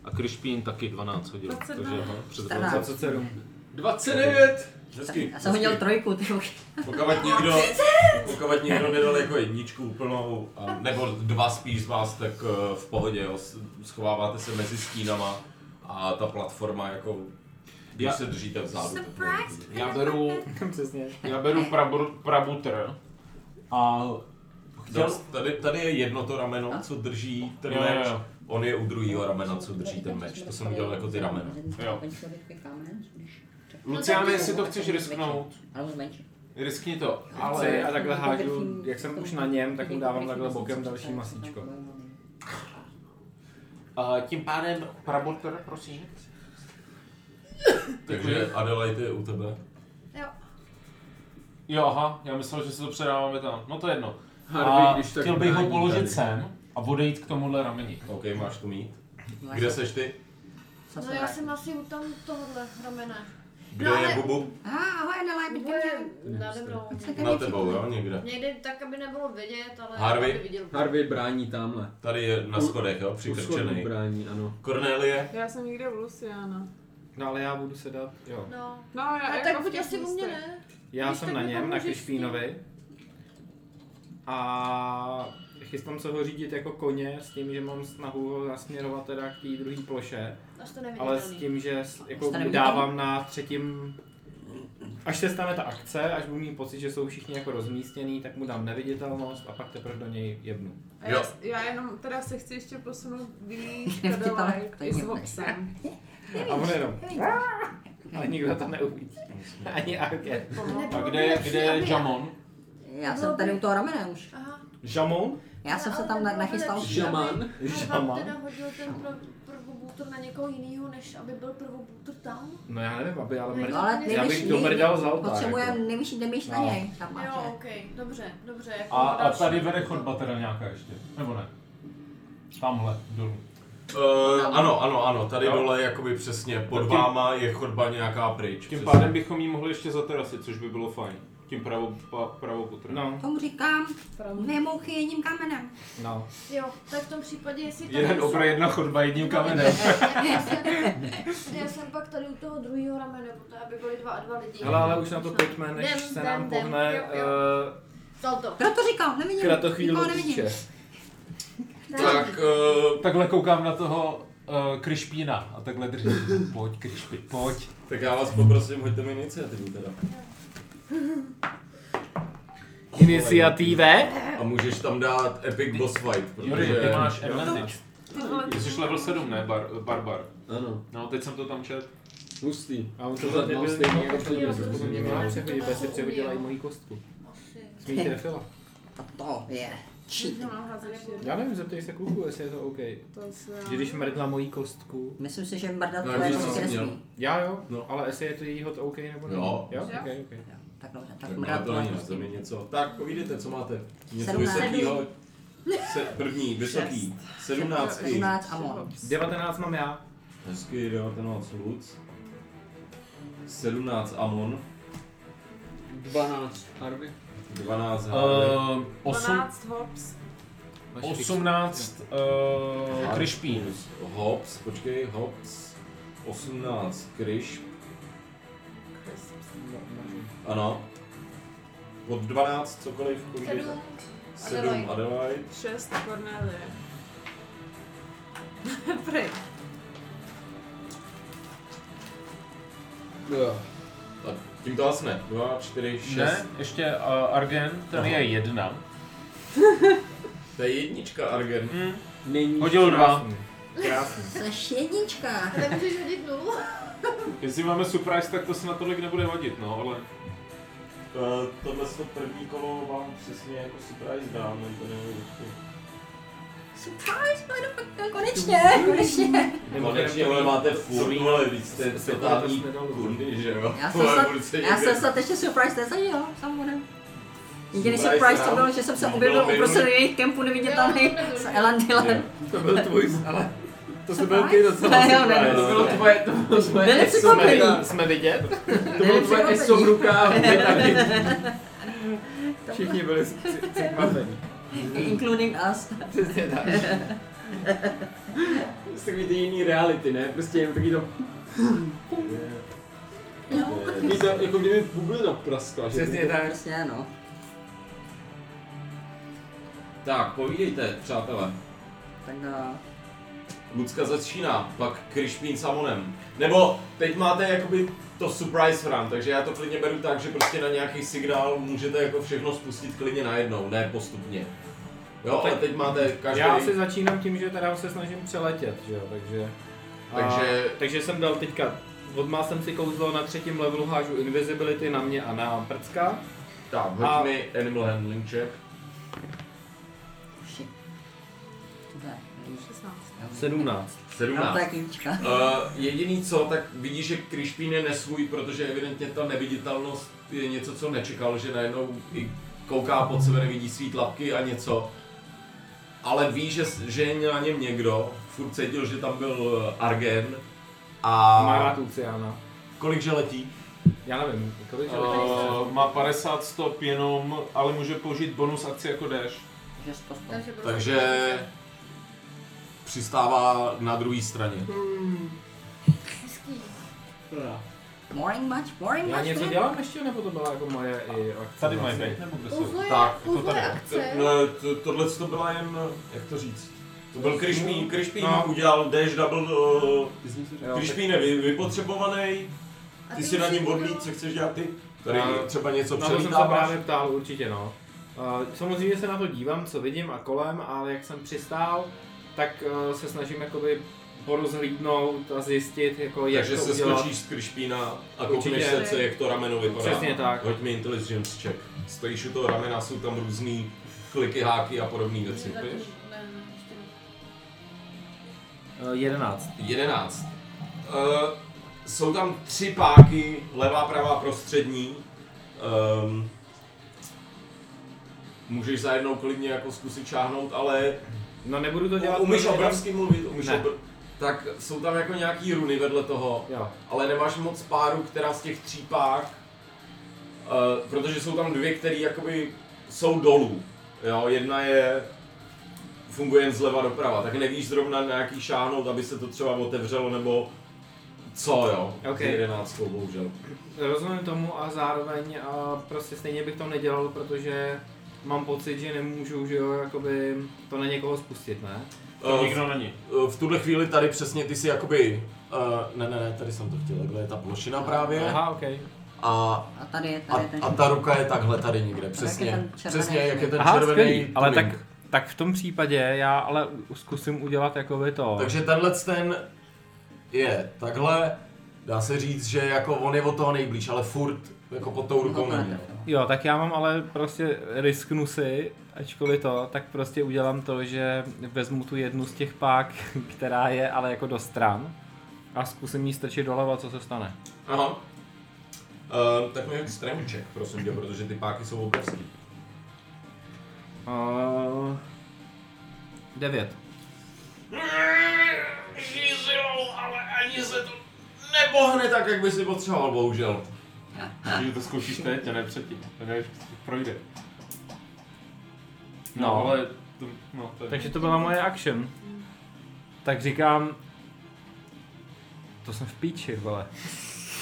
A Krišpín taky 12 hodil. 22. Takže přes 14. 20. 29! Hezky, Já jsem hodil trojku, ty vole. Pokud někdo, pokud někdo nedal jako jedničku úplnou, a- nebo dva spíš z vás, tak eh, v pohodě, jo. s- schováváte se mezi stínama a ta platforma jako, když Já- se držíte vzadu. tak to je dobrý. Já beru, Přesně. já beru prabur, prabutr a Chtěl... Tady, tady je jedno to rameno, co drží ten Jo, jo, meč. jo. On je u druhého ramena, co drží ten meč. To jsem udělal jako ty ramena. Jo. Luciane, Luciane, jestli to no, chceš risknout. Alebo zmenšit. Riskni to, Ale ale... a takhle hážu, jak jsem už na něm, tak mu dávám takhle bokem další masíčko. A tím pádem pramotor, prosím. Takže Adelaide je u tebe. Jo, aha, já myslel, že si to předáváme tam. No to je jedno. Harvey, A když tak chtěl bych ho brání položit tady. sem a odejít k tomuhle rameni. OK, máš to mít. Kde seš ty? No já jsem asi u tam tohohle ramene. Kde no, je Bubu? Ah, ahoj, Adelaide, pojď ke mně. Nade mnou. Na tebou, jo, někde. Někde tak, aby nebylo vidět, ale aby Harvey? viděl. brání tamhle. Tady je na schodech, jo, přikrčený. brání, ano. Cornelie? Já jsem někde u Luciana. No ale já budu sedat, jo. No. No, já A jako tak v buď těch asi u mě místech. ne. Já Když jsem tak na mi něm, na pomůžeš Krišpínovi. A chystám se ho řídit jako koně s tím, že mám snahu ho nasměrovat teda k té druhé ploše. Až to neviditelný. Ale s tím, že s- jako Až to mu neviditelný. dávám na třetím Až se stane ta akce, až budu mít pocit, že jsou všichni jako rozmístěný, tak mu dám neviditelnost a pak teprve do něj jebnu. A já, já jenom teda se chci ještě posunout blíž k Vtipala, Adelaide to je i s divné. Voxem. A on jenom. Ale nikdo to neuvidí. Ani Arke. A kde, je- kde je Jamon? Já jsem tady u toho ramene už. Jamon? Já jsem se tam na- nachystal. Žaman. teda hodil ten pro, prvobůtor na někoho jiného, než aby byl prvobůtor tam. No já nevím, aby, ale mrd... No ale já bych nejvyšší- to mrdal za oltár. Potřebujeme jako. nejvyšší damage na No. něj. Tam máš, Jo, že? ok, dobře, dobře. Jako A, a další. tady vede chodba teda nějaká ještě, nebo ne? Tamhle, dolů. Uh, ano, ano, ano, tady Jo. dole jakoby přesně pod Tak tím- váma je chodba nějaká pryč. Tím přesně. pádem bychom jí mohli ještě zaterasit, což by bylo fajn. Tím pravou, pa, pravou putrem. No. Tomu říkám, dvě mouchy jedním kamenem. No. Jo, tak v tom případě, jestli tady Jeden jsou- obra, jedna chodba, jedním kamenem. Já jsem- Já jsem pak tady u toho druhého ramene, protože aby byly dva a dva lidi. Hele, ale už na to pojďme, než Jdem, se jdem, nám jdem. pohne Jo, jo. uh, Vzal to. Proto říkám, nevidím, kratochvílu nikoho nevidím. příště. Tak, eh, uh, takhle koukám na toho uh, Krišpína a takhle držím. Pojď, Krišpi, pojď. Tak já vás poprosím, hoďte mi iniciativu teda. Iniciative? A můžeš tam dát epic boss fight, protože... Juri, ty máš advantage. Ty jsi level 7, ne? Bar, barbar. Ano. No, teď jsem to tam čet. Hustý. A on to za Mám debil stejný jako jako to tebe. mě má přehodit, protože si přehodila i moji kostku. Smí trefila. To je. Když ho mám házet ještě jednou. Já nevím, zeptej se kluku, jestli je to OK. To se já- Že když mrdla moji kostku. Myslím si, že mrdat No, tvoje já už kostky jsem nesmí. měl. Já jo, no. ale jestli je to jejího to OK nebo ne? Jo. Jo? Jo. OK, OK. Tak prostě dobře, Tak máte to není zemi něco. Tak, povídejte, co máte. Něco Sedmnáct. vysokýho. Se, první, vysoký. Sedmnáctý. 17 a mon. 19 mám já. Hezky, 19 Luc. 17 Amon. 12 Harvey. 12 Ehm, osm, 12 hops. 18 uh, Krišpín. Hops, počkej, Hops. 18 Kriš. Ano. Od 12 cokoliv. kolik je to? Sedm. Sedm Adelaide. Adelaide. 6 Cornelie. Prej. A tím to hasne. 2, 4, 6. Ne, ještě uh, Argen, ten Aha. je jedna. To je jednička Argen. Hmm. Není Hodil dva. krásný. Krásný. Seš jednička. Nemůžeš hodit nulu? Jestli máme surprise, tak to se na tolik nebude hodit, no, ale... Eh, tohle to první kolo vám přesně jako surprise dám, nebo to nevím. Surprise, motherfucker, konečně, konečně. Konečně, ale máte furt, ale víc jste totální kundy, že jo? Já jsem, Vole, snad, furt se já jsem někde- snad ještě surprise nezažil, sám budem. Jediný Surprise surprise to round. bylo, že jsem se Bylo objevil minulý- uprostřed jejich kempu neviditelný s Elendilem. To byl tvůj, ale to se byl ty docela Ne, jo, ne, surprise. To bylo tvoje, to bylo tvoje Byli ESO překvapení. mega. Jsme vidět? To bylo tvoje ESO v rukách. Všichni byli z- z- překvapení. Including us. Přesně tak. Jsou takový ty jiný reality, ne? Prostě jenom takový to... Takový to, jako kdyby bublina praskla. že? Přesně tak. Přesně, no. Tak, povídejte, přátelé. Tak eh, a... Lucka začíná, pak Krišpín s Amonem. Nebo teď máte jakoby to surprise round, takže já to klidně beru tak, že prostě na nějaký signál můžete jako všechno spustit klidně najednou, ne postupně. Jo, ale teď máte každý- Já si začínám tím, že teda se snažím přeletět, že jo, takže... Takže- A, takže jsem dal teďka... Odmál jsem si kouzlo na třetím levelu, hážu invisibility na mě a na prcka. Tak, hoď mi animal handling check. 17. 17. No, tak jíčka. Eh, jediný co, tak vidíš, že Krišpín je nesvůj, protože evidentně ta neviditelnost je něco, co nečekal, že najednou i kouká pod sebe, nevidí svý tlapky a něco. Ale ví, že, že je na něm někdo, furt cítil, že tam byl eh, Argen a... Má rád Luciana. Kolik že letí? Já nevím, jako kolik Uh, má 50 stop jenom, ale může použít bonus akci jako dash. Takže 100 stop. Takže přistává na druhé straně. Hezký. Morning much, morning much. Já něco man. dělám ještě, nebo to byla jako moje i akce? Tady moje vlastně? být, nebo kde Kouzlo je, Tak, kouzlo to je tady. akce. No, to, tohle to byla jen, jak to říct? To byl Krišpín, Krišpín No. udělal dash double, uh, Jo, Krišpín je vy, vypotřebovaný, A ty ty si už na jsi něm udělal- odlít, co chceš dělat ty? Tady A- třeba něco na to jsem se přelítáváš? právě ptal, určitě no. Uh, samozřejmě se na to dívám, co vidím a kolem, ale jak jsem přistál, tak uh, se snažím jakoby porozhlídnout a zjistit, jako jak Takže to se udělat. skočíš z Krišpína a Určitě. koukneš se, co, jak to rameno vypadá. Přesně tak. Hoď mi intelligence check. Stojíš u toho ramena, jsou tam různý kliky, háky a podobné věci. Zatím- ne, ne, ještě ne. Uh, 11. 11. Uh, jsou tam tři páky, levá, pravá, prostřední. Um, můžeš zajednou klidně jako zkusit čáhnout, ale No nebudu to dělat. umíš protože- obrovsky mluvit, umíš Ne. obr- tak jsou tam jako nějaký runy vedle toho, Jo. ale nemáš moc párů, která z těch tří pák, eh, protože jsou tam dvě, které jakoby jsou dolů. Jo, jedna je funguje jen zleva doprava, tak nevíš zrovna na jaký šáhnout, aby se to třeba otevřelo nebo co jo, Ok. s jedenáctkou bohužel. Rozumím tomu a zároveň a prostě stejně bych to nedělal, protože mám pocit, že nemůžu, že jo, jakoby to na někoho spustit, ne? Eh, nikdo není. eh, V tuhle chvíli tady přesně ty si jakoby, uh, ne, ne, ne, tady jsem to chtěl, takhle je ta plošina právě Aha, ok. a A tady je, A, tady je ten. a ta ruka je takhle tady někde, jak je přesně. ten červený Přesně, jak je ten Aha, červený. skvělý, ale tak, tuning. tak v tom případě já ale u- zkusím udělat jakoby to. Takže tenhle ten je takhle, dá se říct, že jako on je od toho nejblíž, ale furt jako pod No, tou rukou není. Jo, tak já mám ale prostě risknu si, ačkoliv to, tak prostě udělám to, že vezmu tu jednu z těch pák, která je ale jako do stran a zkusím jí strčit doleva, co se stane. Aha. Uh, tak mi hoď stremček, prosím tě, protože ty páky jsou obrovský. Uh, 9. Žízil, ale ani se to nebohne tak, jak by si potřeboval, bohužel. Takže to zkoušíš teď a ne předtím. Tak až projde. No, No. ale... To, no, to je... Takže to byla moje action. Tak říkám... To jsem v píči, vole.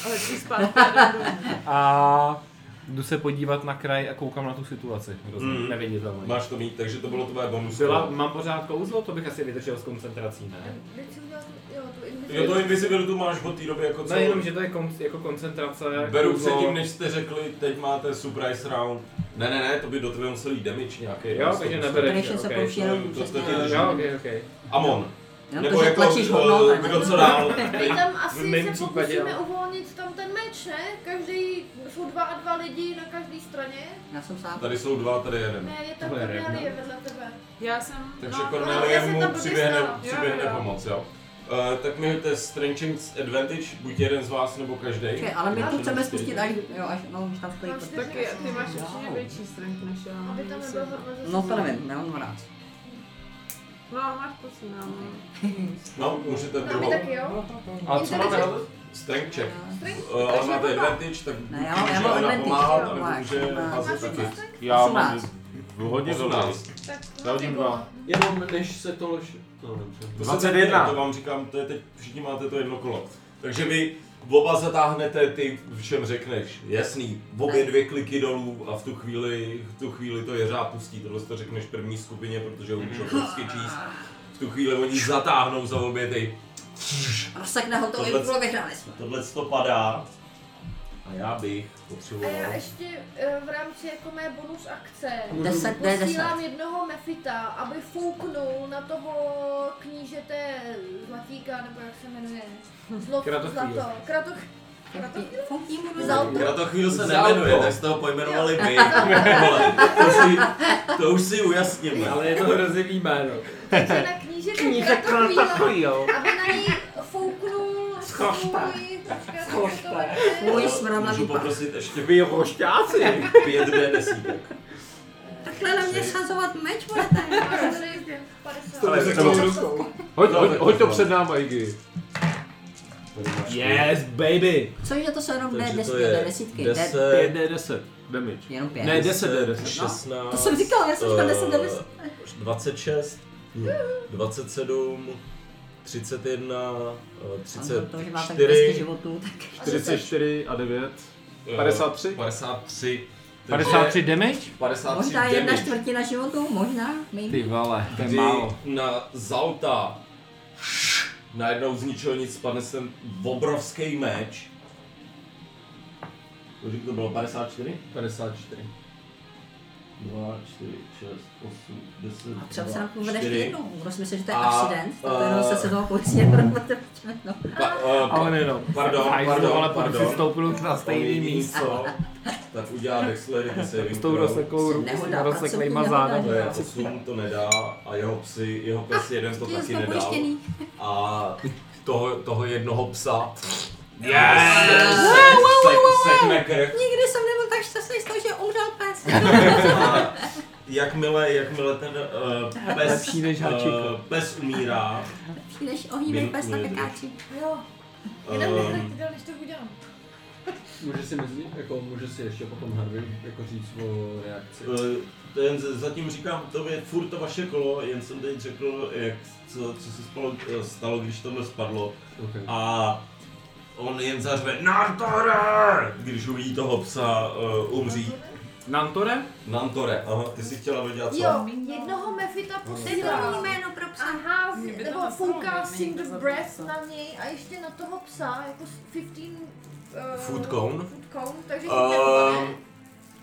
Ale ty zpátky do domu. A jdu se podívat na kraj a koukám na tu situaci. Rozumím, Mm. mm. neviditelný. Máš to mít, takže to bylo tvoje bonus. Byla, mám pořád kouzlo, to bych asi vydržel s koncentrací, ne? Teď si udělal tu, jo, tu Jo, to invisibilitu. invisibilitu máš od té doby jako No jenom, že to je kon, jako koncentrace. Beru kouzlo. předtím, než jste řekli, teď máte surprise round. Ne, ne, ne, to by do tebe musel jít damage nějaký. Jo, takže nebereš. Když se ok. pouští jenom To jste přesně. ti Jo, ok, ok. Amon. Jenom Nebo to, že jako, No, tlačíš hovno, eh, tak- kdo co dál. My No tam v mém asi se případě, pokusíme ale- uvolnit tam ten meč, ne? Každý, jsou dva a dva lidi na každé straně. Já jsem sám. Tady jsou dva, tady jeden. Ne, je tam Tohle je Cornelie vedle tebe. Já jsem... Takže no, Cornelie no, já se mu tam přiběhne, blbě stala. přiběhne Jo, jo. pomoc, jo. Eh, tak mi hoďte Strengthing Advantage, buď jeden z vás, nebo každý. Čekaj, ale my tu Advantage chceme je spustit až, jo, až, no, už tam stojí. Mám prostě. Tak je, ty máš určitě větší strength než já. Aby tam nebyl hodno zase. No to nevím, nemám 12. No, máš posun, no. No, můžete No, my druhou. taky jo. A co máme Inteligence- hledat? Strength check. Strength? Eh, ale Takže jako- máte dobrá. advantage, tak buď Ne, já ti mám- já může ona mám advantage, pomáhat, jo, nebo máš. může Máš házet taky. Máš strength? Já mám 18. hodně velký. 18. Tak, no, Já hodím dva. Jenom než se to lež... No, dobře. To se 21. teď- To vám říkám, to je teď, všichni máte to jedno kolo. Takže vy oba zatáhnete, ty všem řekneš, jasný, obě dvě kliky dolů a v tu chvíli, v tu chvíli to jeřáb pustí, tohle to řekneš první skupině, protože umíš obrovsky číst. V tu chvíli oni zatáhnou za obě ty, Rozsekne ho to, Tohle- bylo vyhráli jsme. tohle to padá. A já bych A potřeboval... já ještě eh, v rámci jako mé bonus akce Deset, ne, posílám jednoho mefita, aby fouknul na toho knížete Zlatíka, nebo jak se jmenuje. Zlo, Kratochvíl. Zlato. Kratoch... Kdo Zlato. to chvíli se Zalko. nemenuje, tak jste ho pojmenovali my. Vole, to, si, to už si ujasněme. Ale je to hrozivý jméno. Takže na knížete Kníže Kratochvíl, Kratochvíl. aby na něj fouknul Chrošta. svůj... Můj smradlavý Můžu pak. poprosit ještě vy jeho šťáci. Pět D desítek. Takhle na mě shazovat meč, vole, Ale tady. to- Hoď, No, hoď, tak hoď to mám. před náma, Iggy. Yes, baby! Což je to jsou jenom Takže D10, to je desítky. 5 D10 damage. Jenom pět. Ne, 10 D10. 16. No, To jsem říkal, já jsem říkal 10, 10. eh, 26, 27, 31, eh, to, že má tak 200 34, životů, tak... 44 a 9. Jo, 53. 53. 53 damage? 53 Možná jedna damage. čtvrtina životů, možná, maybe. Ty vale, to je kdy málo. na Zalta najednou z ničeho nic spadne sem obrovský meč. Kolik to bylo? 54? 54. 2, 4, 6, 8, 10, A třeba se nám 2, povedeš 4. jednou, kdo si myslí, že to je A, accident, tak to jenom se eh, se toho pojistí, jako no. Pa, uh, Ale nejenom. Pardon, Hajzlu, pardon, ale pokud pardon. si stoupil prostě na On stejný jediný místo. co, tak udělá dexterity saving S tou throw. rozseklou rukou, s těma rozseklejma zádama. To je 8, to nedá a jeho psy, jeho Ah, pes jeden to Ti taky jsme nedá. pojištěný. A toho, toho jednoho psa. Yes! Se- Wow, se- wow, se- wow, wow, Sekne wow. krv. Nikdy jsem nebyl tak šťastný z toho, že umřel pes. A jakmile, jakmile ten uh, pes, Lepší než hačíko. eh, pes umírá, Lepší než ohnívej pes na Minutku jednu. pekáči. Jo, jenom Ehm. um. dál, než to udělám. Může si myslit, jako může si ještě potom Harvey jako říct o reakci. Eh, Ten z- zatím říkám, to je furt to vaše kolo, jen jsem teď řekl, jak, co, co se spalo, eh, stalo, když tohle spadlo. Okay. A on jen zařve NANTORE, když uvidí toho psa uh, umřít. Nantore? Nantore, aha, ty jsi chtěla vědět co? Jo, jednoho mefita posílám. jméno pro psa. Aha, Mě by to nebo zastavilo, fouká mě by to single zastavilo. breath na něj a ještě na toho psa, jako s 15... eh, Food cone? Food cone, takže Ehm, uh,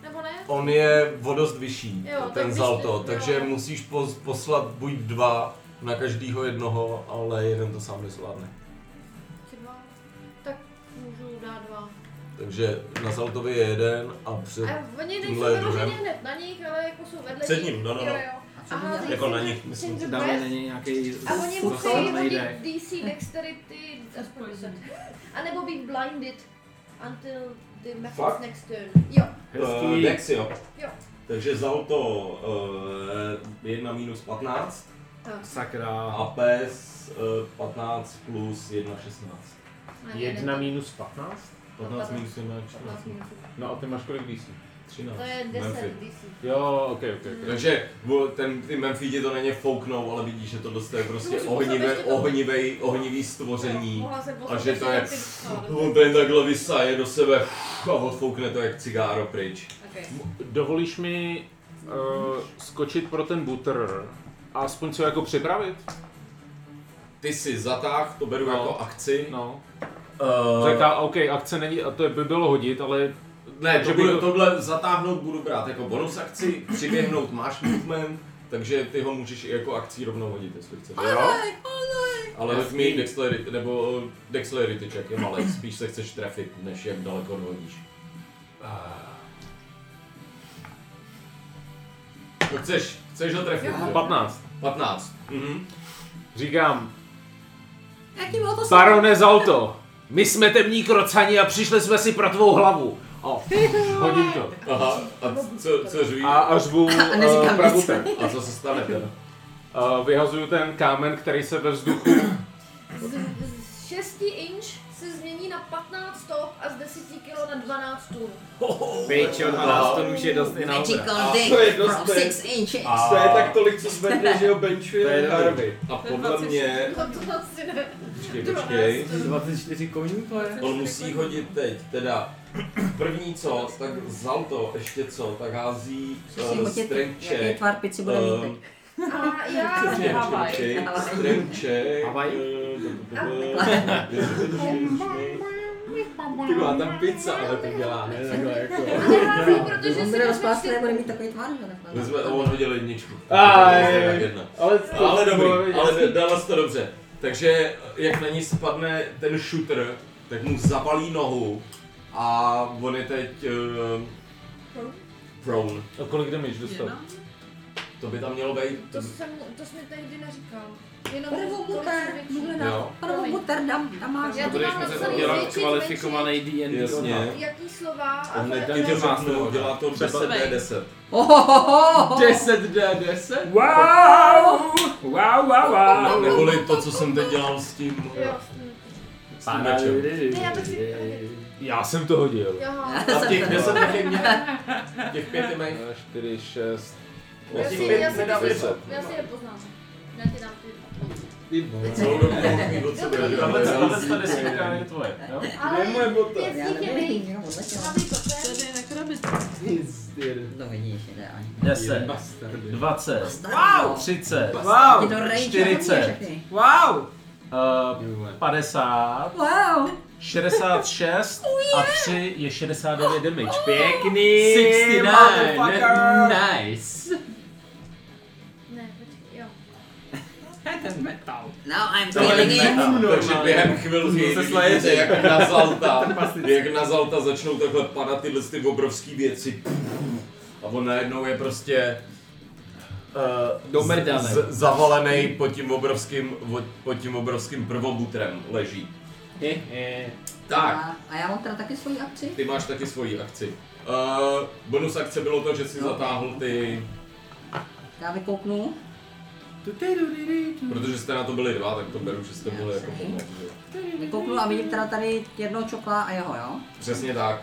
nebo ne? On je o dost vyšší, Jo, tak ten když- Zalto, jo. takže musíš pos, poslat buď dva na každýho jednoho, ale jeden to sám nezvládne. Tři, dva. Tak můžu dát dva. Takže na Zaltovi je jeden a před A oni nejsou tímhle je druhém. vyloženě hned na nich, ale jako jsou vedle Hm. Před ním, no, no, no. Jo, jo. co Aha, dělá? Jako na nich, myslím. Dáme na něj nějaký A oni musí to nejde. hodit DC Dexterity aspoň 10. A nebo být blinded until the Fakt? method's next turn. Jo. Eh, Dex, jo. Jo. Takže vzal to uh, 1 minus 15 Tak. Sakra. a pes uh, 15 plus 1 16. Ne, ne, ne, 1 minus 15? 15 minus 1 15 14. minut. No a ty máš kolik DC? 13. vlastně To je 10 DC. Jo, ok, ok. ok. Takže o, ten, ty Memphidi to na ně fouknou, ale vidíš, že tohle je prostě Můžu ohnivé, postavit ještě to- ohnivý, ohnivý stvoření. Mohla jsem A že to postavit je... ještě na ty- no, On to jen takhle vysaje do sebe a odfoukne to jak cigáro pryč. okay. Dovolíš mi uh, skočit pro ten butr a aspoň co jako připravit? Ty si zatáh, to beru No. jako akci. No. Eh, Tak a OK, akce není, a to je, by bylo hodit, ale... Ne, to že bych bude, tohle zatáhnout budu brát jako bonus akci, přiběhnout máš movement, takže ty ho můžeš i jako akcí rovnou hodit, jestli chceš. Jo? Ale hoď mi dexterity, nebo dexterity check je malý, spíš se chceš trefit, než jak daleko hodíš. Ah. To chceš, chceš ho trefit? že jo? 15. 15. Mhm. Říkám, Jaký bylo to Barone Zalto, my jsme temní krocani a přišli jsme si pro tvou hlavu. O, hodím to. Aha, a co, co řví? A, a řvu A neříkám uh, nic. pravutem. A co se stane teda? Uh, vyhazuju ten kámen, který se ve vzduchu... z, z 6 inch se změní na 15 stop a z 10 kg na 12 tun. Pičo, no. 12 to už je dost i na obra. Magical dick to je dost from to je- 6 inches. A- To je tak tolik, co zvedne, že ho To je benchuje dobrý. Harvey. A podle mě, No to asi ne. počkej, počkej, 24 koní to je? On musí hodit teď, teda první co, tak vzal to ještě co, tak hází uh, strength Jaký check. tvar pici bude mít Ehm, teď? A já... Počkej, Havaj. počkej, Havaj. strength check. Havaj. eh, da, da, da, da, da, da, da, da, da, da, da, da, Ty má tam pizza, ale to dělá, ne? Takhle jako. Um, On bude rozpásný, nebude mít takový tvar, že takhle. My jsme, on hodil jedničku. Aj, Tak jedna. No, ale to ale bylo dobrý, vidět. ale dala se to dobře. Takže jak na ní spadne ten shooter, tak mu zapalí nohu a on je teď uh, prone. A kolik damage dostal? no. To by tam mělo být. To jsem, to jsi mi tehdy neříkal. Jenom Pane to- to Vobuter, jsem mluvila většinou- Jo. Pane Vobuter, dám, dám máš. Já to Budeš mám muset napsaný udělat zvětšit, kvalifikovaný zmenšit, D&D Jasně. doma. Jaký slova a On to- hned to- ti to- řeknu, dělá to Přesvej. 10D10. Ohohoho. 10D10? Wow! Wow, wow, Ne- wow! Neboli to, co jsem teď dělal s tím... eh, Jo. S tím mečem. Ne, já bych si... Já jsem to hodil. Jaha. A v těch 10 je mě. Těch 5 je mých. 4, 6, Já si, já si, já si, já si je poznám. Já ti dám ty. Celou dobu mluví od sebe. Tahle ta desetka je tvoje, jo? Ale moje bota. pět z Já nich je nevím, mých. jenom odletěla. Tady na krabici. To vidíš, jde ani. 10, 20, Wow! 30, Je to rage, 40, Wow! eh, 50, Wow! 66 a 3 je 69 damage. Pěkný! 69! motherfucker. Nice! Ne, počkej, jo. Ten metal. Now I'm Tohle feeling je it. metal, takže během chvilky vidíte, jak na Zalta, jak na Zalta začnou takhle padat tyhle ty obrovské věci. A on najednou je prostě eh, Do mrdele. z- zavalený pod tím obrovským, pod tím obrovským prvobutrem leží. Tak, A- A já mám teda taky svoji akci? ty máš taky svoji akci. Uh, bonus akce bylo to, že jsi No. zatáhl ty, Já vykouknu. protože jste na to byli dva, tak to beru, že jste byli jako pomoc. že jo. Vykouknu a vidím teda tady jednoho čokla a jeho, jo? Přesně tak.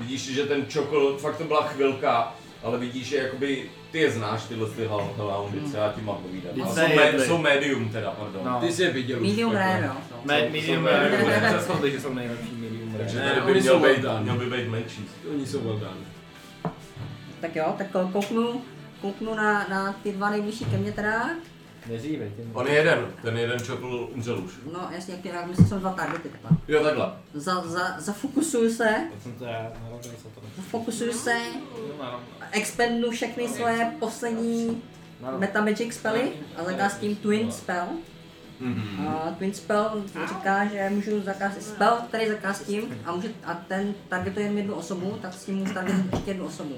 Vidíš, že ten čokl, fakt to byla chvilka, ale vidíš, že jakoby ty je znáš, tyhle ty halahoundy, co já ti mám povídat. Vždyť Ale Hmm. se jsou, jedli. me, jsou medium teda, pardon. No. Ty jsi je viděl Medium už. rare, takhle. jo? jsou. Ne, Jsou- medium jsou rare. medium rare. Přesně, že jsou nejlepší medium Takže rare. tady by oni měl jsou být, velkán. měl by být menší. Oni jsou velkáni. Tak jo, tak ko- kouknu, kouknu na, na ty dva nejbližší ke mně teda. Neříve, tím. On je jeden, ten jeden čokl umřel už. No jasně, jak, jak myslím, že jsou dva targety takhle. Jo, takhle. Za, za, zafokusuju se, Já jsem to já, narovnal jsem to. fokusuju se, Jo, narovnal. expendnu všechny svoje poslední metamagic spely a zakázním Twin Spell. A Twin Spell říká, že můžu zakázat spell, který zakástím a, může, a ten targetuje jen jednu osobu, tak s tím můžu targetovat ještě jednu osobu.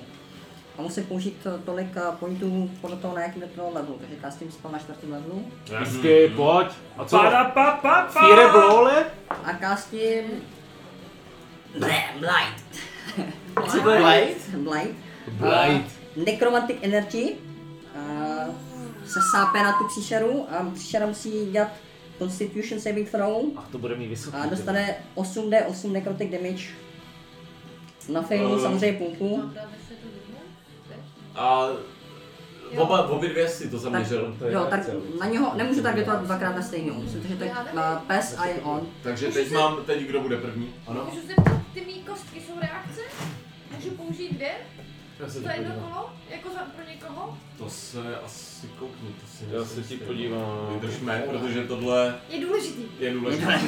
A musím použít eh, tolik eh, pointů podle toho, na jakým je to levelu, takže kastím spell na čtvrtém levelu. Mhm. Hezky, pojď. A co? Pada, pa, pa, pa! Fíre blole? A kastím... Blam, Blight. Co to je? Blight? Blight. Blight. A Necromantic Energy. A se sápe na tu příšeru a příšera musí dělat Constitution Saving Throw. Ach, to bude mít vysoký. A dostane 8d8 necrotic damage. Na failu Ehm. samozřejmě půlku. A oba, obě dvě si to zaměřil. Tak, jo, tak na něho nemůžu targetovat dvakrát na stejnou, protože to je a, pes a je on. Takže teď mám, teď kdo bude první? Ano? Můžu zeptat, ty mý kostky jsou reakce? Můžu použít dvě? Já se Za jedno kolo? Jako za, pro někoho? To se asi koukni, to si Já myslím, se ti že- podívám. no. Vydržme, protože tohle Je důležitý. je důležité.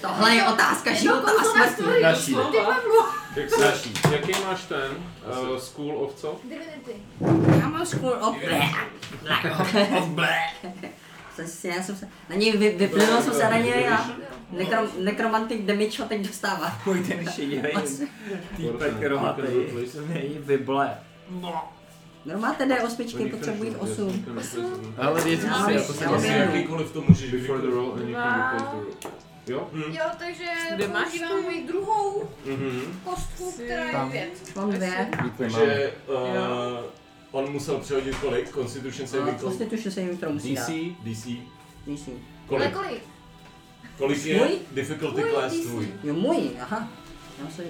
Tohle je otázka Jedno života a kouzlo na smrti. story, Naší. Ty mluvlo. Jak se, jaký máš ten? Uh, school of co? Divinity. Já mám school of Jsem si, já jsem se, na něj vy, vyplynul jsem se na něj a nekrom, nekromantic damage ho teď dostává. Můj ten šedivý týpek rohatý. Nej, vyble. No máte D8, potřebuji 8. Ale věc, Já já bych- to jsem já Vlastně bych- é jakýkoliv to můžeš Before the vykliknout. roll and you can replace the roll. Jo? Jo, takže Kde máš používám ty? moji druhou Mhm. kostku, Jsi- která je Tam. pět. Mám dvě. Takže uh, on musel přehodit kolik? Constitution A saving throw? Constitution saving throw musí dát. DC? DC. DC. Ale Kolik? kolik? Kolik je Jako- Můj? difficulty Můj class DC. tvůj? Jo, můj, aha. Já jsem,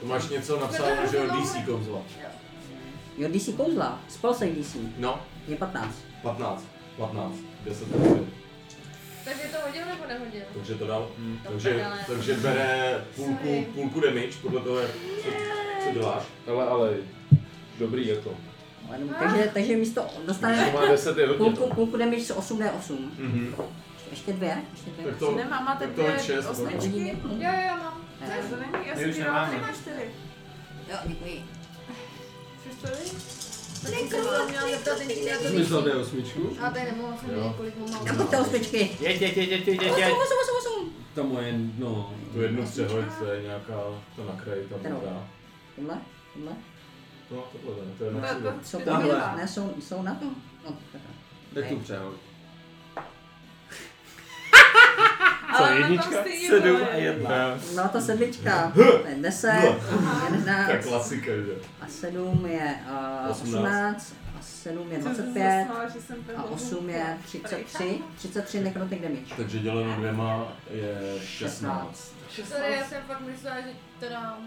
To máš něco napsáno, Jako- že jo, DC kouzla. jo, DC kouzla, spell save DC, No, je 15. 15. 15. 10 hodin. Takže to hodil nebo nehodil? Takže to dal. To Mm. Takže, prdele. takže bere půlku, Sorry. půlku damage podle toho, jak co, co děláš. Ale, ale, dobrý je to. Ale jenom- Takže, takže místo To dostane má 10 je hodně. půlku, půlku damage z 8D8. Mhm. Ještě dvě, ještě dvě. Tak to, Nemám, máte tak to hoď dvě šest, osmičky. Hodím Jo, Mhm. jednu. jo, jo, mám. Ne, to není, já My jsem už ti dala nemáme. 3 čtyři. Jo, děkuji. Přes čtyři? Myslel jde osmičku? A tady nemohla jsem Jo. vidět, kolik mu mám. Já buďte osmičky. Jeď, jeď, jeď, jeď, jeď, jeď, jeď. Osm, osm, osm, osm. Ta moje, no. Tu jednu přehoď, to je nějaká, to na kraji, tam Kterou? dá. Tohle? Tohle? No, tohle, ne, to je Ne, na to- Jsou Tahle. poměrná. Ne, jsou, jsou na tom. No, takhle. Tak tu Hej. přehoď. Ale ona tam stejně byla. No, to sedmička. To je deset, jedenáct. klasika, že? A sedm je uh, Osmnáct. osmnáct. A sedm je Jsem se 25. zasmála, že jsem tam A byla 8 je 33. 33 necrotic damage. Takže děleno dvěma je 16. Sorry, já jsem fakt myslela, že teda...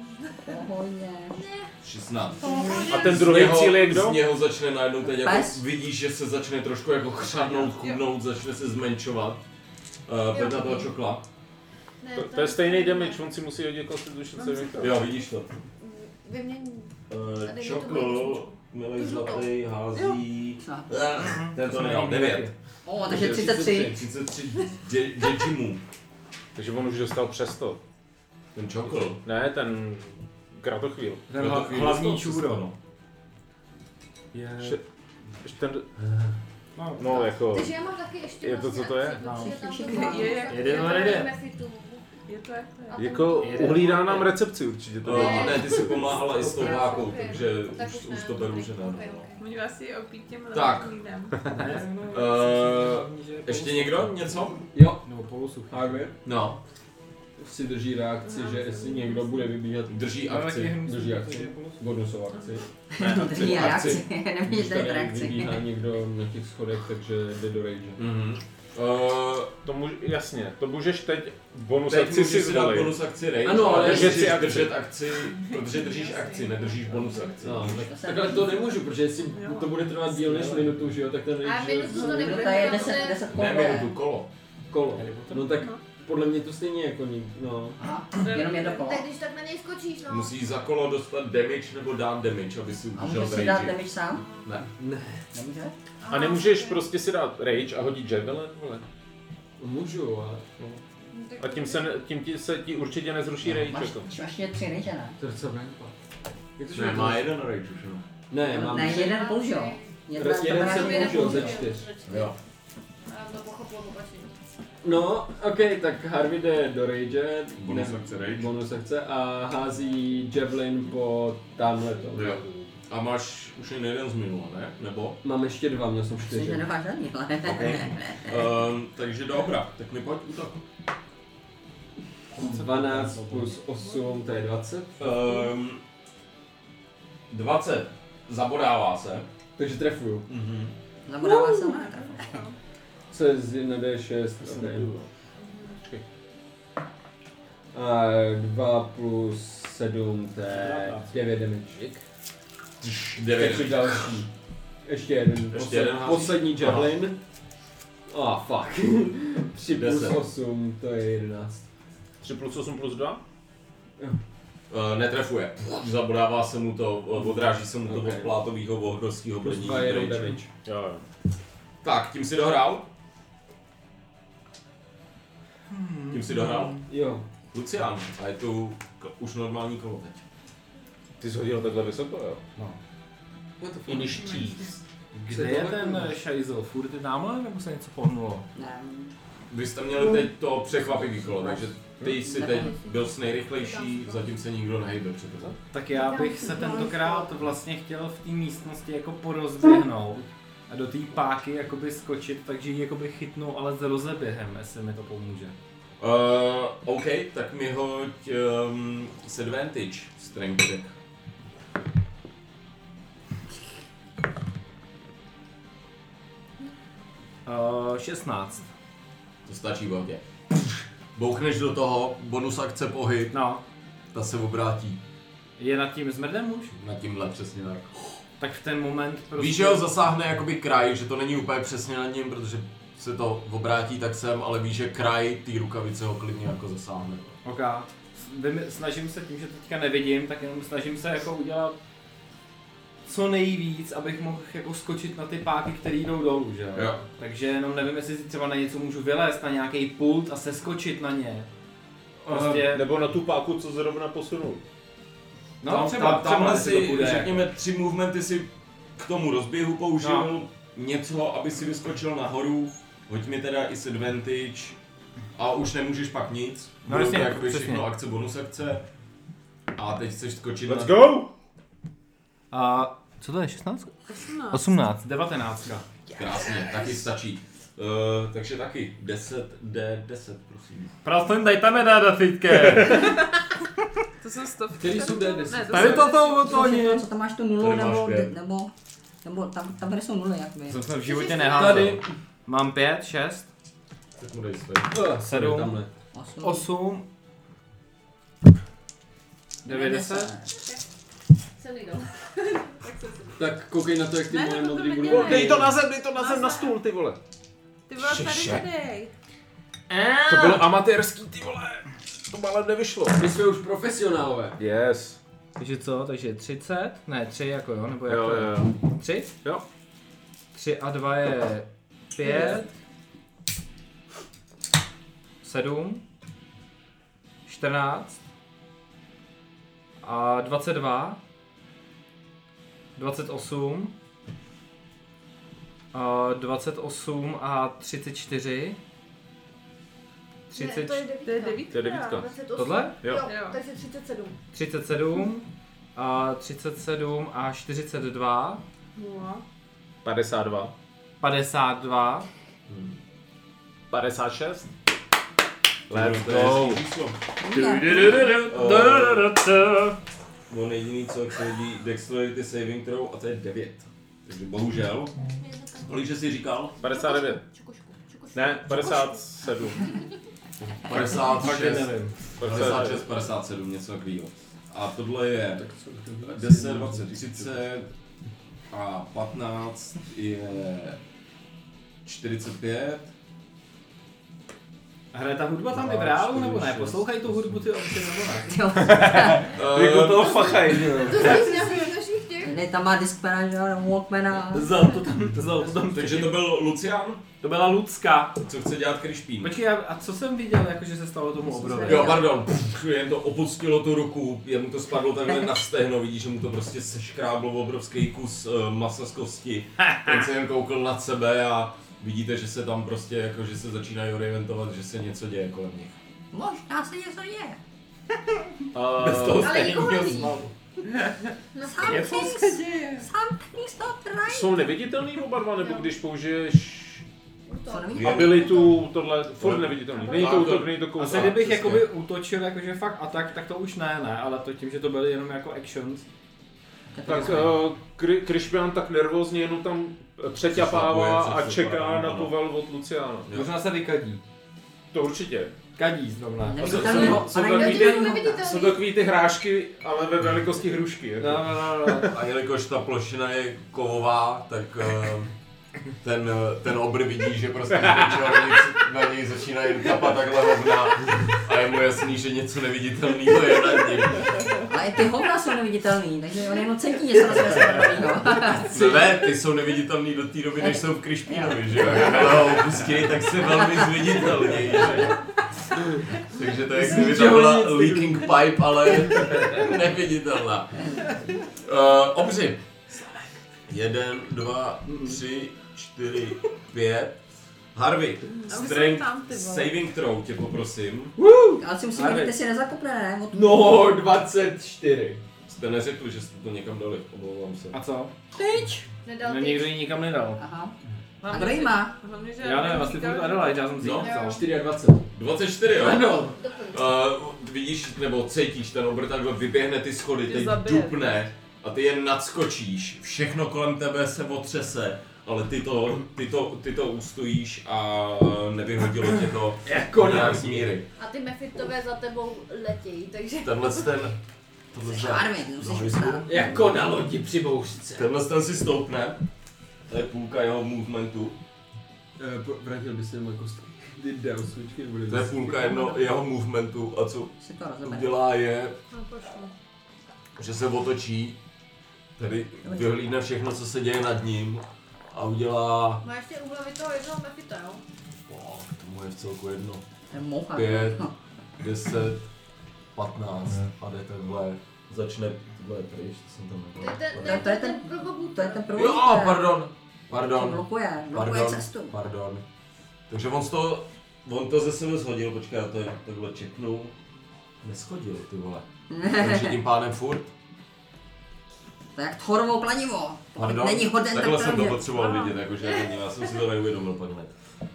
Pohodně. 16. A ten druhý cíl je kdo? Z něho začne najednou teď jako, Pes? vidíš, že se začne trošku jako chřadnout, chudnout, začne se zmenšovat. Uh, pojď na toho čokla. Ne, To, to je stejný damage, on si musí hodit Constitution saving throw. Jo, vidíš to. Vymění. Uh, Tady čokl, milý zlatý, hází... Ah, Ten to nedal, 9. O, takže 33. 33 Dejimů. Takže on už dostal přes to. Ten čokl. Ne, ten kratochvíl. Ten hla- Kratochvíl hlavní dostal čůro. přes to, no. Je... Še- ještě ten... No, jako... Takže já mám taky ještě prostě Je to, co to je? No. Je, je. Jeden na jeden. Je to jak to je. Jako uhlídá nám recepci určitě. To Uh, ne, ty jsi pomáhala i s tou hákou, takže už, už to beru, že ne. no. Oni vás je opít těm Tak. lidem. Uh, ještě někdo? Něco? Jo. Nebo polosuchý. Ah, é? Hardware No. si drží reakci, že jestli někdo bude vybíhat, Drží Ale je akci. hnusný, drží protože je akci, polosuchý. bonusovou akci. Dobrý reakci. Nemůžeš Když dát tady reakci. vybíhá někdo na těch schodech, takže jde do rage. Mhm. Uh, To může, jasně, to můžeš teď bonus teď akci můžeš Eh, Eh, si si dát zvolit. bonus akci rage, Ano, ale ale držet držíš si akci. držet akci, protože držíš akci, nedržíš bonus akci. No, To tak, se takhle to nemůžu, protože jestli to bude trvat díl než minutu, že jo, tak ten A rage minutu to nebude. To je protože- 10, 10 Ne, kolo. minutu, kolo. kolo. No tak podle mě to stejně jako ní, no. Jenom jedno kolo. Tak když tak na něj skočíš, no. Musíš za kolo dostat damage nebo dát damage, aby si A udržel můžeš v si dát rage. damage sám? Ne. Nemůže? A nemůžeš prostě si dát rage a hodit javelin, vole. Můžu, ale no. prostě- A tím se, ne- tím ti se ti určitě nezruší rage. Máš, Jako. máš ještě tři rage, ne? srdce venku. Jak to Ne, je? má jeden rage už, no. Ne, mám Ne, tři. jeden použil. Jedna- Prostě jeden dobrá, jsem že- Jeden použil ze použil, čtyř. Jo. Já to pochopil, poprosím. No, ok, tak Harvey jde do rage, Bonus akce rage. bonus akce a hází javelin po tamhle to. Jo. A máš už jen jeden z minula, ne? Nebo? Mám ještě dva, měl jsem Myslím, že čtyři. nemáš ani, ale... Um, takže dobrá, tak mi pojď útok. 12 plus 8, to je 20. Um, 20. Zabodává se. Takže trefuju. Hm. Zabudává se má. tak. Co je z 1 D6? Okay. A 2 plus 7, to je 9 damage. Takže 9. další. Ještě jeden. Posled, jeden hází. poslední javelin. A oh, fuck. 3 plus Deset. 8, to je 11. 3 plus 8 plus 2? Uh, netrefuje. Zabodává se mu to, eh, odráží se mu to Ok. od plátového vohrovského Plus brnění. 2 je jenom pryč. damage. Jo, jo. Tak, tím si dohrál? Tím si dohrál? Jo. Lucián, a je tu k- už normální kolo teď. Ty jsi hodil takhle vysoko, jo? Kde je ten šajzl? Furt je námhle, nebo se něco pohnulo? Ne. Vy jste měli teď to překvapivý kolo, takže ty jsi teď byl s nejrychlejší, zatím se nikdo nehybe přece. Tak já bych se tentokrát vlastně chtěl v té místnosti jako porozběhnout a do té páky jakoby skočit, takže ji jakoby chytnu, ale s rozeběhem, jestli mi to pomůže. Uh, OK, tak mi hoď um, s advantage strength check. Uh, 16. To stačí velké. Bouchneš do toho, bonus akce pohyb, No, ta se obrátí. je nad tím zmrdem už? Na tímhle přesně tak. Tak v ten moment prostě... Víš, že ho zasáhne jakoby kraj, že to není úplně přesně nad ním, protože se to obrátí tak sem, ale víš, že kraj té rukavice ho klidně jako zasáhne. Ok. Vymy- Snažím se tím, že teďka nevidím, tak jenom snažím se jako udělat co nejvíc, abych mohl jako skočit na ty páky, které jdou dolů, že jo? Jo. Takže jenom nevím, jestli si třeba na něco můžu vylézt, na nějaký pult a seskočit na ně. Prostě- Nebo na tu páku, co zrovna posunul. No, tam, třeba, tam, tamhle si, řekněme, tři movementy si k tomu rozběhu použil No. něco, aby si vyskočil nahoru, hoď mi teda i advantage a už nemůžeš pak nic. No, Budou jasně, to jakoby přesně. všechno akce, bonus akce. A teď chceš skočit Let's na... go! A co to je, 16? 18. 18, 19. Krásně, taky stačí. Uh, takže taky 10, D10, prosím. Praslen, daj tam ráda, fitke. To jsou stovky. Který jsou D10? Ne, Tady jsou- to jsou od Co toho všechno, No, nic. Co tam máš tu nulu, Tady máš nebo, pět. nebo, nebo tam, tam tady jsou nuly, jak vy. To jsme v životě neházel. Tady. Mám 5, 6, Tak mu dej své. Sedm. Tamhle. 8, 9, 10. Jsem nejdal. tak jsem si. Tak koukej na to, jak ty Ne, moje to modrý by budou. nedělej. Dej to na zem, dej to na zem, na stůl, ty vole. Ty vole, tady Šeše. tady. To bylo amatérský, ty vole. To malé nevyšlo. My jsme už profesionálové. Yes. Takže co, takže 30, ne 3 jako jo, nebo jak Jo, to jo, je? jo. 3? Jo. 3 a 2 je 5, 7, 14 a 22, 28, a 28 a 34, Ne, to 30, je devítka. To je devítka. To je devítka. Tohle? Jo. Jo. jo. Takže 37. 37 a 37 a 42, No. 52. 52, 56. Let's Let's go. go. No, On jediný, co jak se hodí Dexterity Saving Throw a to je 9. Takže bohužel. Kolik že jsi říkal? 59. Ne, 57. 56, 56, 57, něco takového. A tohle je 10, 20, 30 a 15 je 45. Hraje ta hudba tam i v reálu nebo ne? Poslouchají tu hudbu ty obce nebo ne? Jako toho fachají, že jo. To jsi z nějakých našich těch? Tady tam má diskmana, že jo, nebo Walkmana. Vzal to tam, vzal to tam. Takže to byl Lucian? To byla Lucka. Co chce dělat, když pín? Počkej, a a co jsem viděl, jako že se stalo tomu obrovi? Jo, pardon, Pff, jen to opustilo tu ruku, jen mu to spadlo takhle na stehno, vidíš, že mu to prostě seškráblo obrovský kus eh, masa z kosti. Ten se jen koukl nad sebe a vidíte, že se tam prostě, jako, že se začínají orientovat, že se něco děje kolem nich. Možná se něco děje. Bez toho Ale jste nikoho neměl nevidí. zmalu. Something's, something's not right. Jsou neviditelný oba dva, nebo když použiješ Co nevidí? abilitu, tohle, furt neviditelný. Není to Tak, útok, není to kouzlo. Asi kdybych jakoby útočil, jakože fakt atak, tak to už ne, ne, ale to tím, že to byly jenom jako actions. Tak uh, Kri- Krišpian tak nervózně jenom tam eh, přeťapává Přešlapuje, a čeká přešlapuje, na ano. povel od Luciana. Jo. Možná se vykadí. To určitě. Kadí zrovna. Jsou, Neviditelný, jsou, jsou, ale takový ty, neviditelný. jsou takový ty hrášky, ale ve velikosti hrušky. Jako. No, no, no, no. A jelikož ta plošina je kovová, tak eh, ten, eh, ten obr vidí, že prostě něčeho na něj, na něj začíná jen kapat takhle hovna a je mu jasný, že něco neviditelného je nad ním. Ale i ty hovna jsou neviditelný, takže on jenom cítí, že se na sebe spadá. Ne, ty jsou neviditelný do té doby, než jsou v Krišpínovi, že jo? Jakmile ho opustí, tak se velmi zviditelnějí, že? Takže to je, jak kdyby to byla leaking pipe, ale neviditelná. Uh, obři. Jeden, dva, tři, čtyři, pět. Harvey, jsem strength tam, ty vole. saving throw tě poprosím. Ale si musím říct, ty si nezakopne, ne? Od- No, 24. Jste neřekli, že jste to někam dali, omlouvám se. A co? Tyč! Nedal No ty. nikdo ji nikam nedal. Aha. Hlavně, A kdo že- jí má? Hlavně, že Já ne, říkal, vlastně že- furt Adelaide, já jsem si ji No. vzal. 24. 24, jo? Ano. Uh, vidíš, nebo cítíš, ten obr takhle vyběhne ty schody, Tě teď zabije. dupne a ty jen nadskočíš. Všechno kolem tebe se otřese, ale ty to, ty to, ty to ustojíš a eh, nevyhodilo tě to Jako nějak z míry. A ty mefitové za tebou letějí, takže... Tenhle ten... Tohle Jsi ten, Armin, ty musíš ustát. Jako na lodi při bouřce. tenhle ten si stoupne, to je půlka jeho movementu, Eh, Vrátil by se mu jako Ty jde o svíčky, bude to je půlka jedno, jeho movementu a co Si to rozebere. udělá je, No, pošlu. že se otočí, tedy vyhlídne všechno, co se děje nad ním a udělá... Má ještě u hlavy toho jednoho mefita, jo? Oh, tomu je v celku jedno. To je moucha. Pět, 10, 15 a jde takhle. Začne tohle pryč, to jsem tam To je ten, To- ne, to je ten- prvobůd. To je ten první. Jo, pardon, pardon. Blokuje, blokuje pardon, cestu. Pardon. Takže on to, on to ze sebe shodil, počkej, já to jen takhle čeknu. Neschodil, ty vole. Takže tím pádem furt. To je jak Thorovo kladivo. Pardon, Není hoden, takhle tak jsem to je. potřeboval vidět, jakože já nevím, já jsem si to neuvědomil pak hned. Uh,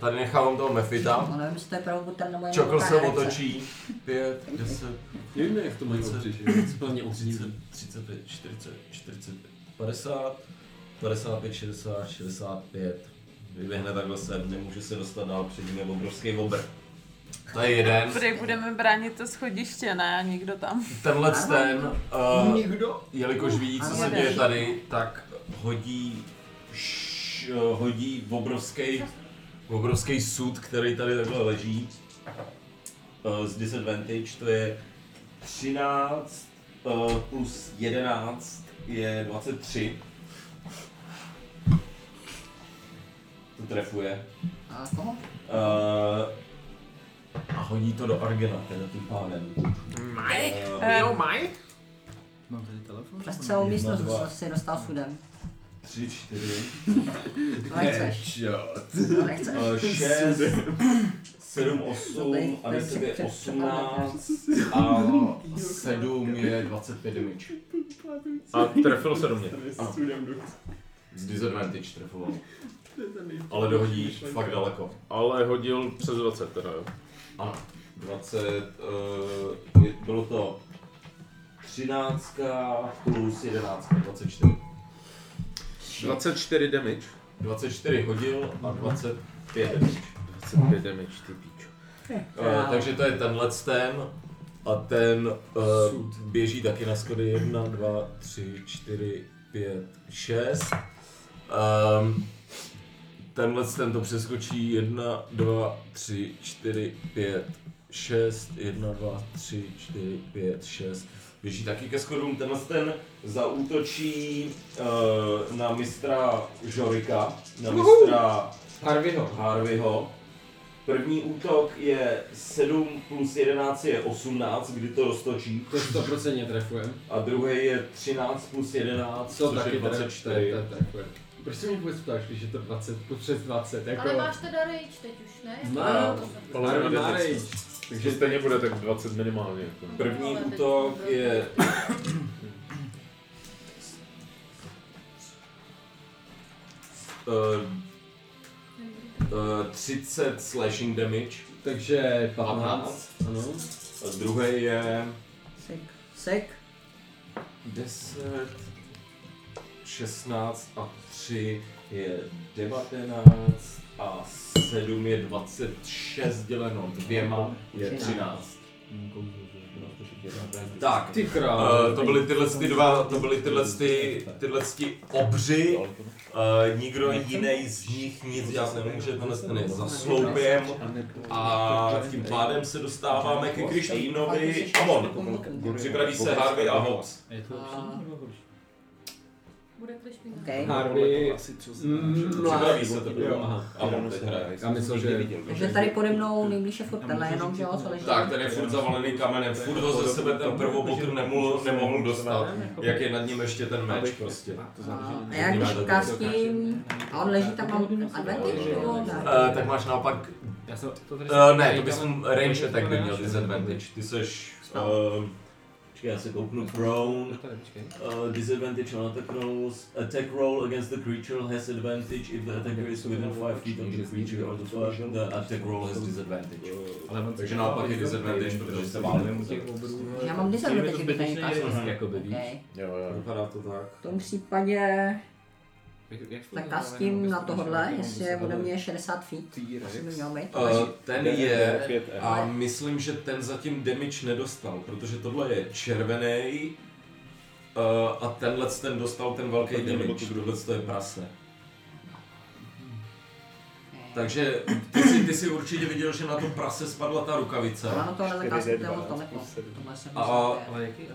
tady nechávám toho Mefita. No, nevím, jestli to je pravou ten nebo Čokl nějaká se erekce. otočí. 5, 10, Nevím, jak to mají obřešit. Hlavně obřízí. 30, 35, 40, 40, 50, 55, 60, 65. Vyběhne takhle sem, nemůže se dostat dál, před ním je obrovský obr. To je jeden. Tady budeme bránit to schodiště, ne? A nikdo tam. Tenhle ten, uh, Nikdo? jelikož vidí, co se Ano. děje tady, tak hodí, š, eh, hodí obrovský, obrovský sud, který tady takhle leží. Uh, z disadvantage to je 13 uh, plus 11 je 23. To trefuje. A koho? Uh, a hodí to do Argena, teda tím pádem. Eh, Maj? Mám tady telefon? Přes celou Jedna, místnost dva. se dostal sudem. Tři, čtyři. Ale chceš. Ale No, nechceš. Eh, Šest, sedm, osm a deset je osmnáct a sedm je dvacet pět damage. A trefil se do mě. Ano. Z disadvantage trefoval. Ale dohodí fakt daleko. Ale hodil přes 20 teda jo. Ano. 20, uh, bylo to 13 plus 11, 24. 24 damage. 24 hodil a 25 damage. 25 damage, ty píčo. Eh, takže to je tenhle ten a ten uh, běží taky na schody 1, 2, 3, 4, 5, 6. Um, tenhle ten to přeskočí 1, 2, 3, 4, 5, 6, 1, 2, 3, 4, 5, 6. Běží taky ke schodům, tenhle ten zaútočí uh, na mistra Žorika, na mistra Harveyho. Harveyho. První útok je 7 plus 11 je 18, kdy to roztočí. To 100% trefuje. A druhý je 13 plus 11, To což taky je teda 24. to- to- to trefuje. Proč se mě vůbec ptáš, když je to 20, po přes 20, jako... Ale máš teda rage teď už, ne? Má, Ale ale má rage. Takže stejně bude tak 20 minimálně. Jako. První útok je... Eh, Uh, 30 slashing damage. Takže 15, ano. A druhý je Sek. Sek. 10, 16 a 3 je 19 a 7 je 26 děleno dvěma je 13. Tak, Ty eh, to byly tyhle ty dva, to byly tyhle ty, tyhle ty obři, eh, nikdo jiný z nich nic dělat nemůže, tenhle ten je za sloupem a tím pádem se dostáváme ke Krištýnovi a on. Připraví se Harvey a Hobbs. Je to lepší nebo horší? Bude klišpinka. Okay. Harvey, Připraví se to. Jo, aha. A on teď hraje. Já myslel, že... Takže tady pode mnou nejblíž je furt tenhle, jenom, že jo, co leží. Tak, ten je furt zavalený kamenem, furt ho ze sebe ten prvobotr nemohl, nemohl dostat, jak je nad ním ještě ten meč prostě. A já když kastím, a on leží tam, mám advantage, nebo ne? Eh, tak máš naopak... Já jsem to tady... Eh, ne, to bys mu range attack by měl disadvantage. Ty seš... eh, Počkej, já si kouknu prone. Uh, disadvantage on attack rolls. Attack roll against the creature has advantage if the attacker is within 5 feet of the creature or the, the attack roll has disadvantage. Takže naopak je disadvantage, protože se válím. Já mám disadvantage, Je to kdybych na něj zbytečný kastil. jeden, jakoby, víš? Okay. Jo, jo. Vypadá to tak. V tom případě Jak- jak to tak znamená, kastím jenom na bez tohle, toho, jestli je ode mě 60 feet, asi by mělo být. Uh, ten je a myslím, že ten zatím damage nedostal, protože tohle je červený uh, a tenhle ten dostal ten velký damage, tohle to je prase. Takže ty jsi, ty jsi určitě viděl, že na to prase spadla ta rukavice. Já na tohle zakastitelnou telefon. Tohle jsem A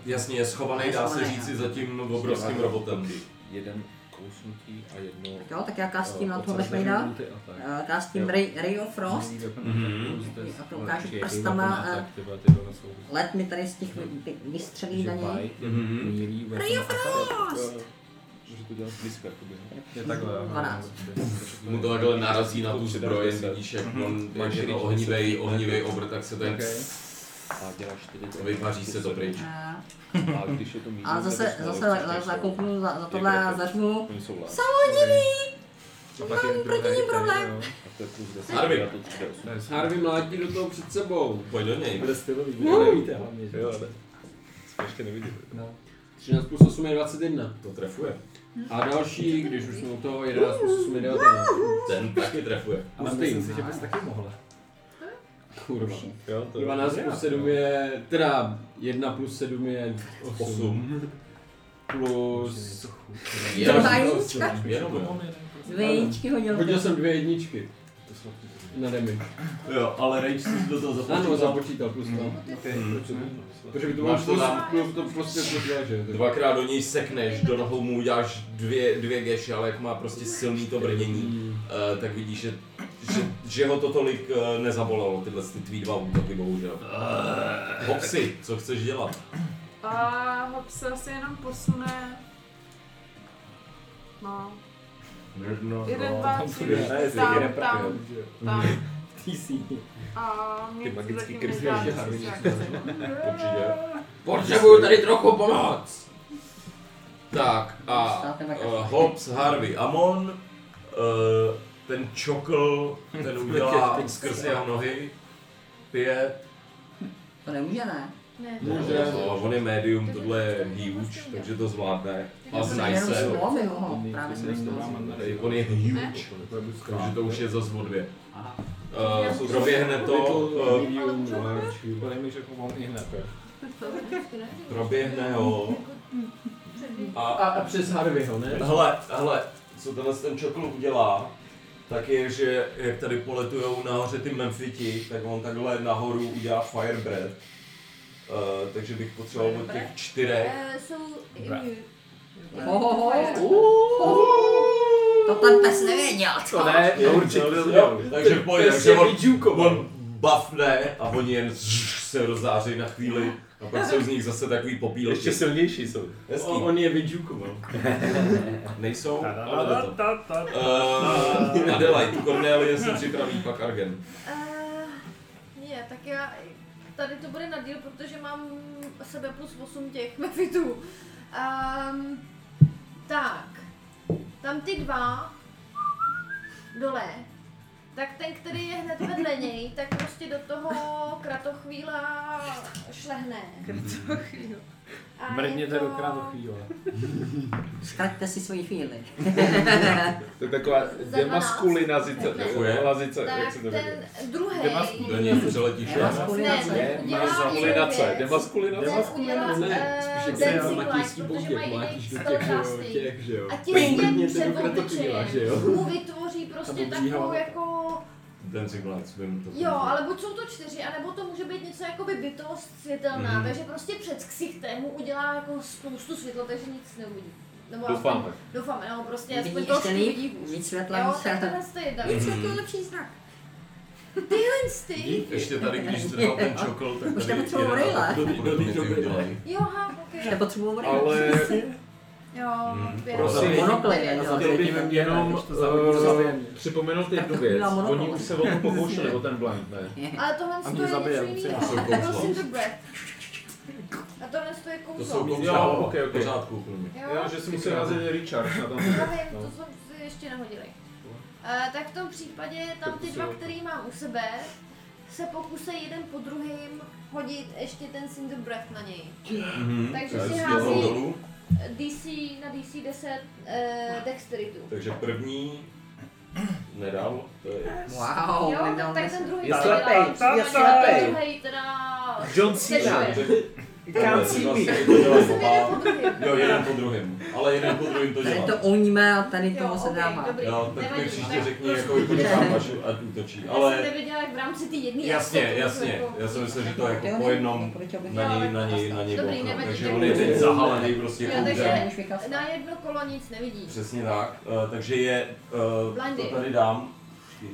jasně, je schovaný, dá se říci, za tím obrovským robotem. Jeden kousnutí a jedno... Jo, tak já kastím eh, na toho podsazený Meshmada. lůty a tak. Kastím Jo. Ray, Ray of Frost. Mhm. A no, to ukážu prstama. eh, Let mi tady z těch vy- vy- vystřelí na něj. Mhm. Ray of Frost! Může to dělat blízko, jakoby. Je takhle, aha. 12. Mu to takhle narazí na tu zbroj, vidíš, jak on Máš máš je to rytíř, ohnivej, deset. ohnivej obr, tak se ten... Okay. A děláš čtyři- Vypaří se to pryč. A- A když je to jako míň, Eh, A zase, tak zase to za- jsou- za- zakouknu za, za Jak tohle a je to? zařvu. Oni jsou vládní. Samodivý! A pak je Mám proti druhý ním tady, problém. jo. A to je plus deset, Harvey. já to tři dá osm. Harvey mládí do toho před sebou. Pojď do něj. Bude stylový, vy No. to nevíte hlavně. že? Jo, ne. Jsme ještě neviděli. No. 13 plus 8 je 21. To trefuje. A další, když už jsme u toho, 11 plus 8 je 19. Ten taky trefuje. Ale myslím si, že bys No, taky mohla. Kurva. Jo, to je 12 plus 7 je, teda 1 plus 7 je 8. Plus... Jenom Další jednička? osm. Jenom, no, jo. osm. Dvě jedničky hodil. Hodil jsem dvě jedničky. Na demi. Jo, ale Rage jsi do toho započítal. Mhm. Ano, započítal plus tam. Protože by to bylo Máš to plus, za- plus, to prostě to dělá, že? jo? Dvakrát do něj sekneš, do nohou mu uděláš dvě, dvě geši, ale jak má prostě silný to brnění, eh, tak vidíš, že, že, že ho to tolik eh, nezabolelo, tyhle ty tvý dva útoky, bohužel. Hopsy, co chceš dělat? A Hopsa se jenom posune. No. Jeden, dva, tři, tam, tam, tam. A mě Ty magický zatím krysy nezdá, ještě že Harvey se nezná. Určitě. Potřebuju tady trochu pomoc! Tak a uh, Hobbs, Harvey, Amon, uh, ten čokl, ten udělá skrz jeho nohy, pět, To nemůže, ne? é? Může. On je médium, tohle je huge, takže to zvládne. A To je znají jenom se. zlomy, no, právě jsem On je huge, takže to už je zas o dvě. Uh, proběhne to, eh, eh, proběhne ho a, a přes Harveyho, ne? Hele, hele, co tenhle ten čokl udělá, tak je, že jak tady poletujou nahoře ty Memphiti, tak on takhle nahoru udělá Firebread. Uh, takže bych potřeboval od těch čtyřech. Eh, Jsou Bra. immune. Ohoho. To ten pes nevěděl. co? Jo, jo, Takže Ten pojď, pes takže je on, on buffne a oni jen zž- se rozzáří na chvíli a pak jsou z nich zase takový popílky. Ještě silnější jsou. Hezký. On je vydžukoval. Nejsou, Ta, ta, ale jde ta, ta, to. ta, ta. Uh, Adelaide, Cornelie se připraví, pak Argen. Eh, Je, tak já, tady to bude na díl, protože mám sebe plus 8 těch mefitů. Um, tak, tam ty dva dole, tak ten, který je hned vedle něj, tak prostě do toho kratochvíla šlehne. Kratochvíla. Mrkněte do králochvíle. Zkraťte si svoji chvíli. To je taková demaskulinazice. Trefuje. Lazice, jak Tak se to jmenuje? ten druhý. Demaskulinace. Do něj přiletíš. Demaskulinace. Ne, Dělá demaskulinace. věc. Demaskulinace. Udělá vlastně Ne, spíš eh, jak se dělá dancing matířský light, protože bouděk, mají mlátíš do jiný těch, jo, spellcasting. těch, že jo. A těsně Ping! před Jdete do obličejem kratochvíla, že jo. mu vytvoří prostě Nebo bíhá. takovou jako... Dancing Lights, vím to. Jo, ale buď jsou to čtyři, anebo to může být něco jako by bytost světelná, Mhm. takže prostě před ksichtem mu udělá jako spoustu světla, takže nic neuvidí. Nebo Doufáme. aspoň- Doufáme, no, prostě Vidí aspoň to ještě líp, vidí hůř. víc světla Jo, než tak se- tohle to je jedna. Víc Mhm. světla je lepší znak. Tyhle ty. Ještě tady, když strhal ten čokol, tak Už tady nepotřebuju jeden brýle. takový oportunity udělají. Jo, ha, ok. Nepotřebuju brýle. Ale- Jo, Mhm. dvě. Prosím, Monokly, chtěl jo. bych jenom zabiju, zabije eh, připomenout jednu věc. Měla monokol. Oni už se o to pokoušeli, o ten blind, ne? Ale tohle A mě to je zabije, něco já jiného. jsem A byl kouzlo. jsem the breath. A tohle to je kouzlo. To jsou kouzla, Jo, jo, ok, ok. v pořádku. Mm. Jo. Jo, že si musel házet Richard na tom. Já vím, No. to jsem si ještě nehodili. E, tak v tom případě tam ty dva, který mám u sebe, se pokusí jeden po druhým hodit ještě ten Cinder Breath na něj. Mhm. Takže Já si si hází dělám dolů. DC na DC 10 eh, Dexteritu. Takže první nedal, to je... Wow, jo, nedal tak deset. ten druhý Je si slepej, dělá- je ten slepej. druhý teda... John Cena. sešuje. Tohle see vlastně me. to dělá oba. po druhém. Jo, jeden po druhém. Ale jeden po druhém to Tady dělá. to ouníme a tady toho se dává. Jo, tak mi nevadí, příště tak řekni, jako počkám, až ať útočí. Ale... Já jsem Ale nevěděla, jak v rámci ty jedné jasně, akce to jasně. jako- Já jsem myslel, že to je Jo, jako ne, po jednom proč abych- na něj, na něj, na něj Dobrý, bouchnu. nevadí, Takže tak on je to- teď zahalený prostě Jo, kouřem. takže na jedno kolo nic nevidí. Přesně tak. Eh, Takže je, eh, Blindy. to tady dám.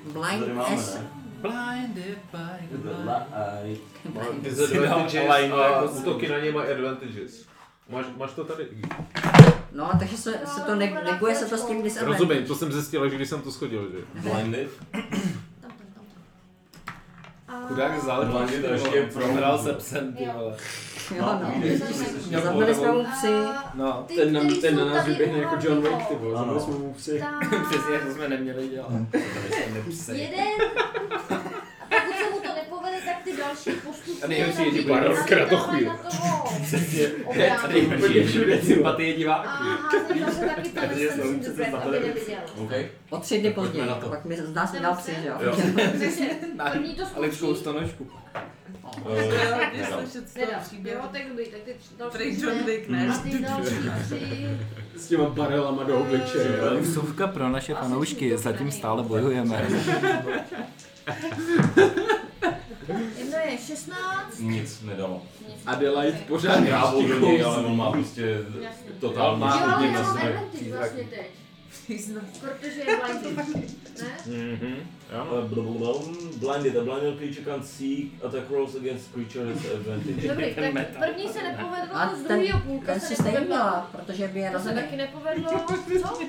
Blind Tady máme, as- ne? Blinded by the The light. light. Disadvantages Line, a jako útoky na něj mají advantages. Máš, máš to tady? No, takže se, se to No, ne, neguje se to s tím disadvantage. Rozumím, to jsem zjistil, že když jsem to schodil, že? Blinded? Chudák vzal Blinded ty No, to ještě vole, je pro- Hrál se psem, ty vole. Jo, no. Měl Zabili jsme mu pohodu. psy. No. Ten, na, ten na nás vyběhne jako John Wick, ty vole, zabili jsme mu psy. Přesně, to jsme neměli dělat. Jeden. A pokud se mu to nepovede, tak ty další postupně. A nejhorší je, že nabídnou bude a rozkrat vydávají o chvíli. na toho Tady úplně všude sympatie diváků. Aha, jsem zase taky ten Protože jsem jsou si přece vůbec zapadají. aby neviděl. Okay. O tři dny pojďme později, na to. pak mi zdá se dal psy, že jo? Jo. První to Ale zkusí. v stanožku. Nedá. Jo, tak dobrý, tak ty další Prej tři John ne. Wick, ne? A ty další tři. S těma barelama do obličeje. Sovka pro naše fanoušky, zatím stále bojujeme. Eh, Jedno je 16. Nic nedalo. Adelaide pořád Já ještě do něj, ale kouzlí. on má prostě Jasně. totální Jo, ale škodní já na mám sebe. advantage vlastně teď. Protože je blinded. Ne? Hmm. Mhm. Blinded, a blinded creature can see attack rolls against creature has advantage. Dobrý, tak první se nepovedlo, A z ten, druhého půlka ten se si stejně nepovedlo. měla, protože by je To se rozhodl. taky nepovedlo, co?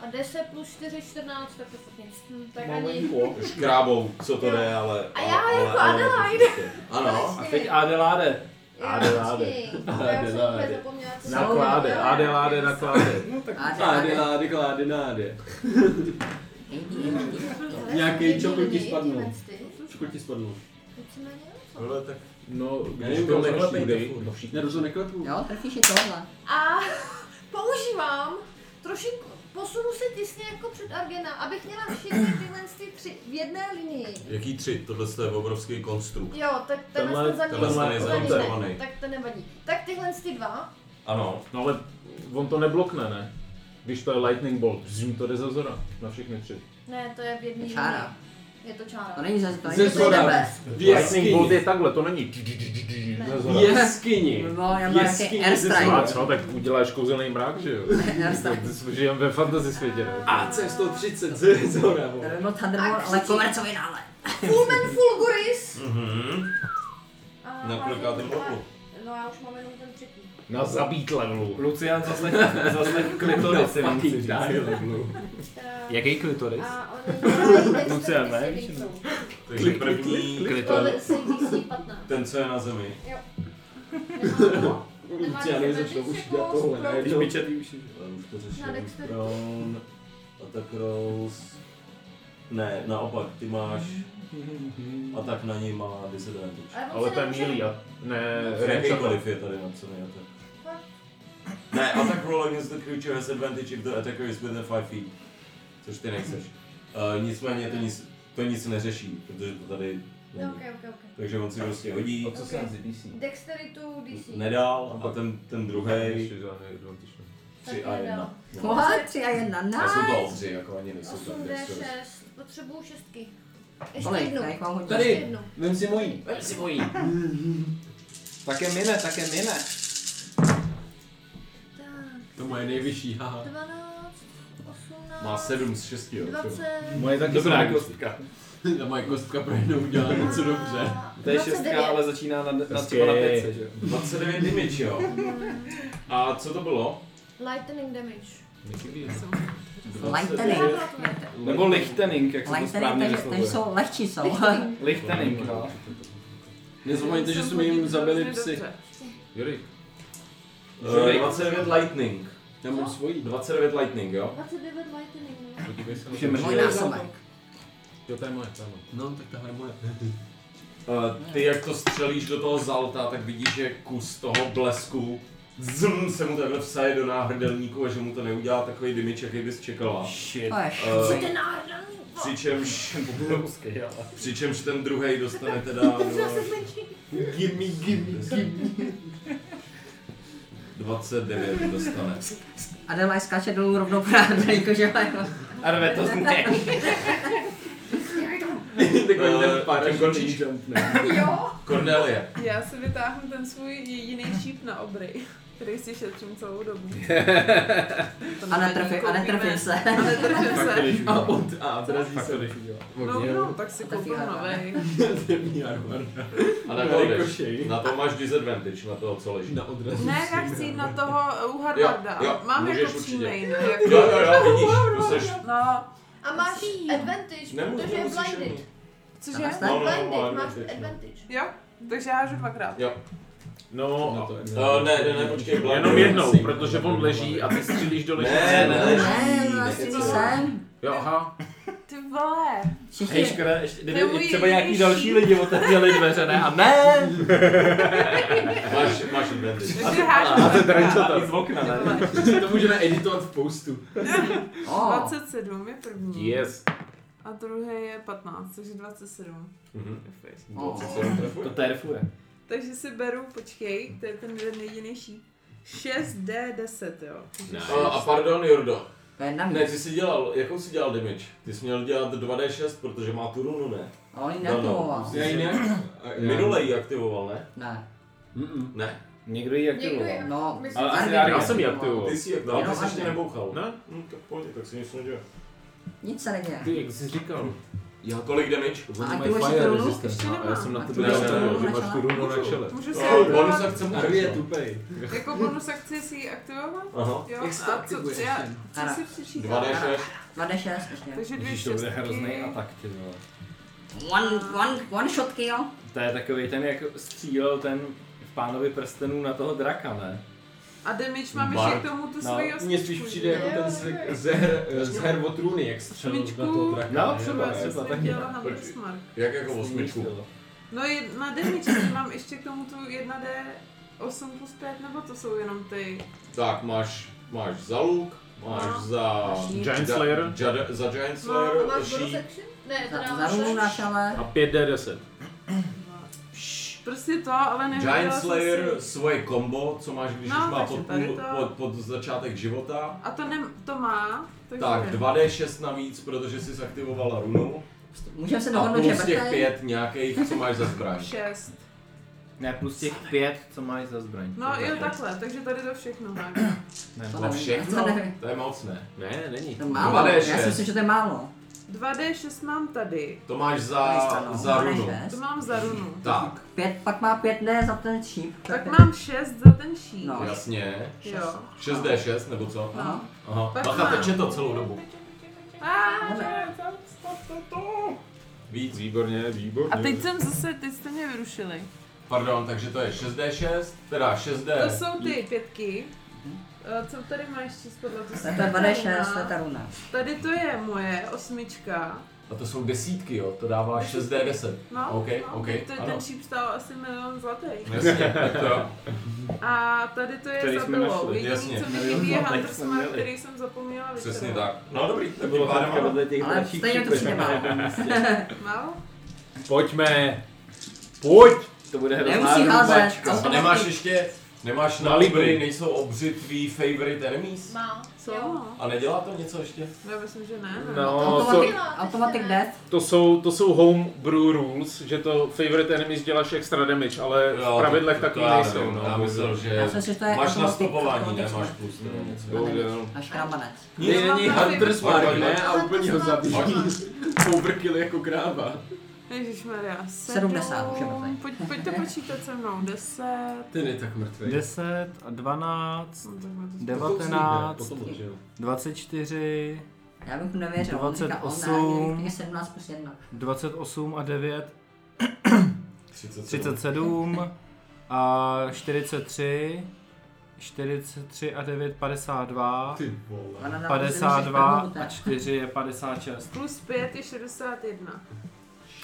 A 10 plus 4, 14, tak to fakt nic. Hm, tak ani... Škrábou, co to jde, ale... A já ale- jako ale- prostě. Adelaide. No, Ano. A teď Adeláde. Adeláde. Já jsem úplně zapomněla, co Nakláde, Adeláde nakláde. Adeláde, kláde, náde. Prostě Nějaký čokol ti spadnul. Čokol ti spadnul. Hele, tak... No, Já když nevím, to kam se neklepej, šídej. ne, rozum neklepu. Jo, trefíš i tohle. A používám trošinku, posunu se těsně jako před Argena, abych měla všechny tyhle ty tři v jedné linii. Jaký tři? Tohle je obrovský konstrukt. Jo, tak tenhle, Tenhle- ten za tenhle ní je za ní zamontovaný. ne, tak ten nevadí. Tak tyhle ty dva, Ano. No ale on to neblokne, ne? Když to je lightning bolt, zjím to jde ze zora na všechny tři. ne, to je v jedné Je čára. linii. Je to čára. To není ze to není Ze z zhora. nebe. Lightning bolt je takhle, to není. ze zora. No V jeskyni. No, já mám V nějaký jeskyni ze airstrike. zora. A co, tak uděláš kouzelný mrák, že jo? Žijeme ve fantasy světě, ne? AC 130 ze zora. vole. To by byl Thunderbolt, ale komercový nále. Fulmen Fulguris! Mhm. A Na kolikátém házím- roku? No já už mám jenom ten třetí. Na zabít levelu. Lucian zaslech, zaslech klitoris, jsem musí říct. Jaký klitoris? A oni Lucian, ne, víš, víš? Takže první, Klitoris. CDC 15. ten, co je na zemi. Jo. Luciane začnou už dělat tohle, ne? Když mi četí uši. Ale už to řeším. Na dexteritu. Brown, attack rolls. Ne, naopak, ty máš. A tak na něj má disadvantage. Ale on Ale se to je nemůže- mílý a ne Jakýkoliv je tady napsaný attack. Ne, attack roll against the creature has advantage if the attacker is within 5 feet. Což ty nechceš. Uh, nicméně to nic, to nic neřeší, protože to tady No, není. ok, ok, ok. Takže on si prostě hodí, co se hází, Dexteritu DC. nedál a ten, ten druhý Tak 3 a nedal. 1. Oha, tři a jedna, Já jsem to nice. obři, jako ani nejsou tak 8D6, potřebuju šestky. Ještě Kolik, jednu. ne, jak mám hodit? Ještě jednu. Vem si mojí. Vem si mojí. Také mine, také mine. Tak, To moje nejvyšší, haha. 12, 18, Má 7 z 6, jo. 20. Moje taky Dobrá Dobrá kostka. Ta moje kostka pro jednou udělá něco dobře. To je 29. šestka, ale začíná na, na třeba na pětce, že jo? 29 damage, jo. A co to bylo? Lightning damage. Lightning. Nebo lichtening, jak se to správně Lightning, takže vyslovuje. jsou lehčí jsou. Lichtening, no. Nezapomeňte, že jsme jim zabili psy. Jury. Jury. 29 lightning. Já mám svojí. 29 lightning, jo. 29 lightning. no. Podívej se Už je mrtvý. Dvojnásobek. Jo, to je moje, to je moje. No, tak tahle je moje. Uh, ty jak to střelíš do toho zalta, tak vidíš, že kus toho blesku zm, se mu takhle vsaje do náhrdelníku a že mu to neudělá takový dimič, jaký bys čekala. To je Eh, špatný. Ten Arden, Přičemž, přičemž ten druhý dostane teda no, do Gimme, gimme, gimme. 29 dostane. Adela skáče dolů rovnou po rádle, jakože jako... Adele, to zní. Eh, Takový ten Tím končíš. Jo. Cornelie. Já si vytáhnu ten svůj jediný šíp na obry, který si šetřím celou dobu. To A na ní netrfím, a koupíme. netrfím se. A netrfím se. A od a odrazí se. No, no, tak si koupím novej. A na No. to jdeš. Na to máš disadvantage, na toho, co leží. Na odrazu. Ne, já chci jít na toho uh, u Harvarda. Jo, jo, Mám můžeš jako určitě. příjmej, ne? Jo, jo, jo, vidíš, to seš... No, A máš advantage, Nemusíš, protože je nemusíš blinded. ani. cože? No, no, no, má Blinded, máš advantage, no. advantage. Jo, takže já hážu dvakrát. Jo. No, Na to- eh, ne, ne, ne, počkej, Blaine. Jenom jednou, protože on leží a ty střílíš do ležícího. Ne, ne, ne. Ne, vlastně to jsem. Jo, aha. Ty vole. Všichni- škoda, ještě, To je můj jediný šíp. lidi otevřeli dveře, ne? A ne! Máš, máš advantage. Takže hážu to je drančata. z okna, ne? To můžeme editovat v postu. A. 27 je první. Yes. A druhý je 15, takže 27. Mhm. To terfuje. Takže si beru, počkej, to je ten jeden jediný šíp. 6D10, jo. Eh, A, a pardon, Jordo. To je na mě. Ne, ty jsi dělal, jakou jsi dělal damage? Ty jsi měl dělat 2D6, protože má tu runu, ne? A on ji No, no. neaktivoval. Já Hm. ji ne- Minule ji aktivoval, ne? Ne. Ne. Někdo ji aktivoval. No, Ale asi Armin já- ji já jsem ji aktivoval. aktivoval. Ty jsi ji aktivoval, Jenom ty jsi ještě Armin. nebouchal. Ne? Hm, tak pojď, tak si nic neděje. Nic se neděje. Ty, jak jsi říkal. Já kolik damage? A aktivuješ si tu runu? No, A já jsem na to Ty máš tu runu dostal, že na máš tu čele? runu na čele. Můžu si No, aktivovat- bonus akce můžeš, Arvi je no. tupej. Jako bonus akci si ji aktivovat? Aha. Jo, Jak si to a co, aktivuješ co, já, ten? co Ano. si přičítám? 2D6. 2D6 ještě. Takže dvě Ježíš, to bude hrozný šestky. atak, ty vole. One, one, one shot kill. To je takový ten, jak střílel ten v pánovi prstenů na toho draka, ne? A damage mám Bar- ještě k tomu tu no, svoji Mně spíš osmičku, přijde že? jako ten z, z, her, Eh, z her od Runy, jak střelil na toho Osmičku. draka. No, ne? třeba, Ale- třeba, jsem taky. dělala na Počkej. Bismarck. Jak jako osmičku? No je, na damage mám ještě k tomu tu 1D 8 plus 5, nebo to jsou jenom ty? Tak máš, máš za luk, máš za... Giant Giant Slayer. Jada- za Giant No, Slayer, máš bonus ší, action? Ne, to Za- Za dáváš. runu na čele. A 5D10. Prostě to, ale nevěděla Giant jsem Slayer si. svoje kombo, co máš, když No, už má takže pod, tady půl, to- pod, pod začátek života. A to, ne, to má, takže... Tak 2D6 navíc, protože jsi zaktivovala runu. Můžeme se A dohodnout, že plus těch vrtej. pět nějakých, co máš za zbraň. 6. Ne, plus těch pět, co máš za zbraň. No jo, takhle, takže tady to všechno. tak. Ne, To Na nevím, všechno? To nevím. To je moc, ne? Ne, není. To je málo, Dva D já šest. si myslím, že to je málo. 2D6 mám tady. To máš Nejste, za, no. za Dva D runu. šest. To mám za runu. Tak, Pět, pak má 5D za ten šíp. To je Tak pět. mám 6 za ten šíp. No. jasně. Jo. 6D6 nebo co? No. Aha, Tak bacha, mám. teče to celou dobu. Ah, Víc. Výborně, výborně. A teď jsem zase, teď jste mě vyrušili. Pardon, takže to je 6D6, teda 6D. To jsou ty pětky. Eh, Co tady máš číst podle to To je 2D6, to je ta runa. Tady to je moje osmička. A to jsou desítky, jo, to dává 6D10. No, OK, no OK, teď to, ano. ten šíp stál asi milion zlatých. Jasně, tak to jo. A tady to je Který za jsme druhou. našli. Jasně, Jediný, co mi milion chybí, je zlatých Hunter's jsme Mark, měli. který jsem zapomněla Přesně vyčerpat. tak. No dobrý, tak Bylo tím pádem ano. vedle těch Ale dalších stejně to šípek. přijde málo. Málo? Pojďme. Pojď. To bude hrozná Nemusí házet. rubačka. A nemáš ještě, nemáš na Na libry. libry, nejsou obři tvý favorite enemies? Má. Co? Jo. A nedělá to něco ještě? Já myslím, že ne. ne. No, to, Automatic, automatic death. to, jsou, to jsou home brew rules, že to favorite enemies děláš extra damage, ale v pravidlech to- to takový já nejsou. nevím, No, Já myslel, že Já si myslím, že to je máš automatic- nastupování, ne? automatic Máš smrt. plus nebo něco. Bohužel. A škrabanec. Ne, Já mám není právě- Hunter's Mark, Pojď, ne? A pojď. úplně ho zabijí. Overkill jako kráva. Ježišmarja, 70 už je mrtvej. sedm. Pojď, pojďte počítat se mnou. Deset. Ten je tak mrtvý. 10, 12, No, tak máte To Devat- potom Devatenáct. přijde, potom přijde. 24, Já bych mu nevěřil, on říká, on ne, 28. je- je 17 plus 1. 28 a 9, 37. 37 a 43, 43 a 9, 52, Ty vole. Ona nám 52 musí říct, že a 4 je 56. Plus pět je 61.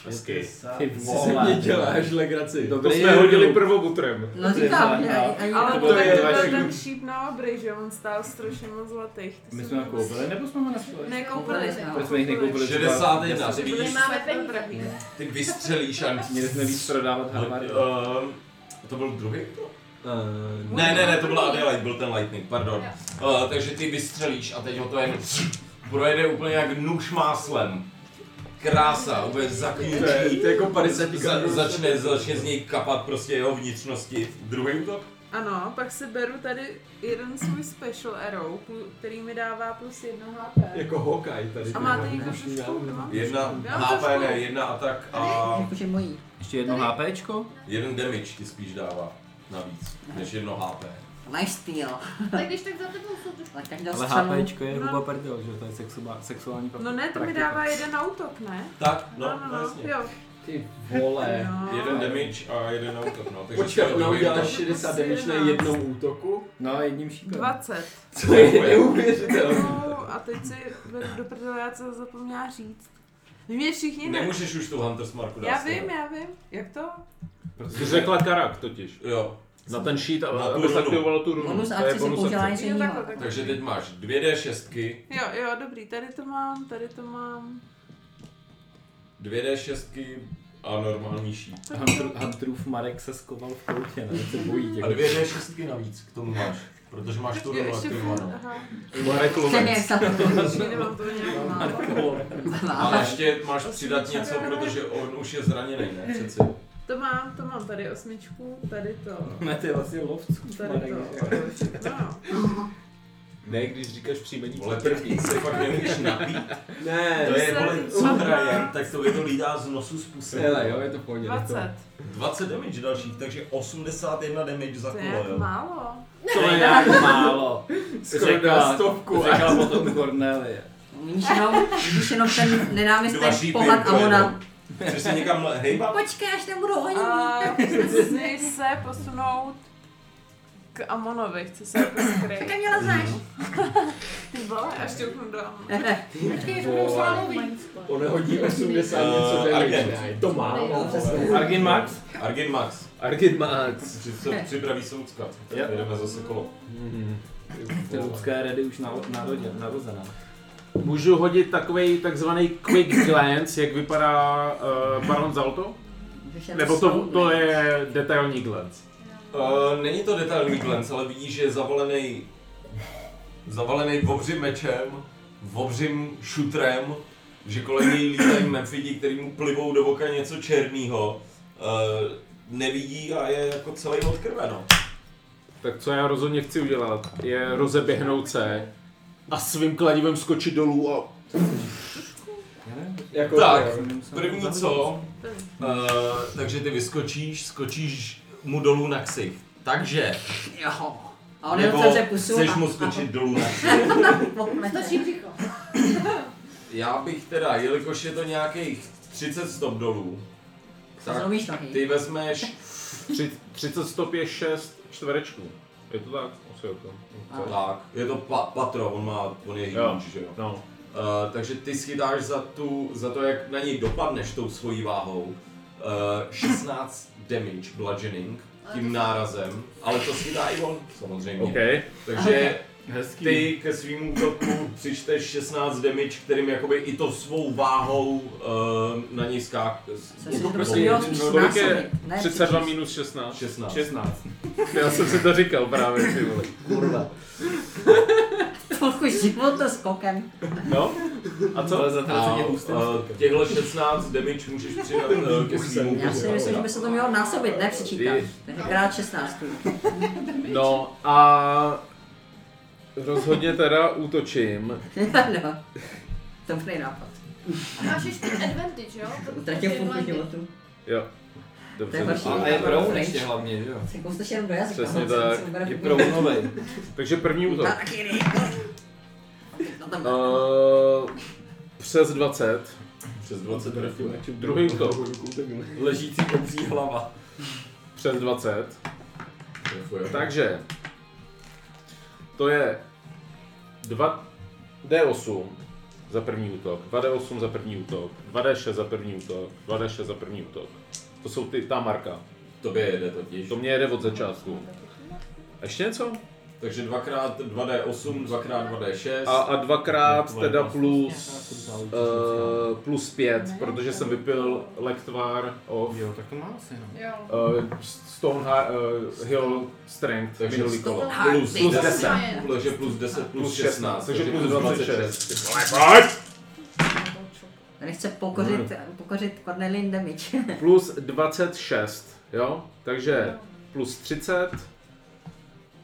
Hezky. Ty Si vole. mě děláš legraci. To jsme hodili prvobutrem. No říkám, že ani- ani- Ale To to, bylo ten, jen to byl vaším. ten šíp na obry, že on stál strašně moc zlatých. To My jsem jsme jako ho vůbec- koupili, nebo jsme ho nespili? Ne, koupili jsme. Proč jsme jich nekoupili? 61, ty Protože vidíš, máme peníze. ty vystřelíš a... Měli jsme víc prodávat Harvard. to byl druhý útok? Uh, Ne, ne, ne, to byla Adelaide, byl ten Lightning, pardon. Uh, takže ty vystřelíš a teď ho to jen projede úplně jak nůž máslem. Krása, úplně zakňučí. To je- to je jako 50 za, začne, začne z něj kapat prostě jeho vnitřnosti. Druhý útok? Ano, pak si beru tady jeden svůj special arrow, pů- který mi dává plus jedno HP. Jako Hawkeye tady. A máte jí trošičku? Jedna HP, ne, jedna atak a Jakože mojí. Ještě jedno HPčko? jeden damage ti spíš dává navíc, než jedno HP. Nice steal. Tak když tak za tebou jsou trošku. Tak každá Ale střelu. HPčko je No. hruba prdel, že to je sexuá- sexuální No ne, to mi dává jeden na útok, ne? Tak, no, no, no, jasně. jo. Ty vole. No. Jeden damage a jeden auto, no. Takže Počkej, ona druhý udělá útok. 60 damage na jednom útoku. No, jedním šípem. 20. To je neuvěřitelné. No, a teď si beru do prdele, já co zapomněla říct. Vy mě všichni ne... Nemůžeš už tu Hunter's Marku dát. Já z toho. vím, já vím. Jak to? Protože- Jsi řekla Karak totiž. Prostě Jo. Na ten sheet, Na ale tu aby runu. aktivoval tu runu. Bonus To je akci si bonus použila akce. něco Jo, jiného. takhle, takhle. Takže teď máš dvě D6, Jo, jo, dobrý, tady to mám, tady to mám. dvě D6 a normální šíp. Hunter- Hunterův Marek se skoval v koutě, ne? Se bojí A dvě D6 navíc k tomu máš, protože máš tu Jo, runu ještě furt, aktivovanou. aha. Marek jako Ten je Lovec. Ještě nemám to nějak málo. Ale ještě máš přidat něco, protože on už je zraněný, ne? Přeci. To mám, to mám tady osmičku, tady to. Ne, to je vlastně lovců. Tady to. No. Ne, když říkáš příjmení. Vole, první se fakt nemůžeš napít. Ne. To je, vole, co hraje, tak to je to lídá z nosu z pusy. Hele, jo, je to v pohodě. 20. 20 damage dalších, takže 81 damage za To je kolo, jak jo. málo. To je nějak málo. Skoro dá stovku. Řekla potom Cornelie. Vidíš jenom, vidíš jenom ten Dva nenávistný šípy, pohled to je Amona. jedno. Chceš se někam hejbat? Počkej, až tam budou honění. A chci s něj se posunout k Amonovi, chci se jako skrýt. Tak měla znáš. Ty vole, až tě uknu do Amona. Ona hodí 80 něco Eh, damage. Argen. To má. No, přesně. Argin Max? Argin Max. Argit Max. Při- se Připraví soudka. Jo. Jdeme zase kolo. Ty Lubské redy už na, narodě, narozená. Můžu hodit takový takzvaný quick glance, jak vypadá uh, Baron Zalto? Můžeš jen Nebo to, soudit. to je detailní glance? Eh, není to detailní glance, ale vidíš, že je zavalený, zavalený obřím mečem, obřím šutrem, že kolem něj lítají mefidi, který mu plivou do oka něco černýho. Eh, nevidí a je jako celý odkrveno. Tak co já rozhodně chci udělat, je rozeběhnout se a svým kladivem skočit dolů a... Jako Tak, to, jo. první co, eh, takže ty vyskočíš, skočíš mu dolů na ksich. Takže, Jo. A on je nebo docela pusu. chceš mu skočit dolů na ksich. Stačí břicho. Já bych teda, jelikož je to nějakých 30 stop dolů, tak Zlomíš nohy. ty vezmeš, Tři, 30 stop je 6 čtverečků. Je to tak? Asi je to. Ano. tak, je to pa, patro, on má, on je Jo. huge, že jo. No. Uh, takže ty schytáš za, tu, za to, jak na něj dopadneš tou svojí váhou, uh, 16 damage bludgeoning tím nárazem, ale to schytá i on, samozřejmě. OK. Takže Hezký. ty ke svým útoku přičteš 16 damage, kterým jakoby i to svou váhou uh, na něj skák... Co útok- si Prostě prostě kolik je násobit, ne 32 přičíst. minus 16? 16. 16. Já jsem si to říkal právě, ty vole. Kurva. Trochu života skokem. No? A co? Ale za 30 je hustý. eh, těchhle 16 damage můžeš přidat eh, ke svým Já si myslím, že by se to mělo násobit, ne přičítat. Ty- Takže krát 16. No a... Rozhodně teda útočím. no. Dobrý nápad. Máš ještě advantage, jo? Utratil půlku životu. Jo. To Dobře. je horší. dobře. A je brown ještě hlavně, že jo? Se kousneš jenom do jazyka. Přesně no, co- tak. co ubere Je půlku. brownovej. Takže první útok. Harakiri. No tam Uh, přes 20. Přes 20 trefil. Jako- Druhý útok. Ležící obří hlava. Přes 20. Trefuje. Takže to je 2 D8 za první útok, 2D8 za první útok, 2D6 za první útok, 2D6 za první útok. To jsou ty, ta marka. Tobě jede totiž. To mě jede od začátku. Ještě něco? Takže dvakrát 2D8, dvakrát 2D6. A, a dvakrát teda plus, uh, plus pět, protože jsem vypil lektvar off. Jo, tak to má asi, no. Uh, Stone ha- uh, Hill Strength, Takže minulý Stone kolo. Hard No, Plus, plus Strength. 10. Takže plus 10, plus 16, Takže takže plus plus 26. 26. Ty vole, pojď! Tady chce pokořit, pokořit Cornelin damage. Plus 26, jo? Takže plus 30.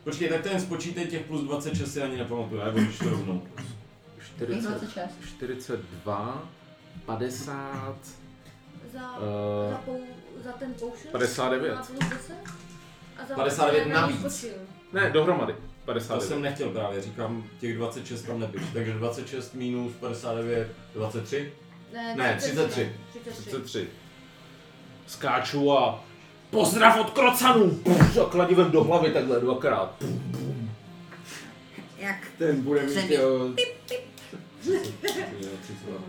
Počkej, tak ten spočítej těch plus 26 si ani nepamatuju, já budu to rovnou. 40, 42, 50, Za, Eh, za, pou, za ten potion? 59. Má plus 10? A za 59 na navíc. potion. Ne, dohromady. 59. To 59. jsem nechtěl právě, říkám, těch 26 tam nepíš. Takže 26 minus 59, 23? Ne, ne 33. 33. 33. Skáču a pozdrav od krocanů! Puf, a kladivem do hlavy takhle dvakrát. Puf, Jak? Ten bude Před- mít, jo,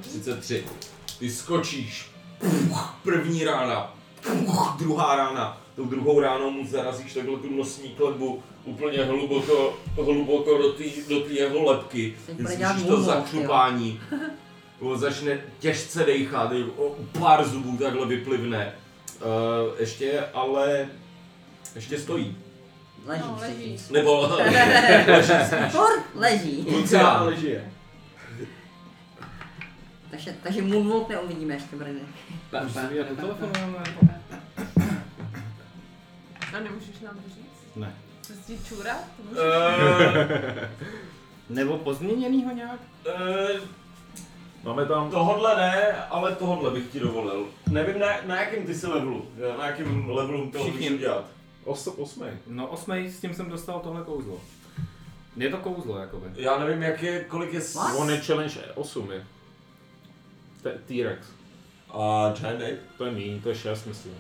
33. Ty skočíš. Puch, první rána. Puch, druhá rána. Tou druhou ránou mu zarazíš takhle tu nosní kletbu úplně hluboko, hluboko do té do tý jeho lepky. Jsem Jen poradila Slyšíš mimo, to zakřupání. On začne těžce dejchat, o pár zubů takhle vyplivne. Uh, ještě ale... Ještě stojí. Leží. No, leží. Nebo leží spíš. Furt leží. Lucián. Takže, takže Moonwalk neuvidíme ještě brdy. A No, nemůžeš nám to říct? Ne. Co jsi čůra? To můžeš? Eh, Nebo pozměněnýho nějak? eh, Máme tam... Tohodle ne, ale tohodle bych ti dovolil. Nevím, na, na jakém ty jsi levelu. eh, Na jakém levelu to Všichni. můžeš udělat. Os, osmej. No osmej, s tím jsem dostal tohle kouzlo. Je to kouzlo, jakoby. Já nevím, jak je, kolik je... s- On je challenge 8, je. T- T-Rex. A Giant Ape? To je míň, to je 6, myslím.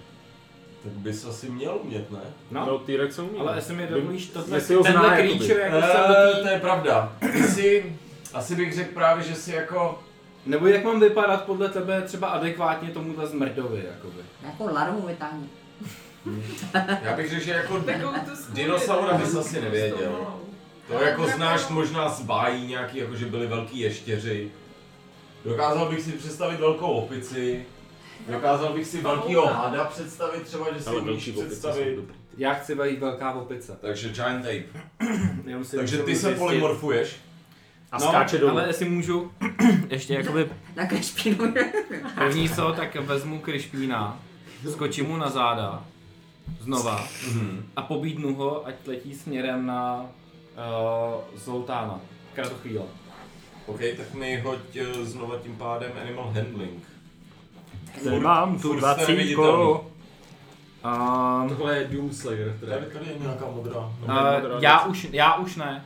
Tak bys asi měl umět, ne? No. no T-Rex umí. Ale no. jestli mi Vy- dovolíš tohle- jestli ho tenhle zná, jakoby. creature, jako Eh, jsem do té- to je pravda. Ty jsi, asi bych řekl právě, že jsi jako... Nebo jak mám vypadat podle tebe třeba adekvátně tomuhle zmrdovi, jakoby. Jakou larvu vytáhne. Já bych řekl, že jako Takovou tu skůli, dinosaura takovou bys tu asi nevěděl. stolnou. To jako znáš možná z bájí nějaký, jako že byli velký ještěři. Dokázal bych si představit velkou opici. Dokázal bych si velkýho hada představit třeba, že si Ale umíš velký opice představit. Já chci být velká opice. Takže Giant Ape. Já musím Takže ty zjistit- se polymorfuješ. A skáče dolů. No, Ale jestli můžu, ještě jakoby Na krešpínu. první co, tak vezmu kryšpína, skočím mu na záda, znova, a pobídnu ho, ať letí směrem na uh, Zoltána. Kratochvíle. OK, tak mi hoď eh, znova tím pádem Animal Handling. Zde mám tu furt jste neviditelný. dvacítku. Um, No, Tohle je Doom Slayer. teda. Tady, tady je nějaká modrá. uh, já, už, já už ne.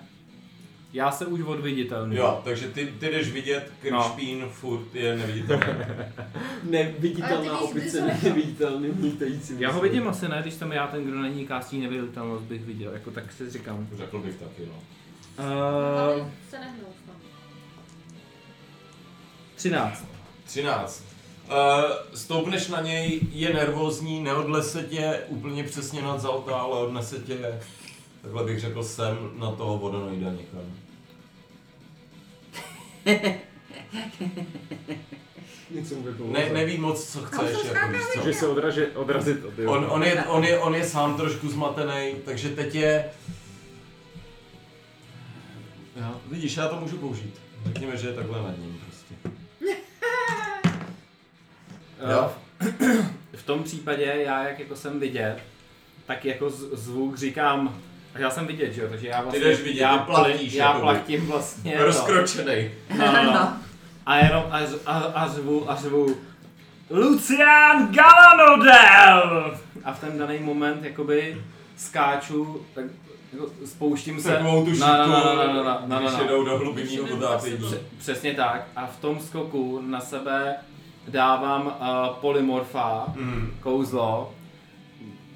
Já se už odviditelný. Jo, takže ty, ty jdeš vidět, Kršpín no. furt je neviditelný. Ale Neviditelná ty víš, kdy opice, se- neviditelný lítající. Já ho vidím asi ne, když tam já ten, kdo není kástí neviditelnost, bych viděl, jako tak si říkám. Řekl bych taky, no. Uh, Ale se nehnou snad. 13. 13. Uh, stoupneš na něj, je nervózní, neodlese tě úplně přesně nad zalta, ale odnese tě, takhle bych řekl, sem na toho vodonoida někam. Něco mu vypadlo. Ne, neví moc, co chceš, jako víš co. Že se odraže, odrazit od jeho. On, on, je, on, je, on je sám trošku zmatený, takže teď je... Jo, vidíš, já to můžu použít. Řekněme, že je takhle nad ním prostě. Jo. Eh, V tom případě já, jak jako jsem vidět, tak jako z- zvuk říkám, já jsem vidět, že jo, takže já vlastně, jdeš vidět, já, ty platíš, já jakoby. platím vlastně. to. Rozkročenej. No, no, no. A jenom a, z- a, a zvu, a zvu Lucian Galanodel! A v ten daný moment jakoby skáču, tak jako spouštím se No, Takovou tu na, na, šipku, na, na, na, na, na, na, když na. jedou do hlubinního potápění. Pře- Přesně tak. A v tom skoku na Hm. sebe dávám uh, polymorfa, Mhm. kouzlo,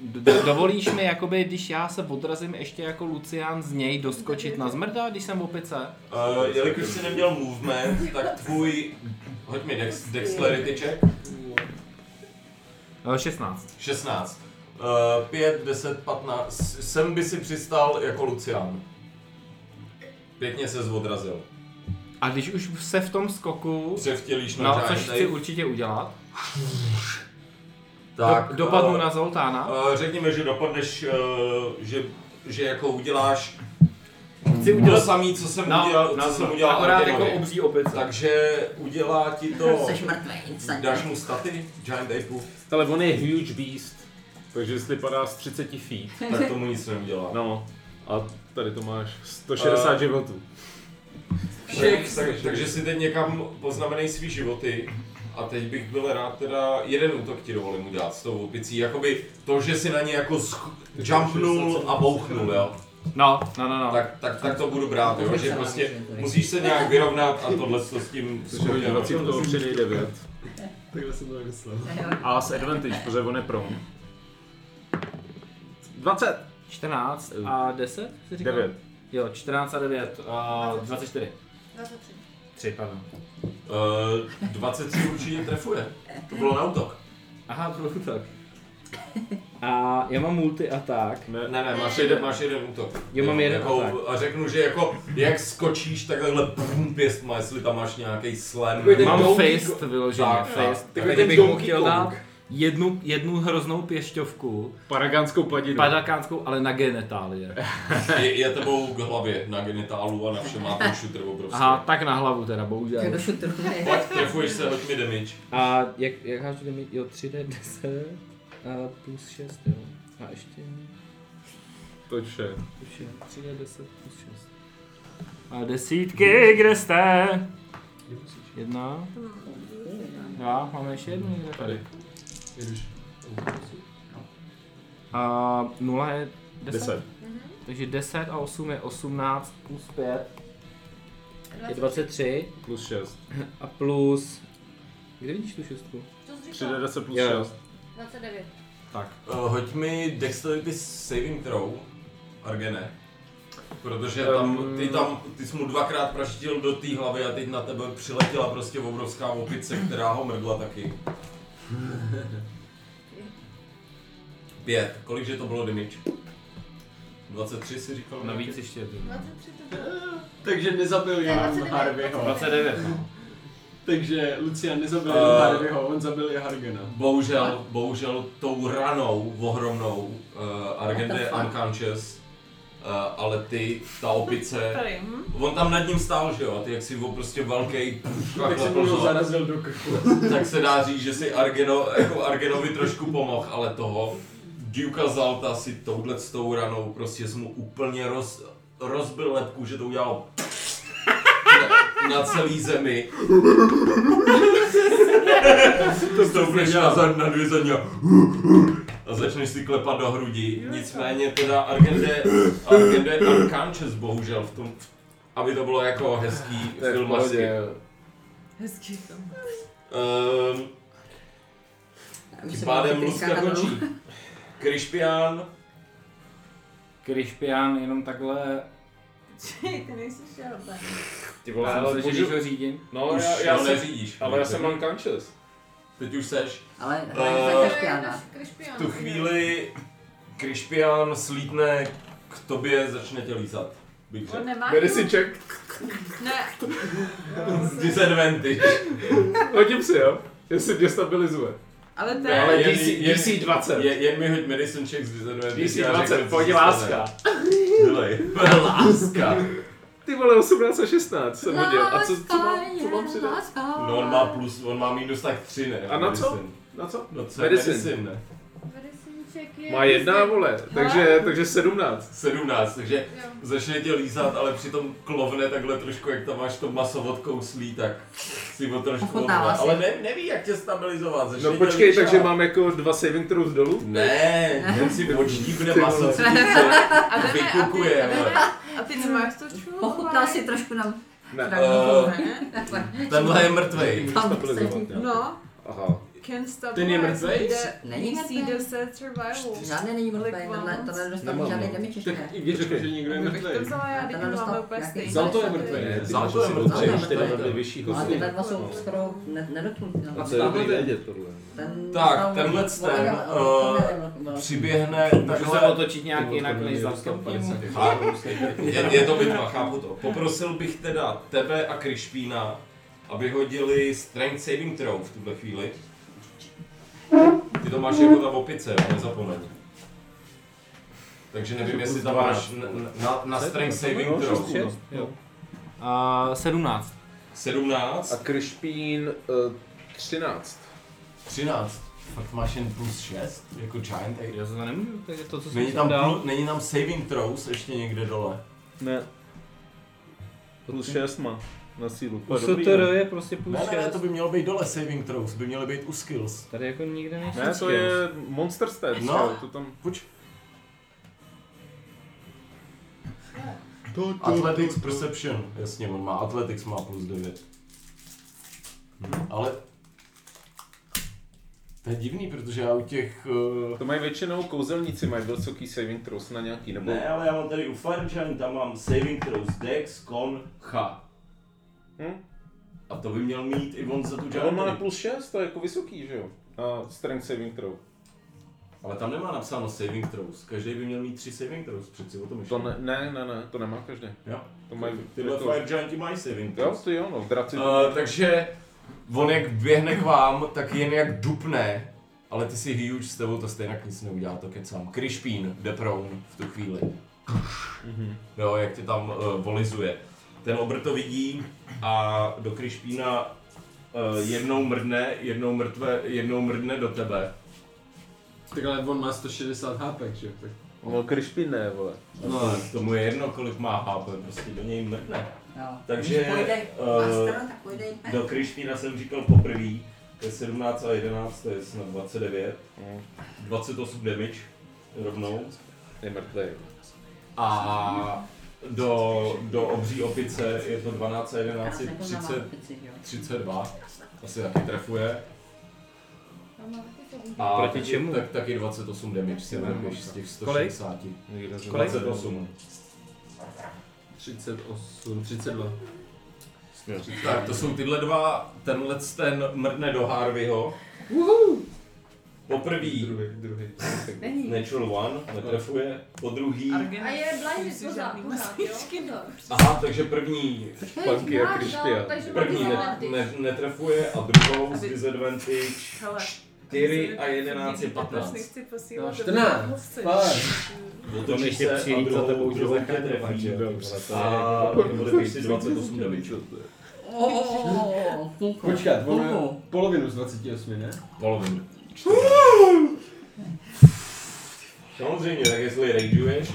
Do- Dovolíš mi, jakoby, když já se odrazím ještě jako Lucián z něj doskočit na zmrda, když jsem v opice? Uh, jelikož jsi neměl movement, tak tvůj... Hoď mi dex, dexterity check. Eh, 16. 16. Uh, 5, 10, 15. Sem by si přistál jako Lucián. Pěkně se odrazil. A když už se v tom skoku... Převtělíš na no, Giant což Ape. chci určitě udělat. Tak, Do, dopadnu eh, na Zoltána. Uh, řekněme, že dopadneš, uh, že, že jako uděláš Chci eh, udělat udělat- samý, co jsem No, udělal, co no, jsem no. udělal Akorát Arkanovi. jako obří opice. Takže udělá ti to... Jseš mrtvej, instant. Dáš mu staty, Giant Apeu, Ale on je huge beast, takže jestli padá z 30 feet, tak tomu nic neudělá. No, a tady to máš 160 Eh, životů. Tak, tak, takže si teď někam poznamenej svý životy. A teď bych byl rád teda, jeden útok ti dovolím udělat s tou opicí, jakoby to, že si na ně jako sch- jumpnul a bouchnul, jo. No, no, no, no. Tak, tak, tak to budu brát, jo, že prostě musíš se nějak vyrovnat a tohle to s tím Což je 20 to 3 9. Takhle jsem to myslel. A s advantage, protože on je prone. 20. 14 a 10? jsi říkal? Devět. Jo, 14 a eh, 9. A 24. 23. 3, pardon. Uh, 23 určitě trefuje. To bylo na útok. Aha, to byl útok. A já mám multi atak. Ne, Ne, ne, máš jeden, máš jeden útok. Jo, mám jeden jako, atak. A řeknu, že jako, jak skočíš, tak takhle pum, pěst má, jestli tam máš nějaký slam. Jako Mám fist vyloženě, Tak, fist. tak. Tak, kdybych mu chtěl dát jednu, jednu hroznou pěšťovku. Paragánskou padinu. Paragánskou, ale na genitálie. Je, je tebou k hlavě, na genitálu a na všem má ten šutr obrovský. Aha, tak na hlavu teda, bohužel. Tak do šutru. Pojď, trefuješ se, hoď mi damage. A jak, jak hážu mi, jo, 3D10 a plus 6, jo. A ještě, To je vše. to je 3D10 plus 6. A desítky, kde jste? Jedna. Dva, máme ještě jednu někde. Tady. A 0 je 10. Deset. Takže 10 a 8 je 18 plus 5 je 23. Plus 6. A plus... Kde vidíš tu šestku? Co jsi říkal? 3D10 plus Jo, jo. 6. 29. Tak. Uh, hoď mi dexterity saving throw, Argene. Protože tam, ty, tam, ty jsi mu dvakrát praštil do té hlavy a teď na tebe přiletěla prostě obrovská opice, která ho mrdla taky. Pět. Kolikže to bylo damage? 23 si říkal? Navíc ještě jeden. 23 to bylo. Takže nezabil jenom 29. Harveyho. 29, no. Takže Lucian nezabil Eh, jenom Harveyho, on zabil i Hargena. Bohužel, bohužel tou ranou ohromnou uh, Argent je unconscious, uh, ale ty, ta opice, Tady, hm? on tam nad ním stál, že jo, a ty jak si ho prostě jako velký pff, Tak takhle jsem mu požil, zarazil do krku. tak se dá říct, že si Argeno, jako Argenovi trošku pomohl, ale toho Duke Zalta si touhle s tou ranou prostě jsi mu úplně roz, rozbil lepku, že to udělal na, na celý zemi. to Stoupneš na, zad, na dvě zadní a- a začneš si klepat do hrudi. Nicméně teda Argende, Argende unconscious bohužel v tom, aby to bylo jako hezký To je v filmařský. pohodě, jo. Hezký to. Ehm, tím se pádem bavit Luska teďka na končí. Krišpián, Krišpián jenom takhle... Čej, ty nejsi šelba. Ty vole, Já ale myslím, můžu- když řídím. No, Už já, já ho jsem, neřídíš. ale já jsem unconscious. teď už seš. Ale Eh, hraje za Krišpiána. v tu chvíli Krišpián slítne k tobě, začne tě lízat. Bych On řekl. nemá Bere si check. No, Ne, Disadvantage. Hodím si, jo? Já se destabilizuje. ale to Ne, je... Ale jen DC mi- jen- 20. Jen, jen mi hoď medicine check z disadvantage. DC já řeknu, 20, co pojď se láska. stane. Dělej. Láska. Ty vole, 18 a 16 jsem hodil. A co, co mám, co mám Láska je přidat? láska. No on má plus, on má minus tak tři, ne? A na co? medicine. Na co? No co medicine. Medicine. medicine, ne? Mediciníček je... Má jedna, vole, takže, takže 17. 17, takže Jo. začne tě lízat, ale přitom klovne takhle trošku, jak tam máš to maso odkouslí, tak si ho trošku Ochutnává odvá. si. Ale ne, neví, jak tě stabilizovat. Začne No tě počkej, lížat. takže mám jako dva saving throws dolů? Ne, ten si odštípne Ty maso, vole. co ti A se jdeme, No, vykukuje. a ty- vole. A ty nemáš to čů? Pochutnal si trošku na... Ne. na- Eh, ne? Takhle. Tenhle je mrtvej. Tam se- No, Aha. can stabilize. Ten je mrtvej? Není Není mrtvej. DC survival. Žádný není mrtvý, Like tenhle, violence. tenhle dostal žádný damage ještě. Tak i když řekl, že nikdo je mrtvý. To vzala já, teď Tenhle máme dostal úplně nějaký- stejný. Zlato je mrtvý. Ne, ty Zlato je máš asi mrtvý. mrtvý. Už ty mrtvý. vedle vyšší Ale hostiny. tyhle dva jsou skoro ne- nedotknutelné. A co je dobrý vědět tohle? Ten Tak, dostal- tenhle ten uh, přiběhne Můžu takhle. se otočit nějak jinak než za Tak, je, je to bitva, chápu to. Poprosil bych teda tebe a Krišpína, aby hodili Strength Saving Throw v tuhle chvíli. Ty to máš jako ta opice, jo, nezapomeň. Takže nevím, jestli tam máš na, na, na Strength Saving Throw. A 17. 17. A Krišpín eh, uh, 13. 13. Fakt máš jen plus 6? Jako Giant Ape? Já to nemůžu, tak je to, co jsem Není sem tam, dal. plu- není tam Saving Throws ještě někde dole. Ne. Plus 6 má na sílu. U To je dobrý, no. STR ne? je prostě plus Ne, ne, ne, šest. to by mělo být dole saving throws, by měly být u skills. Tady jako nikde nejsou Ne, to skills. je Monster Stats, No. jo, to tam... Puč. Athletics Perception, jasně, on má. Athletics má plus 9. Ale... To je divný, protože já u těch... Uh... To mají většinou kouzelníci, mají vysoký saving throws na nějaký, nebo... Ne, ale já mám tady u Fire Giant, tam mám saving throws Dex, Con, Cha. Hm? A to by měl mít i on za tu A on má Giant. plus 6, to je jako vysoký, že jo? A strength saving throw. Ale tam nemá napsáno saving throws, každý by měl mít tři saving throws, přeci o tom ještě. To ne, ne, ne, ne, to nemá každý. Jo. To mají, Tyhle jako- Fire Gianti mají saving Jo, ty jo, no, draci. Uh, takže on jak běhne k vám, tak jen jak dupne, ale ty si huge s tebou to stejně nic neudělá, to kecám. Krišpín jde prone v tu chvíli. Jo, jak tě tam uh, volizuje. Ten obr to vidí a do Krišpína uh, jednou mrdne, jednou, mrtve, jednou mrdne do tebe. Tak ale on má 160 HP, že? jo, Tak. No, Krišpin ne, vole. No, tomu je jedno, kolik má HP, prostě do něj mrdne. Jo. Takže Pojdej, eh, master, tak pojdej. do Krišpína jsem říkal poprvé, to je 17 a 11, to je snad 29. 28 damage rovnou. Je mrtvý. A do, do obří opice je to 12 a 11, je 30, 32. Asi taky trefuje. A Proti taky- čemu? Tak, taky 28 damage si vezmeš z těch Kolik? 160. Kolik? 28. 38, 32. Tak to jsou tyhle dva, tenhle ten mrne do Harveyho. Poprvý. Druhý. Není. Natural one, netrefuje. Po druhý. A je blahý pořád, pořád, jo? Aha, takže první španky a kryšpy a- Takže mám První ne, disadvantage. ne, netrefuje a druhou z disadvantage. Hele, 4 a 11 je já vás 15. nechci vlastně posílat. No, do 14, pomoci. Otočíš se a druhou, druhou tě trefí. A budeš si 28 damage. Oh, půlku. Počkat, on má Půlku. polovinu z 28, ne? Polovinu. Samozřejmě, tak jestli rageuješ.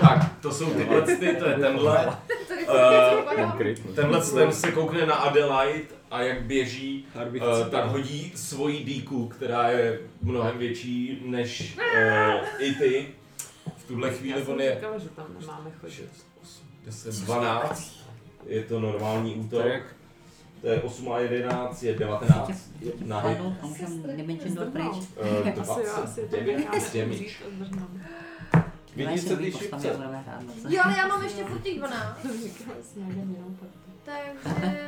Tak, to jsou tyhle, ty, to je tenhle. Eh, tenhle ten se koukne na Adelaide a jak běží, eh, tak hodí svoji díku, která je mnohem větší než eh, i ty. V tuhle chvíli Já jsem on je říkala, že tam nemáme chodit. 10, 12, je to normální útok. To je 8 a 11, je 19 na hit. Pardon, a můžem dimension door pryč. Eh, No, prostě Asi jo, asi to 29 damage. necháme odbrhnout. Vidíš, co ty šipce? Jo, ale já mám ještě furt těch 12. To říkala s nějakým jinou partou. Takže...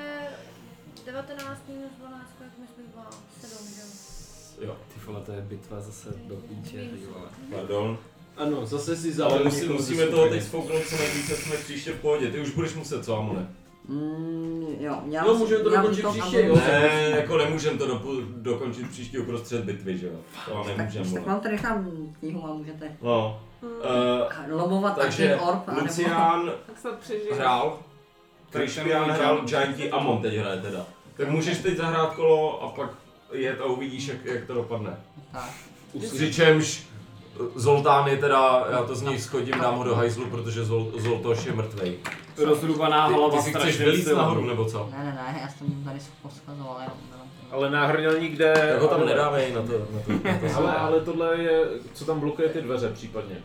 19 minus 12, kolik myslím, 2, 7, že jo? Jo. Ty vole, to je bitva zase do píče, ty vole. Pardon. jako Ano, zase si Ale zavolil. musí, musíme toho teď sfouknout co nejvíce, jsme příště v pohodě. Ty už budeš muset, co Amune? Mm, jo, já No, Jo, musím- můžeme to já dokončit musím- příště, jo? Ne, jako nemůžem to dopu, dokončit příští uprostřed bitvy, že jo? To nemůžem, Tak vole. vám tady nechám knihu a můžete No. Uh, lobovat takže takový orb. anebo- Lucián No, Tak se přežil. hrál, Krišpián hrál, Gianti a Mon teď hraje teda. Tak můžeš teď zahrát kolo a pak jet a uvidíš, jak, jak to dopadne. Tak. Přičemž eh, Zoltán je teda, já to z něj schodím, dám ho do hajzlu, protože Zol, Zoltoš je mrtvej. Rozrubaná Ty- hlava Ty si chceš strašně vylít silou. nahoru, nebo co? Ne, ne, ne, já jsem tady poschazoval, jenom jenom- Ale náhrnil nikde... Tak ho tam nedávej na to. Na to, na to Ale, ale tohle je, co tam blokuje ty dveře případně.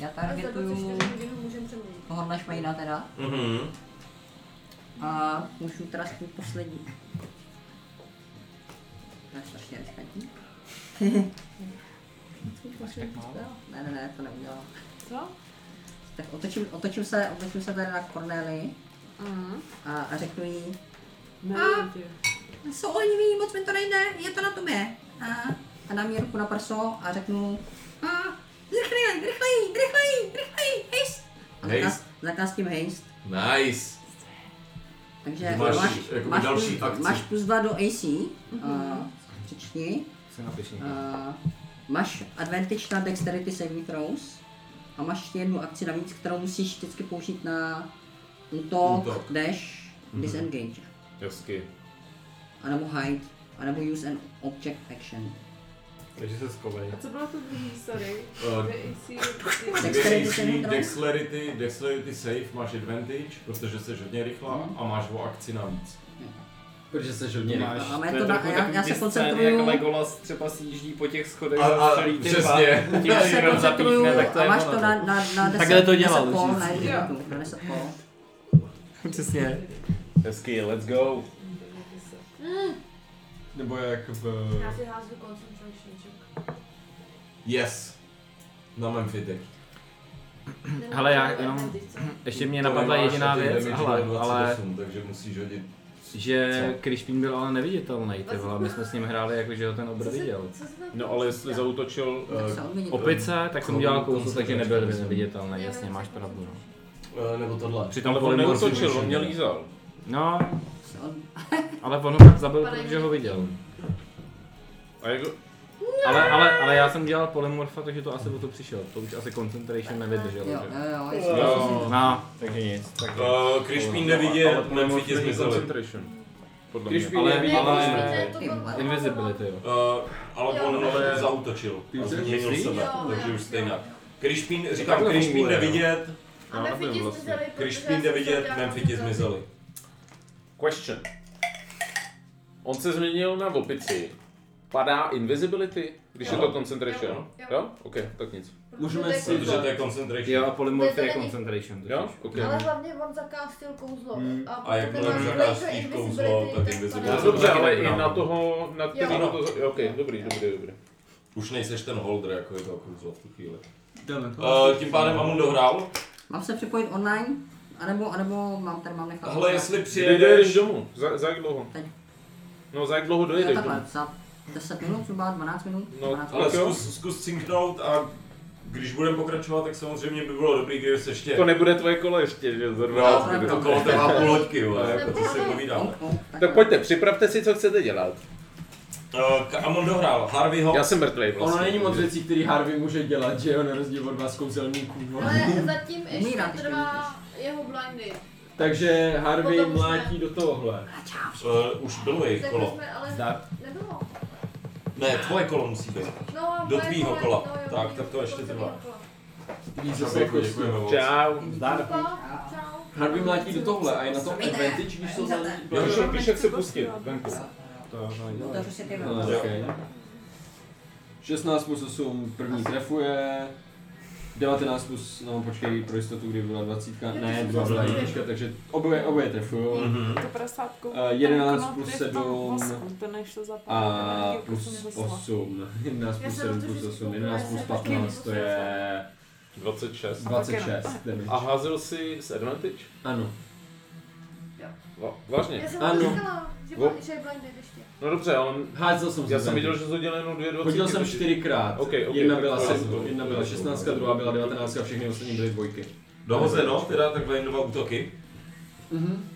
Já A za 24 targetuju hodin můžeme přemluvit. toho našmejna teda Mhm. a můžu teda s tím poslední. To je strašně riskantní. Ne, ne, ne, to neudělám. Co? Tak otočím, otočím, se, otočím se tady na Cornelii Mm. a, a řeknu jí, Miluji tě. jsou ohnivý, moc mi to nejde, je to na tobě. A, a dám jí ruku na prso a řeknu mu, a, rychleji, rychleji, rychleji, rychleji, hejst. A Hejst. zakaz- Zakaz tím hejst. Nice. Takže Máš, máš, máš, jakoby máš, další plus, akci. máš plus 2 do AC, Mhm. uh, přičti. Se napiš někde. Uh, máš advantage na dexterity saving throws a máš ještě jednu akci navíc, kterou musíš vždycky použít na útok, Útok. dash, Mhm. disengage, Jasky. anebo hide, anebo use an object action. Takže se skovej. A co bylo to druhý, sorry? Eh, Kde jsi- Dvě AC, dexterity, dexterity save máš advantage, protože jsi hodně rychlá a máš o akci navíc. Protože jsi hodně rychlá. rychlá. Ale To to je na- trochu já- takový já se ty scény, koncentruju. Jak Legolas třeba sjíždí po těch schodech A- a celý ty přesně. dva, tím Já se šíbrem koncentruju zapíchne, tak to a je máš ono, to no. na, na, na 10, Takhle to dělal, 10 kol, na říct. jednu minutu, na 10 kol. Přesně. Hezky, let's go. Mm. Nebo jak v... Já si házu concentration check. Yes. Na Memphity. Hele, já jenom, ještě mě napadla To nemáš jediná na ty věc, damage ale, roll ale 28, takže musíš hodit. že Krišpín byl ale neviditelný, ty vole, my jsme s ním hráli, jako že ho ten obr viděl. No ale jestli zautočil... eh, Opice, tak jsem Komu- dělal komu kouzlo, se takže to nebyl začalo? neviditelný, jasně, máš pravdu. No. Nebo tohle. Přitom Ale on polymorfní neutočil, už on mě je. lízal. No, On- ale on ho pak zabil, Pane, protože ho viděl. A jako... Ale, ale, ale já jsem dělal polymorfa, takže to asi o to přišel. To už asi concentration nevydrželo. Jo, že? jo, jo, jestli- jo. No, takže nic. Takže... Eh, No, Krišpín neviděl, Memphity zmizeli. Podle Když mě. by No, ale, Ne, ale, Krišpín, to bylo- invisibility, jo. Uh, ale Jo. on ale zautočil a změnil myslíš? sebe, Jo, takže jo, už jo. stejně. Krišpín, říkám, takhle Krišpín no. funguje, jde jo. vidět, A Memphiti zmizeli, protože já Krišpín jsem jde to vlastně- vidět, dělala Memphiti na zmizeli. Question. On se změnil na opici. Padá invisibility, když Jo. je to concentration? Jo. Jo? OK, tak nic. Můžeme si... Protože to je concentration. Jo, a polymorf To je je to není- concentration. Jo? totiž. OK. Ale hlavně on zakástil kouzlo. Mm. Hmm. A jakmile zakázíš kouzlo, tak No, invisibility. No Dobře, taky ale i nebrám. na toho, na který Ano. to... za- OK, dobrý, dobrý, dobrý. Už nejseš ten holder, jako je to kouzlo v tu chvíli. Jdeme No, Uh, tím pádem Amun dohrál. Mám se připojit online? Anebo, anebo mám tady mám nechat? Hele, jestli Kdy dojedeš přijedeš... domů? Za, za jak dlouho? Teď. No za jak dlouho Jo, dojedeš domů? takhle, za 10 minut, zhruba 12 minut. No, 12 Ale Tak jo. zkus, zkus cinknout a když budeme pokračovat, tak samozřejmě by bylo dobrý, kdyby se ještě... To nebude tvoje kolo ještě, že zrovna. No, to kolo trvá půl hoďky, jo, jako co si povídáme. Tak pojďte, připravte si, co chcete dělat. Uh, Amon dohrál Harveyho. Já jsem mrtvý Ono vlastně. není moc věcí, který Harvey může dělat, že jo, na rozdíl od vás kouzelníků. No. Ale zatím ještě Umírá, když to trvá jeho blindy. Takže Harvey Potom jsme- mlátí do tohohle. Uh, už bylo jejich Takhle kolo. jsme, ale Zdar. nebylo. Ne, tvoje kolo musí být. No, a Do moje tvýho kolo- kola. no jo, Tak, do tak to ještě tvýho trvá. kola. Víš, že se kostí. Čau. Zdar. Opa, čau. jako Harvey mlátí do tohle a je na tom advantage, když to za ní Já už píš, jak se pustit. Venku. Otevřu si ty No, okay. 16 plus 8 první trefuje. 19 plus, no počkej, pro jistotu, kdy byla 20, ne, byla byla jednička, takže oboje, oboje trefujou. Mhm. To prasátko. Eh, 11 Ono plus to je v tom 7 vosku, To nešlo za pár. A to plus jsem nemyslela. 8, 11 jako Já plus jsem na 7 to plus vždycky 8, 11 plus koukala, já jsem 15, to je 26. 26. damage. No. A házel si s advantage? Ano. Va- Vážně? Já jsem Ano. ano. říkala, že, Bo- že je blinded ještě. No dobře, ale Házel jsem já se jsem zemí. viděl, že jsi to dělal jenom dvě 20. Hodil jsem čtyřikrát. OK, OK, jedna, tak byla to je sedm, to. jedna byla 16, druhá byla 19 a všechny ostatní byly dvojky. Dohozeno, no, teda takhle jen dva útoky. Mhm.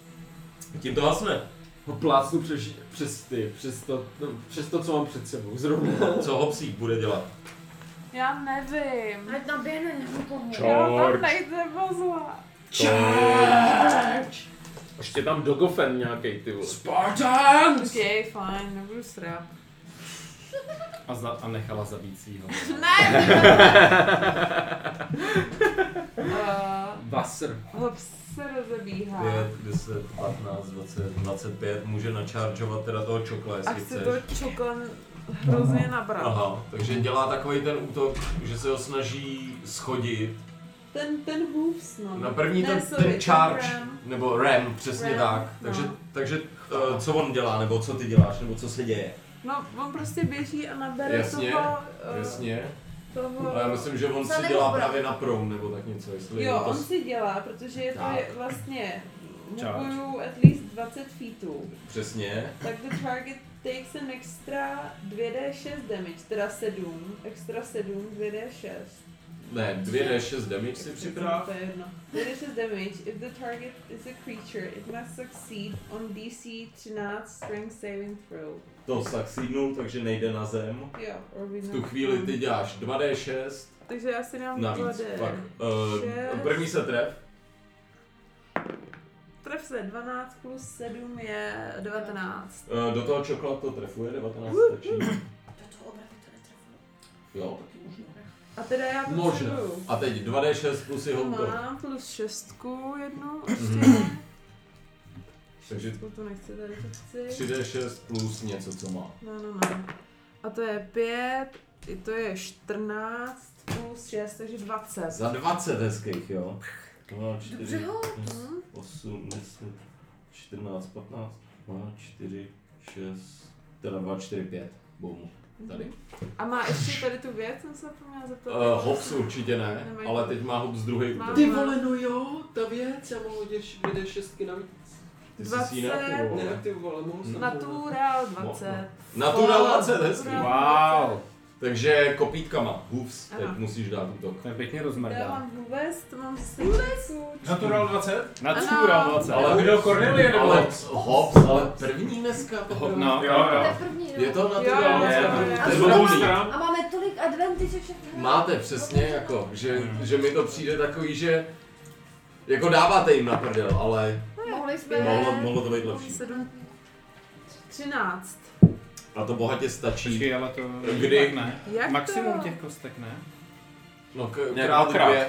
Tím to hasne. Ho plácnu přes, přes ty, přes to, no, přes to, co mám před sebou zrovna. Co Hopsík bude dělat? Já nevím. Ať tam běhne nebo komu. Čo? Já George. tam nejde vozla. Ještě tam dogofen nějaký ty vole. Spartan! Počkej, fajn, nebudu srát. A, za, a nechala zabít svýho. Ne! Eh, Vasr. Hop se rozebíhá. 5, 10, 15, 20, 25, může načaržovat teda toho čokla, A jestli chce chceš. to čoklen hrozně nabrat. Aha, takže dělá takový ten útok, že se ho snaží schodit. Ten, ten hooves, no. Na první Ne, ten, sorry, ten charge, ram. nebo ram, přesně Ram, tak. no. Takže, takže eh, co on dělá, nebo co ty děláš, nebo co se děje? No, on prostě běží a nabere Jasně, toho... eh, jasně. Toho... Já myslím, že on si Zanebo dělá Brown. právě na proun nebo tak něco, jestli Jo, to on si dělá, protože je to Tak. je vlastně... Čáč. Můžu at least 20 feetů. přesně. Tak the target takes an extra 2d6 damage, teda 7, extra 7, 2d6. Ne, 2d6 damage si připrav. To je jedno. 2d6 damage, if the target is a creature, it must succeed on DC 13 strength saving throw. To succeednul, takže nejde na zem. Jo, or we V tu not- chvíli ty děláš 2d6, Takže já si dám navíc 2D. pak. Uh, Šest. první se tref, Tref se 12 plus 7 je 19. uh, do toho čokolad to trefuje, 19 stačí. Jo, taky možná. A teda já Možná. potřebuju. A teď 2d6 plus jeho útok. Mám plus šestku jednu ještě. Mhm. Takže Šestku to nechci tady to chci. 3d6 plus něco, co má. No, no, no. A to je pět, i to je 14 plus 6, takže 20. Za 20 hezkých, jo. 2, 4, Dobře, jo. 8, 10, 14, 15, 2, 4, 6, teda 2, 4, 5. Boom. Mhm, Tady. A má ještě tady tu věc, jsem se zapomněla zeptat. Uh, hops určitě ne, Nemají- ale teď má hops druhý Má- útok. Ty Ty, vole, no jo, ta věc, já mohu hodit 2 šestky navíc. jsi si ji neaktivoval. ne? Neaktivoval, ale mohl jsem. Natural 20. Natural Wow. 20, hezký. Wow. Takže kopítkama, hoops, Aha. teď musíš dát útok. Tak pěkně Já mám vůbec, to mám zase vůbec. Natural 20? Natural Ano. 20. Ale Udělal Cornelie nebo ale, Hops? hops, ale první dneska. Petr. no, jo, jo. To je první, no. Je to Jo, natural jo, 20. jo, jo. To je Natural dobrý. A máme tolik advantage a všechno. Máte přesně, jako, že, že mi to přijde takový, že jako dáváte jim na prdel, ale Mohli jsme... mohlo, mohlo to být lepší. 7, 13. A to bohatě stačí. Počkej, ale to Kdy? tak ne. Jak to? Maximum těch kostek, ne? No, k- Ne, krát krát. dvě.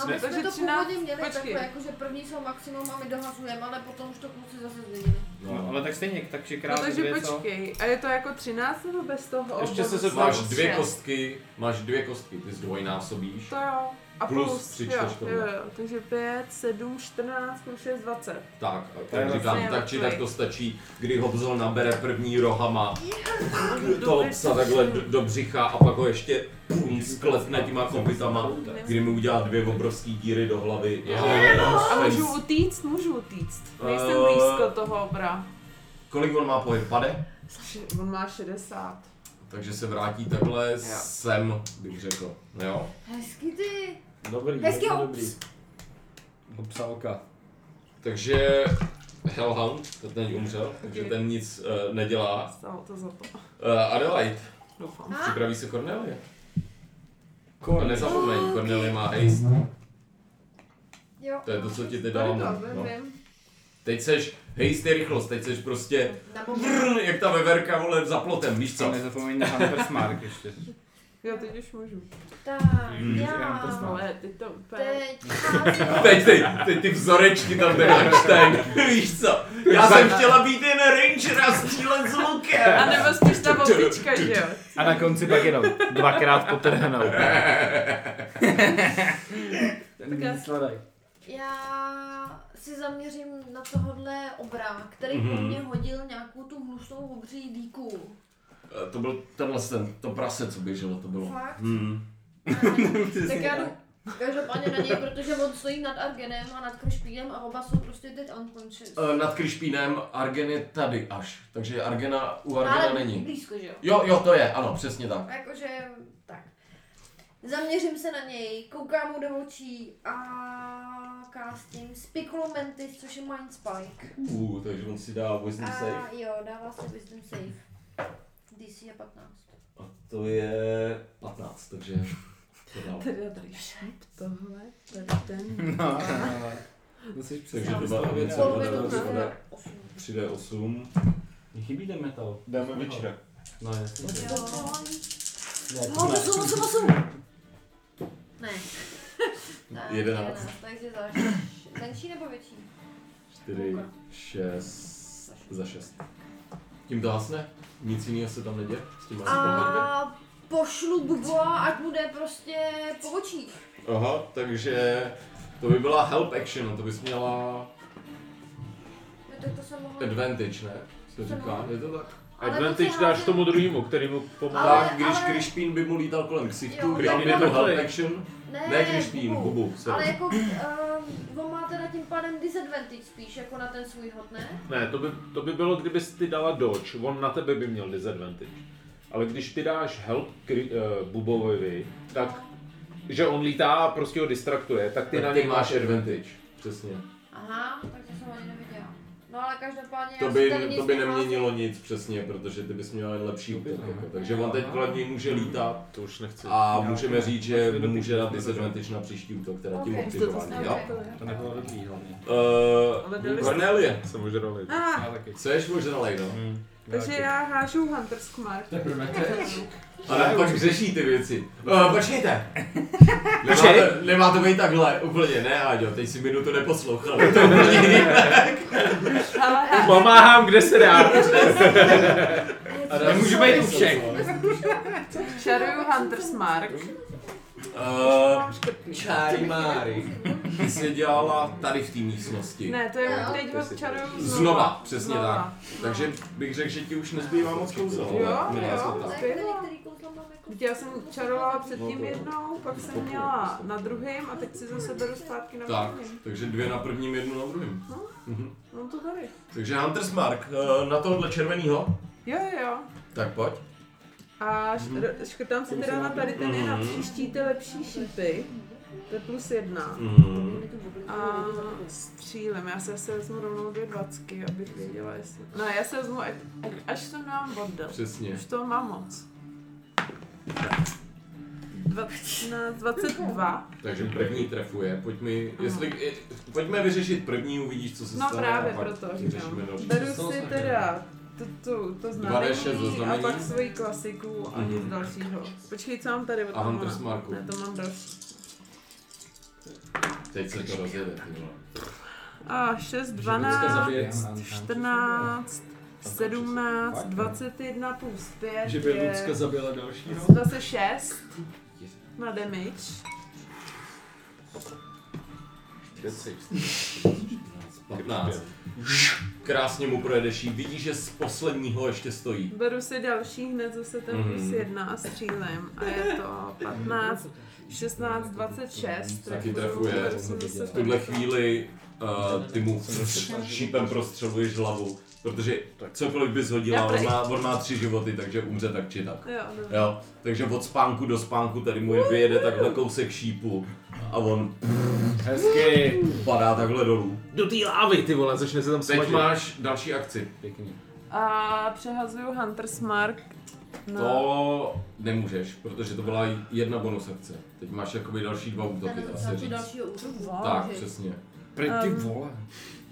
No, my Takže jsme to 13, původně měli počkej. takhle, jakože první jsou maximum a my dohazujeme, ale potom už to kluci zase změnili. No, ale tak stejně, takže No krát takže dvě, co? počkej, a je to jako 13 nebo bez toho? Ještě Oba se bez zeptám, máš toho? dvě Šest. kostky, máš dvě kostky, ty zdvojnásobíš. To jo. A Plus plus, tři jo, čtyřkovné. jo, jo, takže 5, 7, 14, plus 6, 20. Tak, a To je tak říkám, vlastně tak či tak mrtvej. to stačí, kdy Hobzel nabere první rohama toho Dobrý psa takhle do, do břicha a pak ho ještě pum, sklepne těma kopytama, kdy mu udělá dvě obrovské díry do hlavy. A můžu utíct? Můžu utíct. Nejsem Eh. blízko toho obra. Kolik on má pohyb? Pade? Š- On má 60. Takže se vrátí takhle sem, bych řekl. Jo. Hezky ty. Dobrý, Hezky ho. Dobrý. Psalka. Takže Hellhound, ten teď umřel, takže ten nic eh, nedělá. Stalo to za to. Uh, Adelaide. Doufám. Připraví se Cornelie. A nezapomeň, Cornelie má ace. Jo. To je to, co ti teď dávám. Dobrý, No. vím. Teď seš, hej, jsi rychlost, teď seš prostě, Na brr, jak ta veverka, vole, za plotem, víš co? Nezapomeň na Hampers Mark ještě. Jo, teď už můžu. Tak, Hmm. já... Ale teď to úplně... Teď Teď ty, teď ty vzorečky tam ten Einstein, víš co? Já jsem chtěla být jen ranger a střílet s lukem. A nebo spíš ta bobička, že jo? A na konci pak jenom dvakrát potrhnou. Tak já- Sladaj. Já si zaměřím na tohohle obra, který Mhm. po mně hodil nějakou tu hnusnou obří dýku. Eh, To byl tenhle ten, to prase, co běželo, to bylo. Fakt? Hmm. tak já jdu každopádně na něj, protože on stojí nad Argenem a nad Kršpínem a oba jsou prostě teď unconscious. Eh, Nad Kryšpínem Argen je tady až, takže Argena u Ale Argena není. blízko, že jo? Jo, jo, to je, ano, přesně tak. Jakože tak. Zaměřím se na něj, koukám mu do očí a castím Spikulomentis, což je Mind Spike. Uh, takže on si dá Wisdom A save. jo, dává se Wisdom save. DC je 15. A to je 15, takže to dal. Teda tady šup, tohle, tady ten. No. No Musíš Takže to byla věc, Polovinu, no. 3D8. Chybí ten metal. Dáme večera. No jasně. Jo. Ne, No, ne. 8, 8, 8. Ne. Tak, Jedenáct. Takže za menší nebo větší? 4, 6, za 6. Tím to hasne? Nic jiného se tam neděje? S tím asi pohledne? A pošlu Buboa, ať mu jde prostě po očích. Aha, takže to by byla help action, to bys měla No tak to jsem mohla... Eh, advantage, ne? Co Jsem říká, mohla. je to tak? Ale Advantage to si dáš házím- tomu druhému, který mu Ale- pomáhá. Tak, když ale- Krišpín by mu lítal kolem ksichtu, Jo, Krišpín by jo, to takhle. help action. Ne, Ne, Krišpín, Bubu. Bubu. sorry. Ale jako, uh, on má teda tím pádem disadvantage spíš, jako na ten svůj hod, ne? Ne, to by, to by bylo, kdyby ty dala dodge, on na tebe by měl disadvantage. Ale když ty dáš help kri, uh, Bubovovi, tak že on lítá a prostě ho distraktuje, tak ty Tak na ty něj máš máš advantage. advantage. Přesně. Aha, tak to jsem ani neviděla. No ale každopádně To já by, si tady nic to by neházím. neměnilo nic přesně, protože ty bys měl jen lepší útok. Jako. Takže on teď kolem něj může lítat to už nechci. a můžeme říct, že mu může dát disadvantage na příští útok, teda tím Ok. aktivovaný. Ok. jo? To nebylo dobrý hlavně. Ale byli Uh, jste- Cornelie, Jsem ožralý. Ah. Já taky. Jseš ožralej, no. Takže já hážu Hunter's Mark. Teprve. A nám pak řeší ty věci. Uh, počkejte! Nemá Počkej. to, nemá to být takhle, úplně ne, Áďo, teď si minutu neposlouchal. To je úplně jinak. Ale Pomáhám, kde se dá. A dá Nemůžu se- být u všech. Čaruju Hunter's Mark. Uh, Čáry Máry. Ty jsi dělala tady v té místnosti. Ne, to je Jo. teď ho čaruju znova. Znova, přesně Znova. tak. Takže bych řekl, že ti už nezbývá moc kouzel. Jo, jo, Milá zbylo. Některý kouzla mám jako... Vždyť já jsem čarovala předtím No to jo. jednou, pak jsem měla na druhém a teď si zase beru zpátky na Tak, prvním. takže dvě na prvním, jednu na druhém. No. Mhm. Mám to tady. Takže Hunter's Mark, eh, na tohle červenýho. Jo, jo, jo. Tak pojď. A škr- škrtám si teda na tady ten je na Mhm. příští ty lepší šípy. To je plus jedna. Mhm. A střílem, já si asi vezmu rovnou dvě dvacky, abych věděla, jestli... Ne, já si vezmu, a- a- až to mám bordel. Přesně. Už to mám moc. 20, 22. Takže první trefuje. Pojď mi, jestli, i- pojďme vyřešit první, uvidíš, co se No stane. právě a pak proto vyřešíme říkám. další. Beru si teda tu, tu, to D6 ze znamení a znamení. pak svoji klasiku a nic Mhm. dalšího. Počkej, co mám tady? A Hunter's Marku. Ne, to mám další. Teď se to rozjede. ty vole. A 6, 12, 14, 17, 21 plus 5 Že by je Lucka zabila dalšího? Zase 6 na damage. Patnáct. Krásně mu projedeš jí. Vidíš, že z posledního ještě stojí. Beru si další hned zase ten Mhm. plus 1 a střílem. A je to 15, 16, 26. Taky Trefuju, trefuje. beru si zase V tuhle chvíli uh, ty mu šípem prostřeluješ hlavu, protože cokoliv bys hodila, Já on prý. má, on má tři životy, takže umře tak či tak. Jo, dobře. jo, takže od spánku do spánku tady mu je vyjede takhle kousek šípu a on Hezky. padá takhle dolů. Do té lávy, ty vole, začne se tam Teď smažit. máš další akci. Pěkný. A přehazuju Hunter's Mark na... To nemůžeš, protože to byla jedna bonus akce. Teď máš jakoby další dva útoky, Tady dá se začátku říct. dalšího útoku. Tak, Že- přesně. Ehm,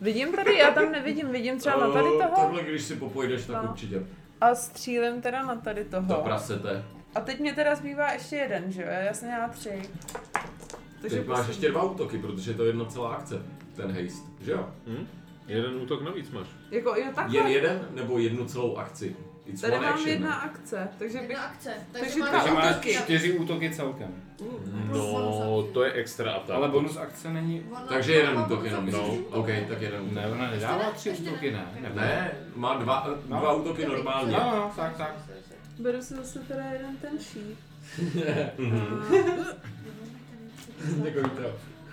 Vidím tady, já tam nevidím, vidím třeba na Eh, tady toho. Takhle, když si popojdeš, tak No. určitě. A střílem teda na tady To toho. prasete. A teď mě teda zbývá ještě jeden, že jo? Já jsem měla tři. Takže Teď máš poslední. ještě dva útoky, protože to je jedna celá akce, ten haste, že jo? Hm? Jeden útok navíc máš. Jako jo, takhle. Jen jeden nebo jednu celou akci? It's Tady one mám action, jedna ne? akce, takže bych... Jedna akce. Takže Takže dva máš Takže máš útoky. čtyři útoky celkem. No, to je extra atak. Ale bonus akce není... Takže jeden útok jenom myslím. OK, tak jeden útok. Ne, ona nedává tři útoky, ne? Nebo- Ne, má dva, dva útoky normálně. No, no, tak, tak. Beru si zase teda jeden ten šíp. Mhm. Takový to.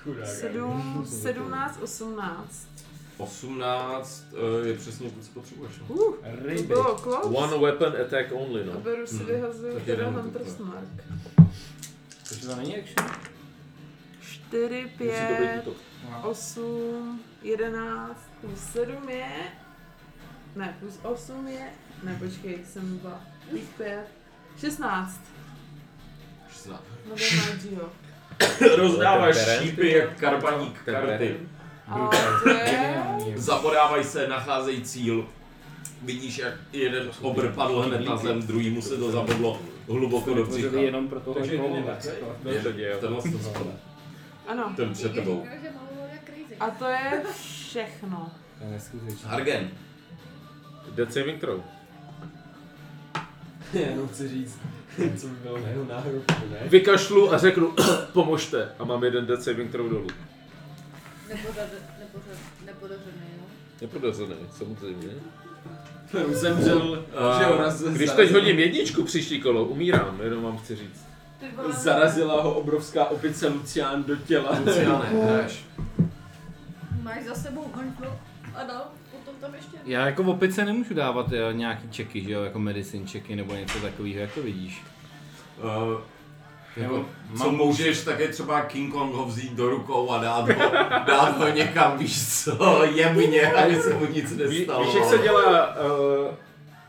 Chudák. Sedm, sedmnáct, osmnáct. 18 eh, je přesně to, co potřebuješ. no. Uh, to bylo close. One weapon attack only, A no. beru si Hmm. vyhazuju Tak teda jeden Hunter's útok, Mark. Takže to není action. 4, 5, 8, 11, plus 7 je, ne, plus 8 je, ne, počkej, jsem 2, plus 5, 16. 16. No to má Gio. Rozdáváš Ten terén, šípy jak karbaník Ten karty. terén. A to je... Zapodávají se, nacházejí cíl. Vidíš, jak jeden obr padl hned na zem, druhý mu se to zabodlo hluboko do Vytvořili břicha. jenom pro toho Takže koho. jeden Je- Tenhle se dostane. Ano. Ten před tebou. Říkal, že mluvil jak crazy. A to je všechno. To je neskutečné. Hargen. Dead saving throw. Já jenom chci říct, co by bylo na jeho náhrobku, ne? Vykašlu a řeknu, pomožte. A mám jeden dead saving throw dolů. Nepodař- nepodař- Nepodařený, no. Nepodařený, samozřejmě. Zemřel, že ona z- Když zarazila- teď hodím jedničku příští kolo, umírám, jenom vám chci říct. Zarazila ho obrovská opice Lucián do těla. Luciane, hraješ. Máš za sebou hantlo a dal potom tam ještě. Já jako v opice nemůžu dávat jo, nějaký čeky, že jo, jako medicine čeky nebo něco takového, jak to vidíš. Uh, Eh, Jako, co můžeš, tak je třeba King Kong ho vzít do rukou a dát ho, dát ho někam, víš co, jemně, aby se mu nic nestalo. Víš, jak se dělá uh,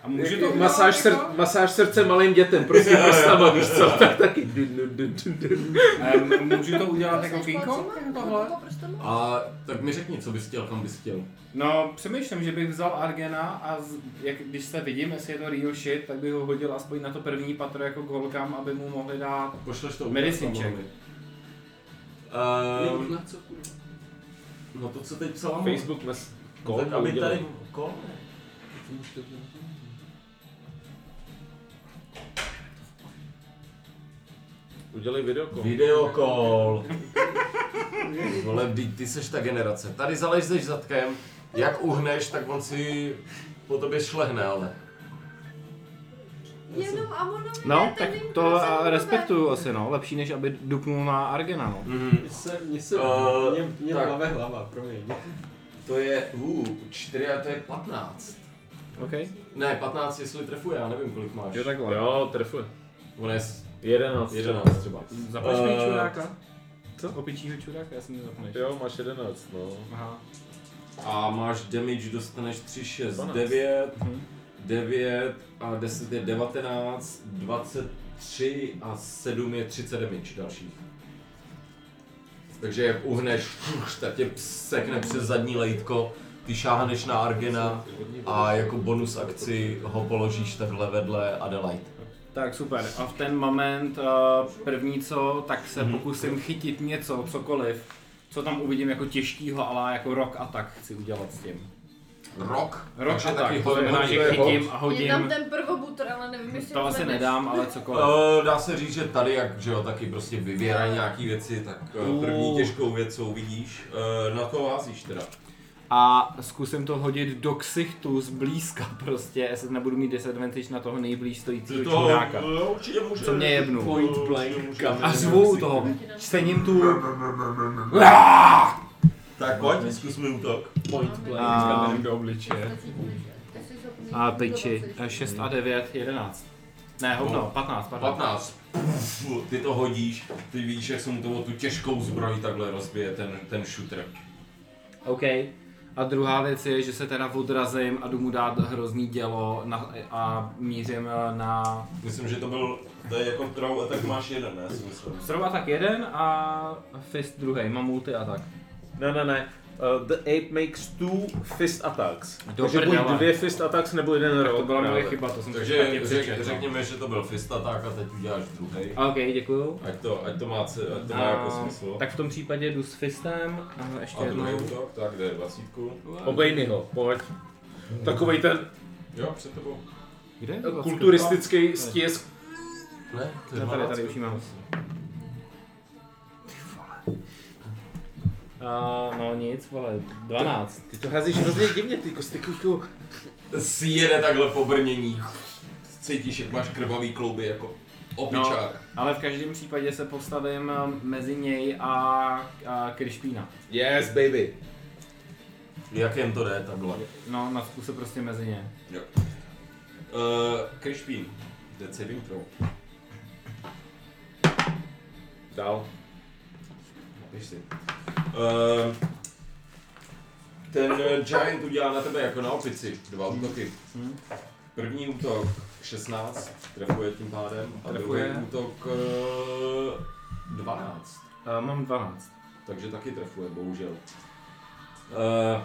a může může to- to masáž, sr- masáž srdce malým dětem, prostě Jo, jo. prstama, víš co, tak taky. du- du- du- du- du. eh, Můžu to udělat jako King Kong? Tohle? A tak mi řekni, co bys chtěl, kam bys chtěl. No, přemýšlím, že bych vzal Argena a z, jak, když se vidím, jestli je to real shit, tak bych ho hodil aspoň na to první patro jako k holkám, aby mu mohli dát Pošleš to medicine check. Ehm, No to, co teď psala mu. Facebook mes... kol Tak aby udělej. tady... Kol? Udělej videokol. Videokol. Vole, vždyť ty seš ta generace. Tady zalezeš zadkem, jak uhneš, tak on si po tobě šlehne, ale. Jenom Amonovi No, ne, tak jim to prosím, a nebe. respektuju asi no, lepší než aby dupnul na Argena no. Mhm. Mm-hmm. se, mně se, Eh, mě, mě tak. plave hlava, promiň. To je, uh, 4 a to je 15. OK. Ne, 15, jestli trefuje, já nevím, kolik máš. Jo, takhle. Jo, trefuje. On je 11 třeba. 11 třeba. Zaplač mi Eh, čuráka. Co? Opičího čuráka, já jsem nezapneš. Jo, máš 11, no. Aha. A máš damage, dostaneš 3, 6, 12. 9, Mhm. 9 a 10 je 19, 23 a 7 je 30 damage dalších. Takže jak uhneš, tak tě sekne přes zadní lejtko, ty šáhneš na Argena a jako bonus akci ho položíš takhle vedle Adelaide. Tak super. A v ten moment uh, první co, tak se Mhm. pokusím chytit něco, cokoliv, co tam uvidím jako těžkýho, ale jako rock attack chci udělat s tím. Rock? Rock Takže attack, taky to znamená, hod- že hod- chytím a Je hodím. tam ten prvobutr, ale nevím, jestli To asi zvedneš. nedám, ale cokoliv. Uh, dá se říct, že tady, jak že jo, taky prostě vyvěrají nějaký věci, tak uh, první Uh. těžkou věc uvidíš. Uh, na to házíš teda. A zkusím to hodit do ksichtu zblízka prostě, jestli nebudu mít disadvantage na toho nejblíž stojícího To- čuráka. to eh, určitě může. Co mě jebnu. Point blank, kamen. A řvu toho, čtením tu... Tak pojď, zkus mi útok. Point blank s kamenem do obličeje. A piči, 6 a 9, 11. Ne, hovno, 15, pardon. 15. Pff, Ty to hodíš, ty vidíš, jak se mu to o tu těžkou zbroj takhle rozbije ten, ten shooter. OK. A druhá věc je, že se teda odrazím a jdu mu dát hrozný dělo na, a mířím eh, na... Myslím, že to byl, to je jako throw attack máš jeden, ne? Si myslím. Srovna tak jeden a fist druhý, mám multi a tak. Ne, ne, ne. Uh, the ape makes two fist attacks. Do Takže buď prdele. dvě fist attacks nebo jeden Tak to roll. byla moje právě. chyba, to jsem si špatně no. Takže řek, přečetl. řekněme, že to byl fist attack a teď uděláš druhý. OK, děkuju. Ať to, ať to má, ce- ať to má A- jako smysl. Tak v tom případě jdu s fistem a ještě a jednou. druhý útok, tak jde dvacítku. Obej mi ho, pojď. Takovej ten Jo, před tebou. Kde? kulturistický stisk. Ne, to je No tady, 12. tady už jí mám. Uh, no nic, vole, 12. Ty to házíš hrozně divně, ty kosty kuchu. Sjede takhle po brnění. Cítíš, jak máš krvavý klouby jako opičák. No, ale v každém případě se postavím eh, mezi něj a, a Krišpína. Yes, baby. No, Jak jen to jde takhle? No, na se prostě mezi ně. Jo. Uh, Krišpín, dead saving throw. Dál. Napiš si. Uh, ten eh, Giant udělá na tebe jako na opici dva útoky. První útok 16, trefuje tím pádem, a Trefuje. druhý útok uh, 12. Uh, mám 12. Takže taky trefuje, bohužel. Uh,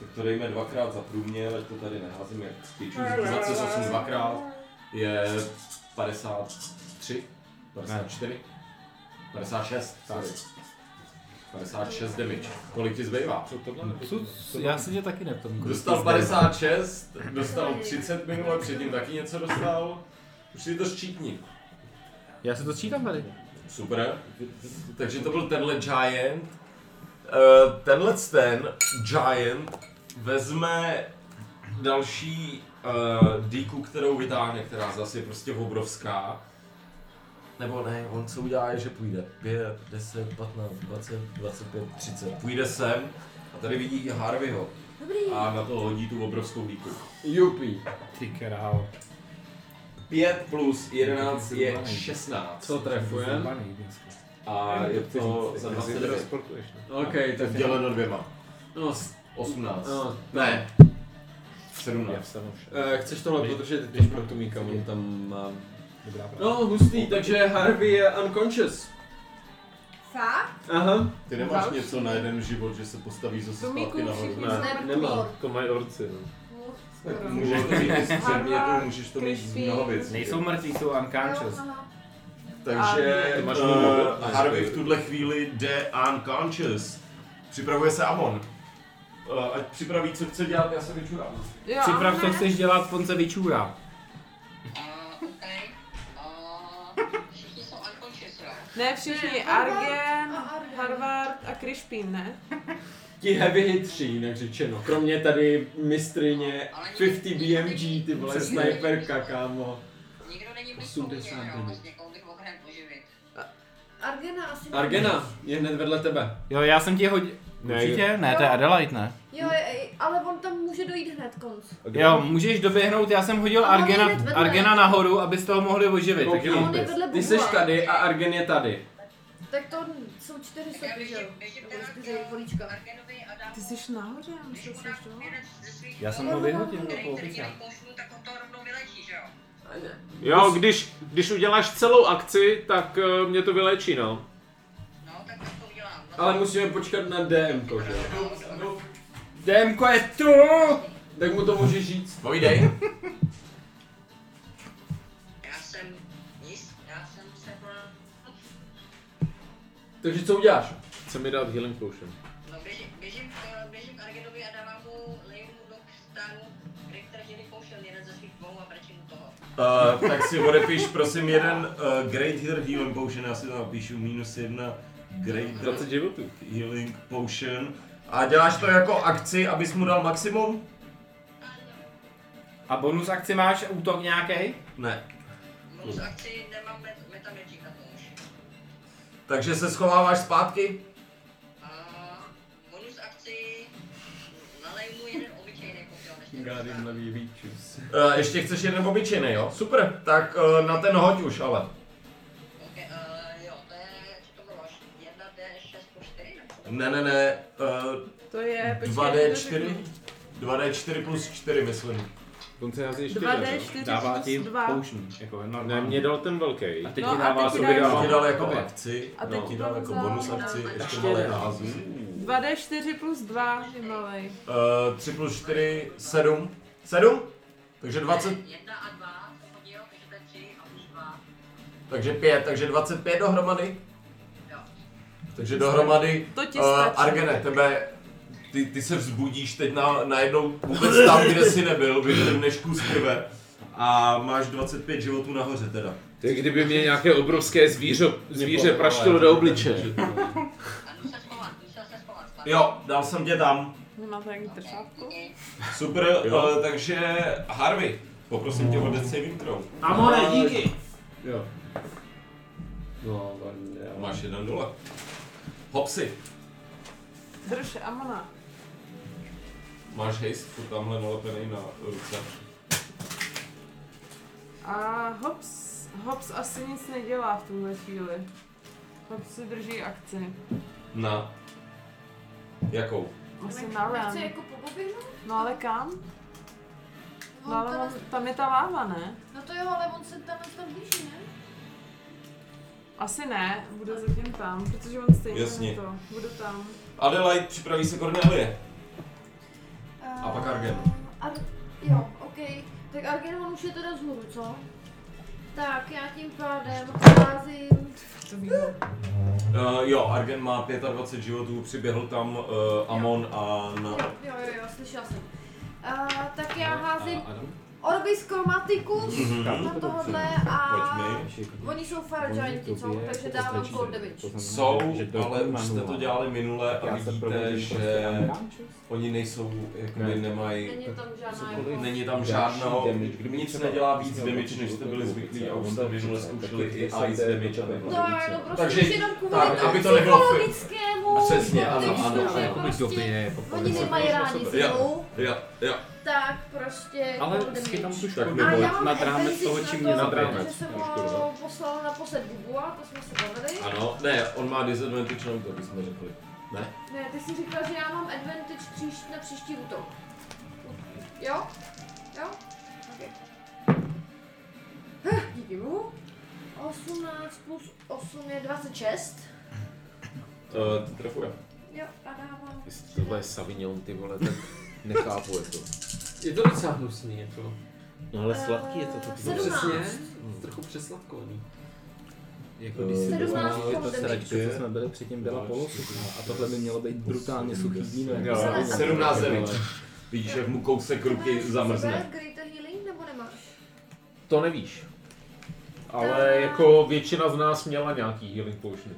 tak to dejme dvakrát za průměr, ať to tady neházím jak spíču. 28 dvakrát je 53, 54, 56, sorry. 56 damage. Kolik ti zbývá? Co tohle? Já se tě taky neptám. kolik Dostal to 56, dostal 30 minule, předtím taky něco dostal. Už si to ščítni. zbylo. Já se to sčítám tady. Super. Takže to byl tenhle Giant. Eh, Tenhle ten Giant vezme další uh, dýku, kterou vytáhne, která zase je prostě obrovská. Nebo ne, on co udělá je, že půjde 5, 10, 15, 20, 25, 30. Půjde sem a tady vidí Harveyho. Dobrý. A na to hodí tu obrovskou dýku. Jupi. Ty král. 5 plus 11 je 16. Co trefujem? A je to za 29. no. OK, tak děleno dvěma. No, s- 18. No, ne. 17. Eh, chceš tohle, protože teď pro tu Mika, on tam má... No, No, hustý, takže Harvey je unconscious. Fakt? Aha. Ty nemáš něco na jeden život, že se postavíš zase To Miku zpátky na všichni hodinu. Ne, znají nemá. To mají orci, no. Skoro. Můžeš to mít z přední, jako můžeš to mít z mnoha věcí. Nejsou mrtví, jsou unconscious. Takže A- máš To máš uh, mluvit? Harvey v tuhle chvíli jde unconscious. Připravuje se Amon. Uh, ať připraví, co chce dělat, já se vyčurám. Jo, Připrav, co ne. chceš dělat, on se vyčůrá. Ne, všichni. Argen, Harvard a Krišpín, ne? Ti heavy hitři, jinak řečeno. Kromě tady mistrině 50 BMG, ty vole, sniperka, kámo. 80 Argena asi... Argena je hned vedle tebe. Jo, já jsem ti hodil... Ne, Určitě? jo. Ne, to je Adelaide, ne? Jo, je- ale on tam může dojít hned konc. Jo, můžeš doběhnout, já jsem hodil A on je Argena, hned vedle. Argena nahoru, abyste ho mohli oživit. Koukni. Takže On je vedle Ty Bubu, seš ale- tady a Argen je tady. Tak to jsou čtyři stopy, že jo? Nebo čtyři políčka. Ty jsi nahoře, já myslím, že jsi dole. Já jsem ho vyhodil do Jo, když, když uděláš celou akci, tak eh, mě to vylečí, no. Ale musíme počkat na DM, že jo? DMko je tu! Tak mu to můžeš říct. Povídej. Takže co uděláš? Chce mi dát healing potion. No, eh, Uh, tak si odepiš prosím jeden uh, Great Healer Healing Potion, já si to napíšu, minus jedna Great 20 životů. Healing Potion. A děláš to jako akci, abys mu dal maximum? A bonus akci máš útok nějaký? Ne. Takže se schováváš zpátky? Guardian levý výčus. Uh, ještě chceš jeden obyčejný, jo? Super, tak uh, na ten hoď už, ale. eh, Ne, ne, ne, uh, To je, počkej, 2D4, 2D4 plus 4, myslím. On se hází ještě 2D4 plus 2. jako Ne, No, mě dal ten velký. A teď No, ti a dává teď ti sobě dává- dal, ti dal jako sobě. akci, A teď no, ti ti dal dává jako za- bonus za- akci, ještě Ještě malý ne. hází. 2D4 plus 2 je malej. Uh, 3 plus 4, 7. 7? Takže 20. Takže 5, takže 25 dohromady. Takže dohromadi, To ti eh, stačí. Argene, tebe, ty, ty se vzbudíš teď na, najednou vůbec tam, kde jsi nebyl, vyhrneš kus krve a máš 25 životů nahoře teda. To je kdyby mě nějaké obrovské zvíře, zvíře praštilo do obliče. Jo, dal jsem tě tam. Nemáte ani držátku? Super, uh, takže Harvey, poprosím tě o death saving throw. Amore, díky. Jo. No, ale Máš jeden dole. Hopsy, Drž Amona. máš haste, furt tamhle nalepený na ruce. A Hops, Hops asi nic nedělá v tuhle chvíli. Hops si drží akci. Na. Jakou? Asi na len. Chce jako poboběhnout? No ale kam? No ale on, tam je ta láva, ne? No to jo, ale on se tam tam blíží, ne? Asi ne, bude zatím tam, protože on stejně Jasně. je to. Bude tam. Adelaide, připraví se Cornelie. A Eh, pak Argen. Ar- jo, OK. Tak Argen, on už je teda vzhůru, co? Tak já tím pádem házím... Uh, jo, Argen má 25 životů, přiběhl tam uh, Amon a na... Jo, jo, jo, slyšela jsem. A, Eh, tak já házím... Adam? Orbis Chromaticus Mhm. na tohle a oni jsou Fire Gianti, co? Pojďme. Takže dávám cold damage. Jsou, ale už jste to dělali minule a vidíte, že oni nejsou, jakoby nemají, Není tam žádná jako... není tam žádná, nic nedělá víc damage, než jste byli zvyklí a už jste minule zkoušeli i ice damage. a No, takhle. no prostě Takže- už jenom kvůli tak, tomu aby to nebylo fair. psychologickému Přesně, ano, kontextu, ano, že ano. jako prostě dobije, Oni nemají rádi Jo, zimou, jo, jo. tak prostě... Ale cold damage. schytám tu Tak škodu neboj. jako nad no. rámec toho, čím mě na to, zabrat. protože jsem ho poslal na posled Bubua, to jsme si povedli. Ano, ne, on má disadvantage na útok, jsme řekli. Ne? Ne, ty jsi říkal, že já mám advantage příš, na příští útok. Jo? Jo? Okay. Huh, díky bohu. 18 plus 8 je 26. Uh, Eh, to trefuje. Jo, a dávám. Jestli tohle je Savignon, ty vole, tak nechápu je to. Je to docela hnusný, jako. No ale sladký je to Eh, taky. No přesně, Mm. trochu přesladkovaný. Jako když si Eh, vezmeme, že ta 17 sračka, co jsme byli předtím, byla polosuchá a tohle by mělo být brutálně suchý víno. jako Jo, sračka. 17 damage. Vidíš, jak mu kousek ruky zamrzne. Greater Healing nebo nemáš? To nevíš. Ale jako většina z nás měla nějaký healing potiony.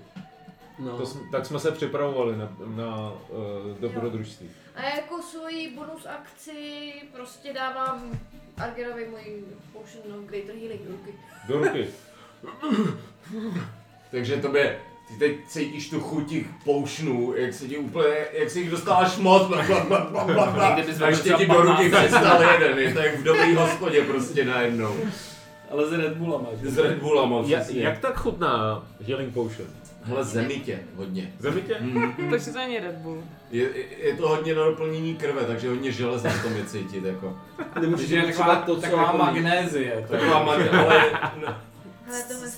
No. To, jsme- tak jsme se připravovali na, na uh, dobrodružství. A jako svoji bonus akci prostě dávám Argerovi můj potion of Greater Healing do ruky. Do ruky. Takže to by, ty teď cítíš tu chuť těch poušnů, jak se ti úplně, jak se jich dostáváš moc, bla, bla, bla, bla, bla, bla. Někdy bys a ještě třeba ti do ruky 15. přestal jeden, je to jak v dobrý hospodě prostě najednou. Ale z Red Bullama. že? Z Red Bullama, Ja, přesně. jak tak chutná healing potion? Hele, zemitě hodně. Zemitě? Mm. Takže to není Red Bull. Je, je- je, to hodně na doplnění krve, takže hodně železa v tom je cítit, jako. Nemůžeš Když je třeba taková- taková jako- magnézie, to je- Taková magnézie, ale... no. Hele, tohle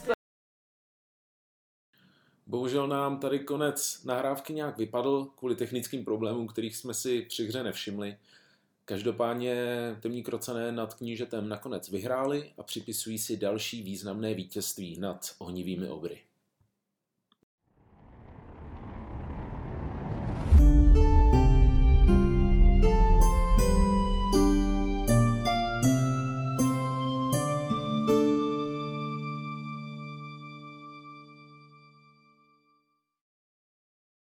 Bohužel nám tady konec nahrávky nějak vypadl kvůli technickým problémům, kterých jsme si při hře nevšimli. Každopádně temní krocené nad knížetem nakonec vyhráli a připisují si další významné vítězství nad ohnivými obry.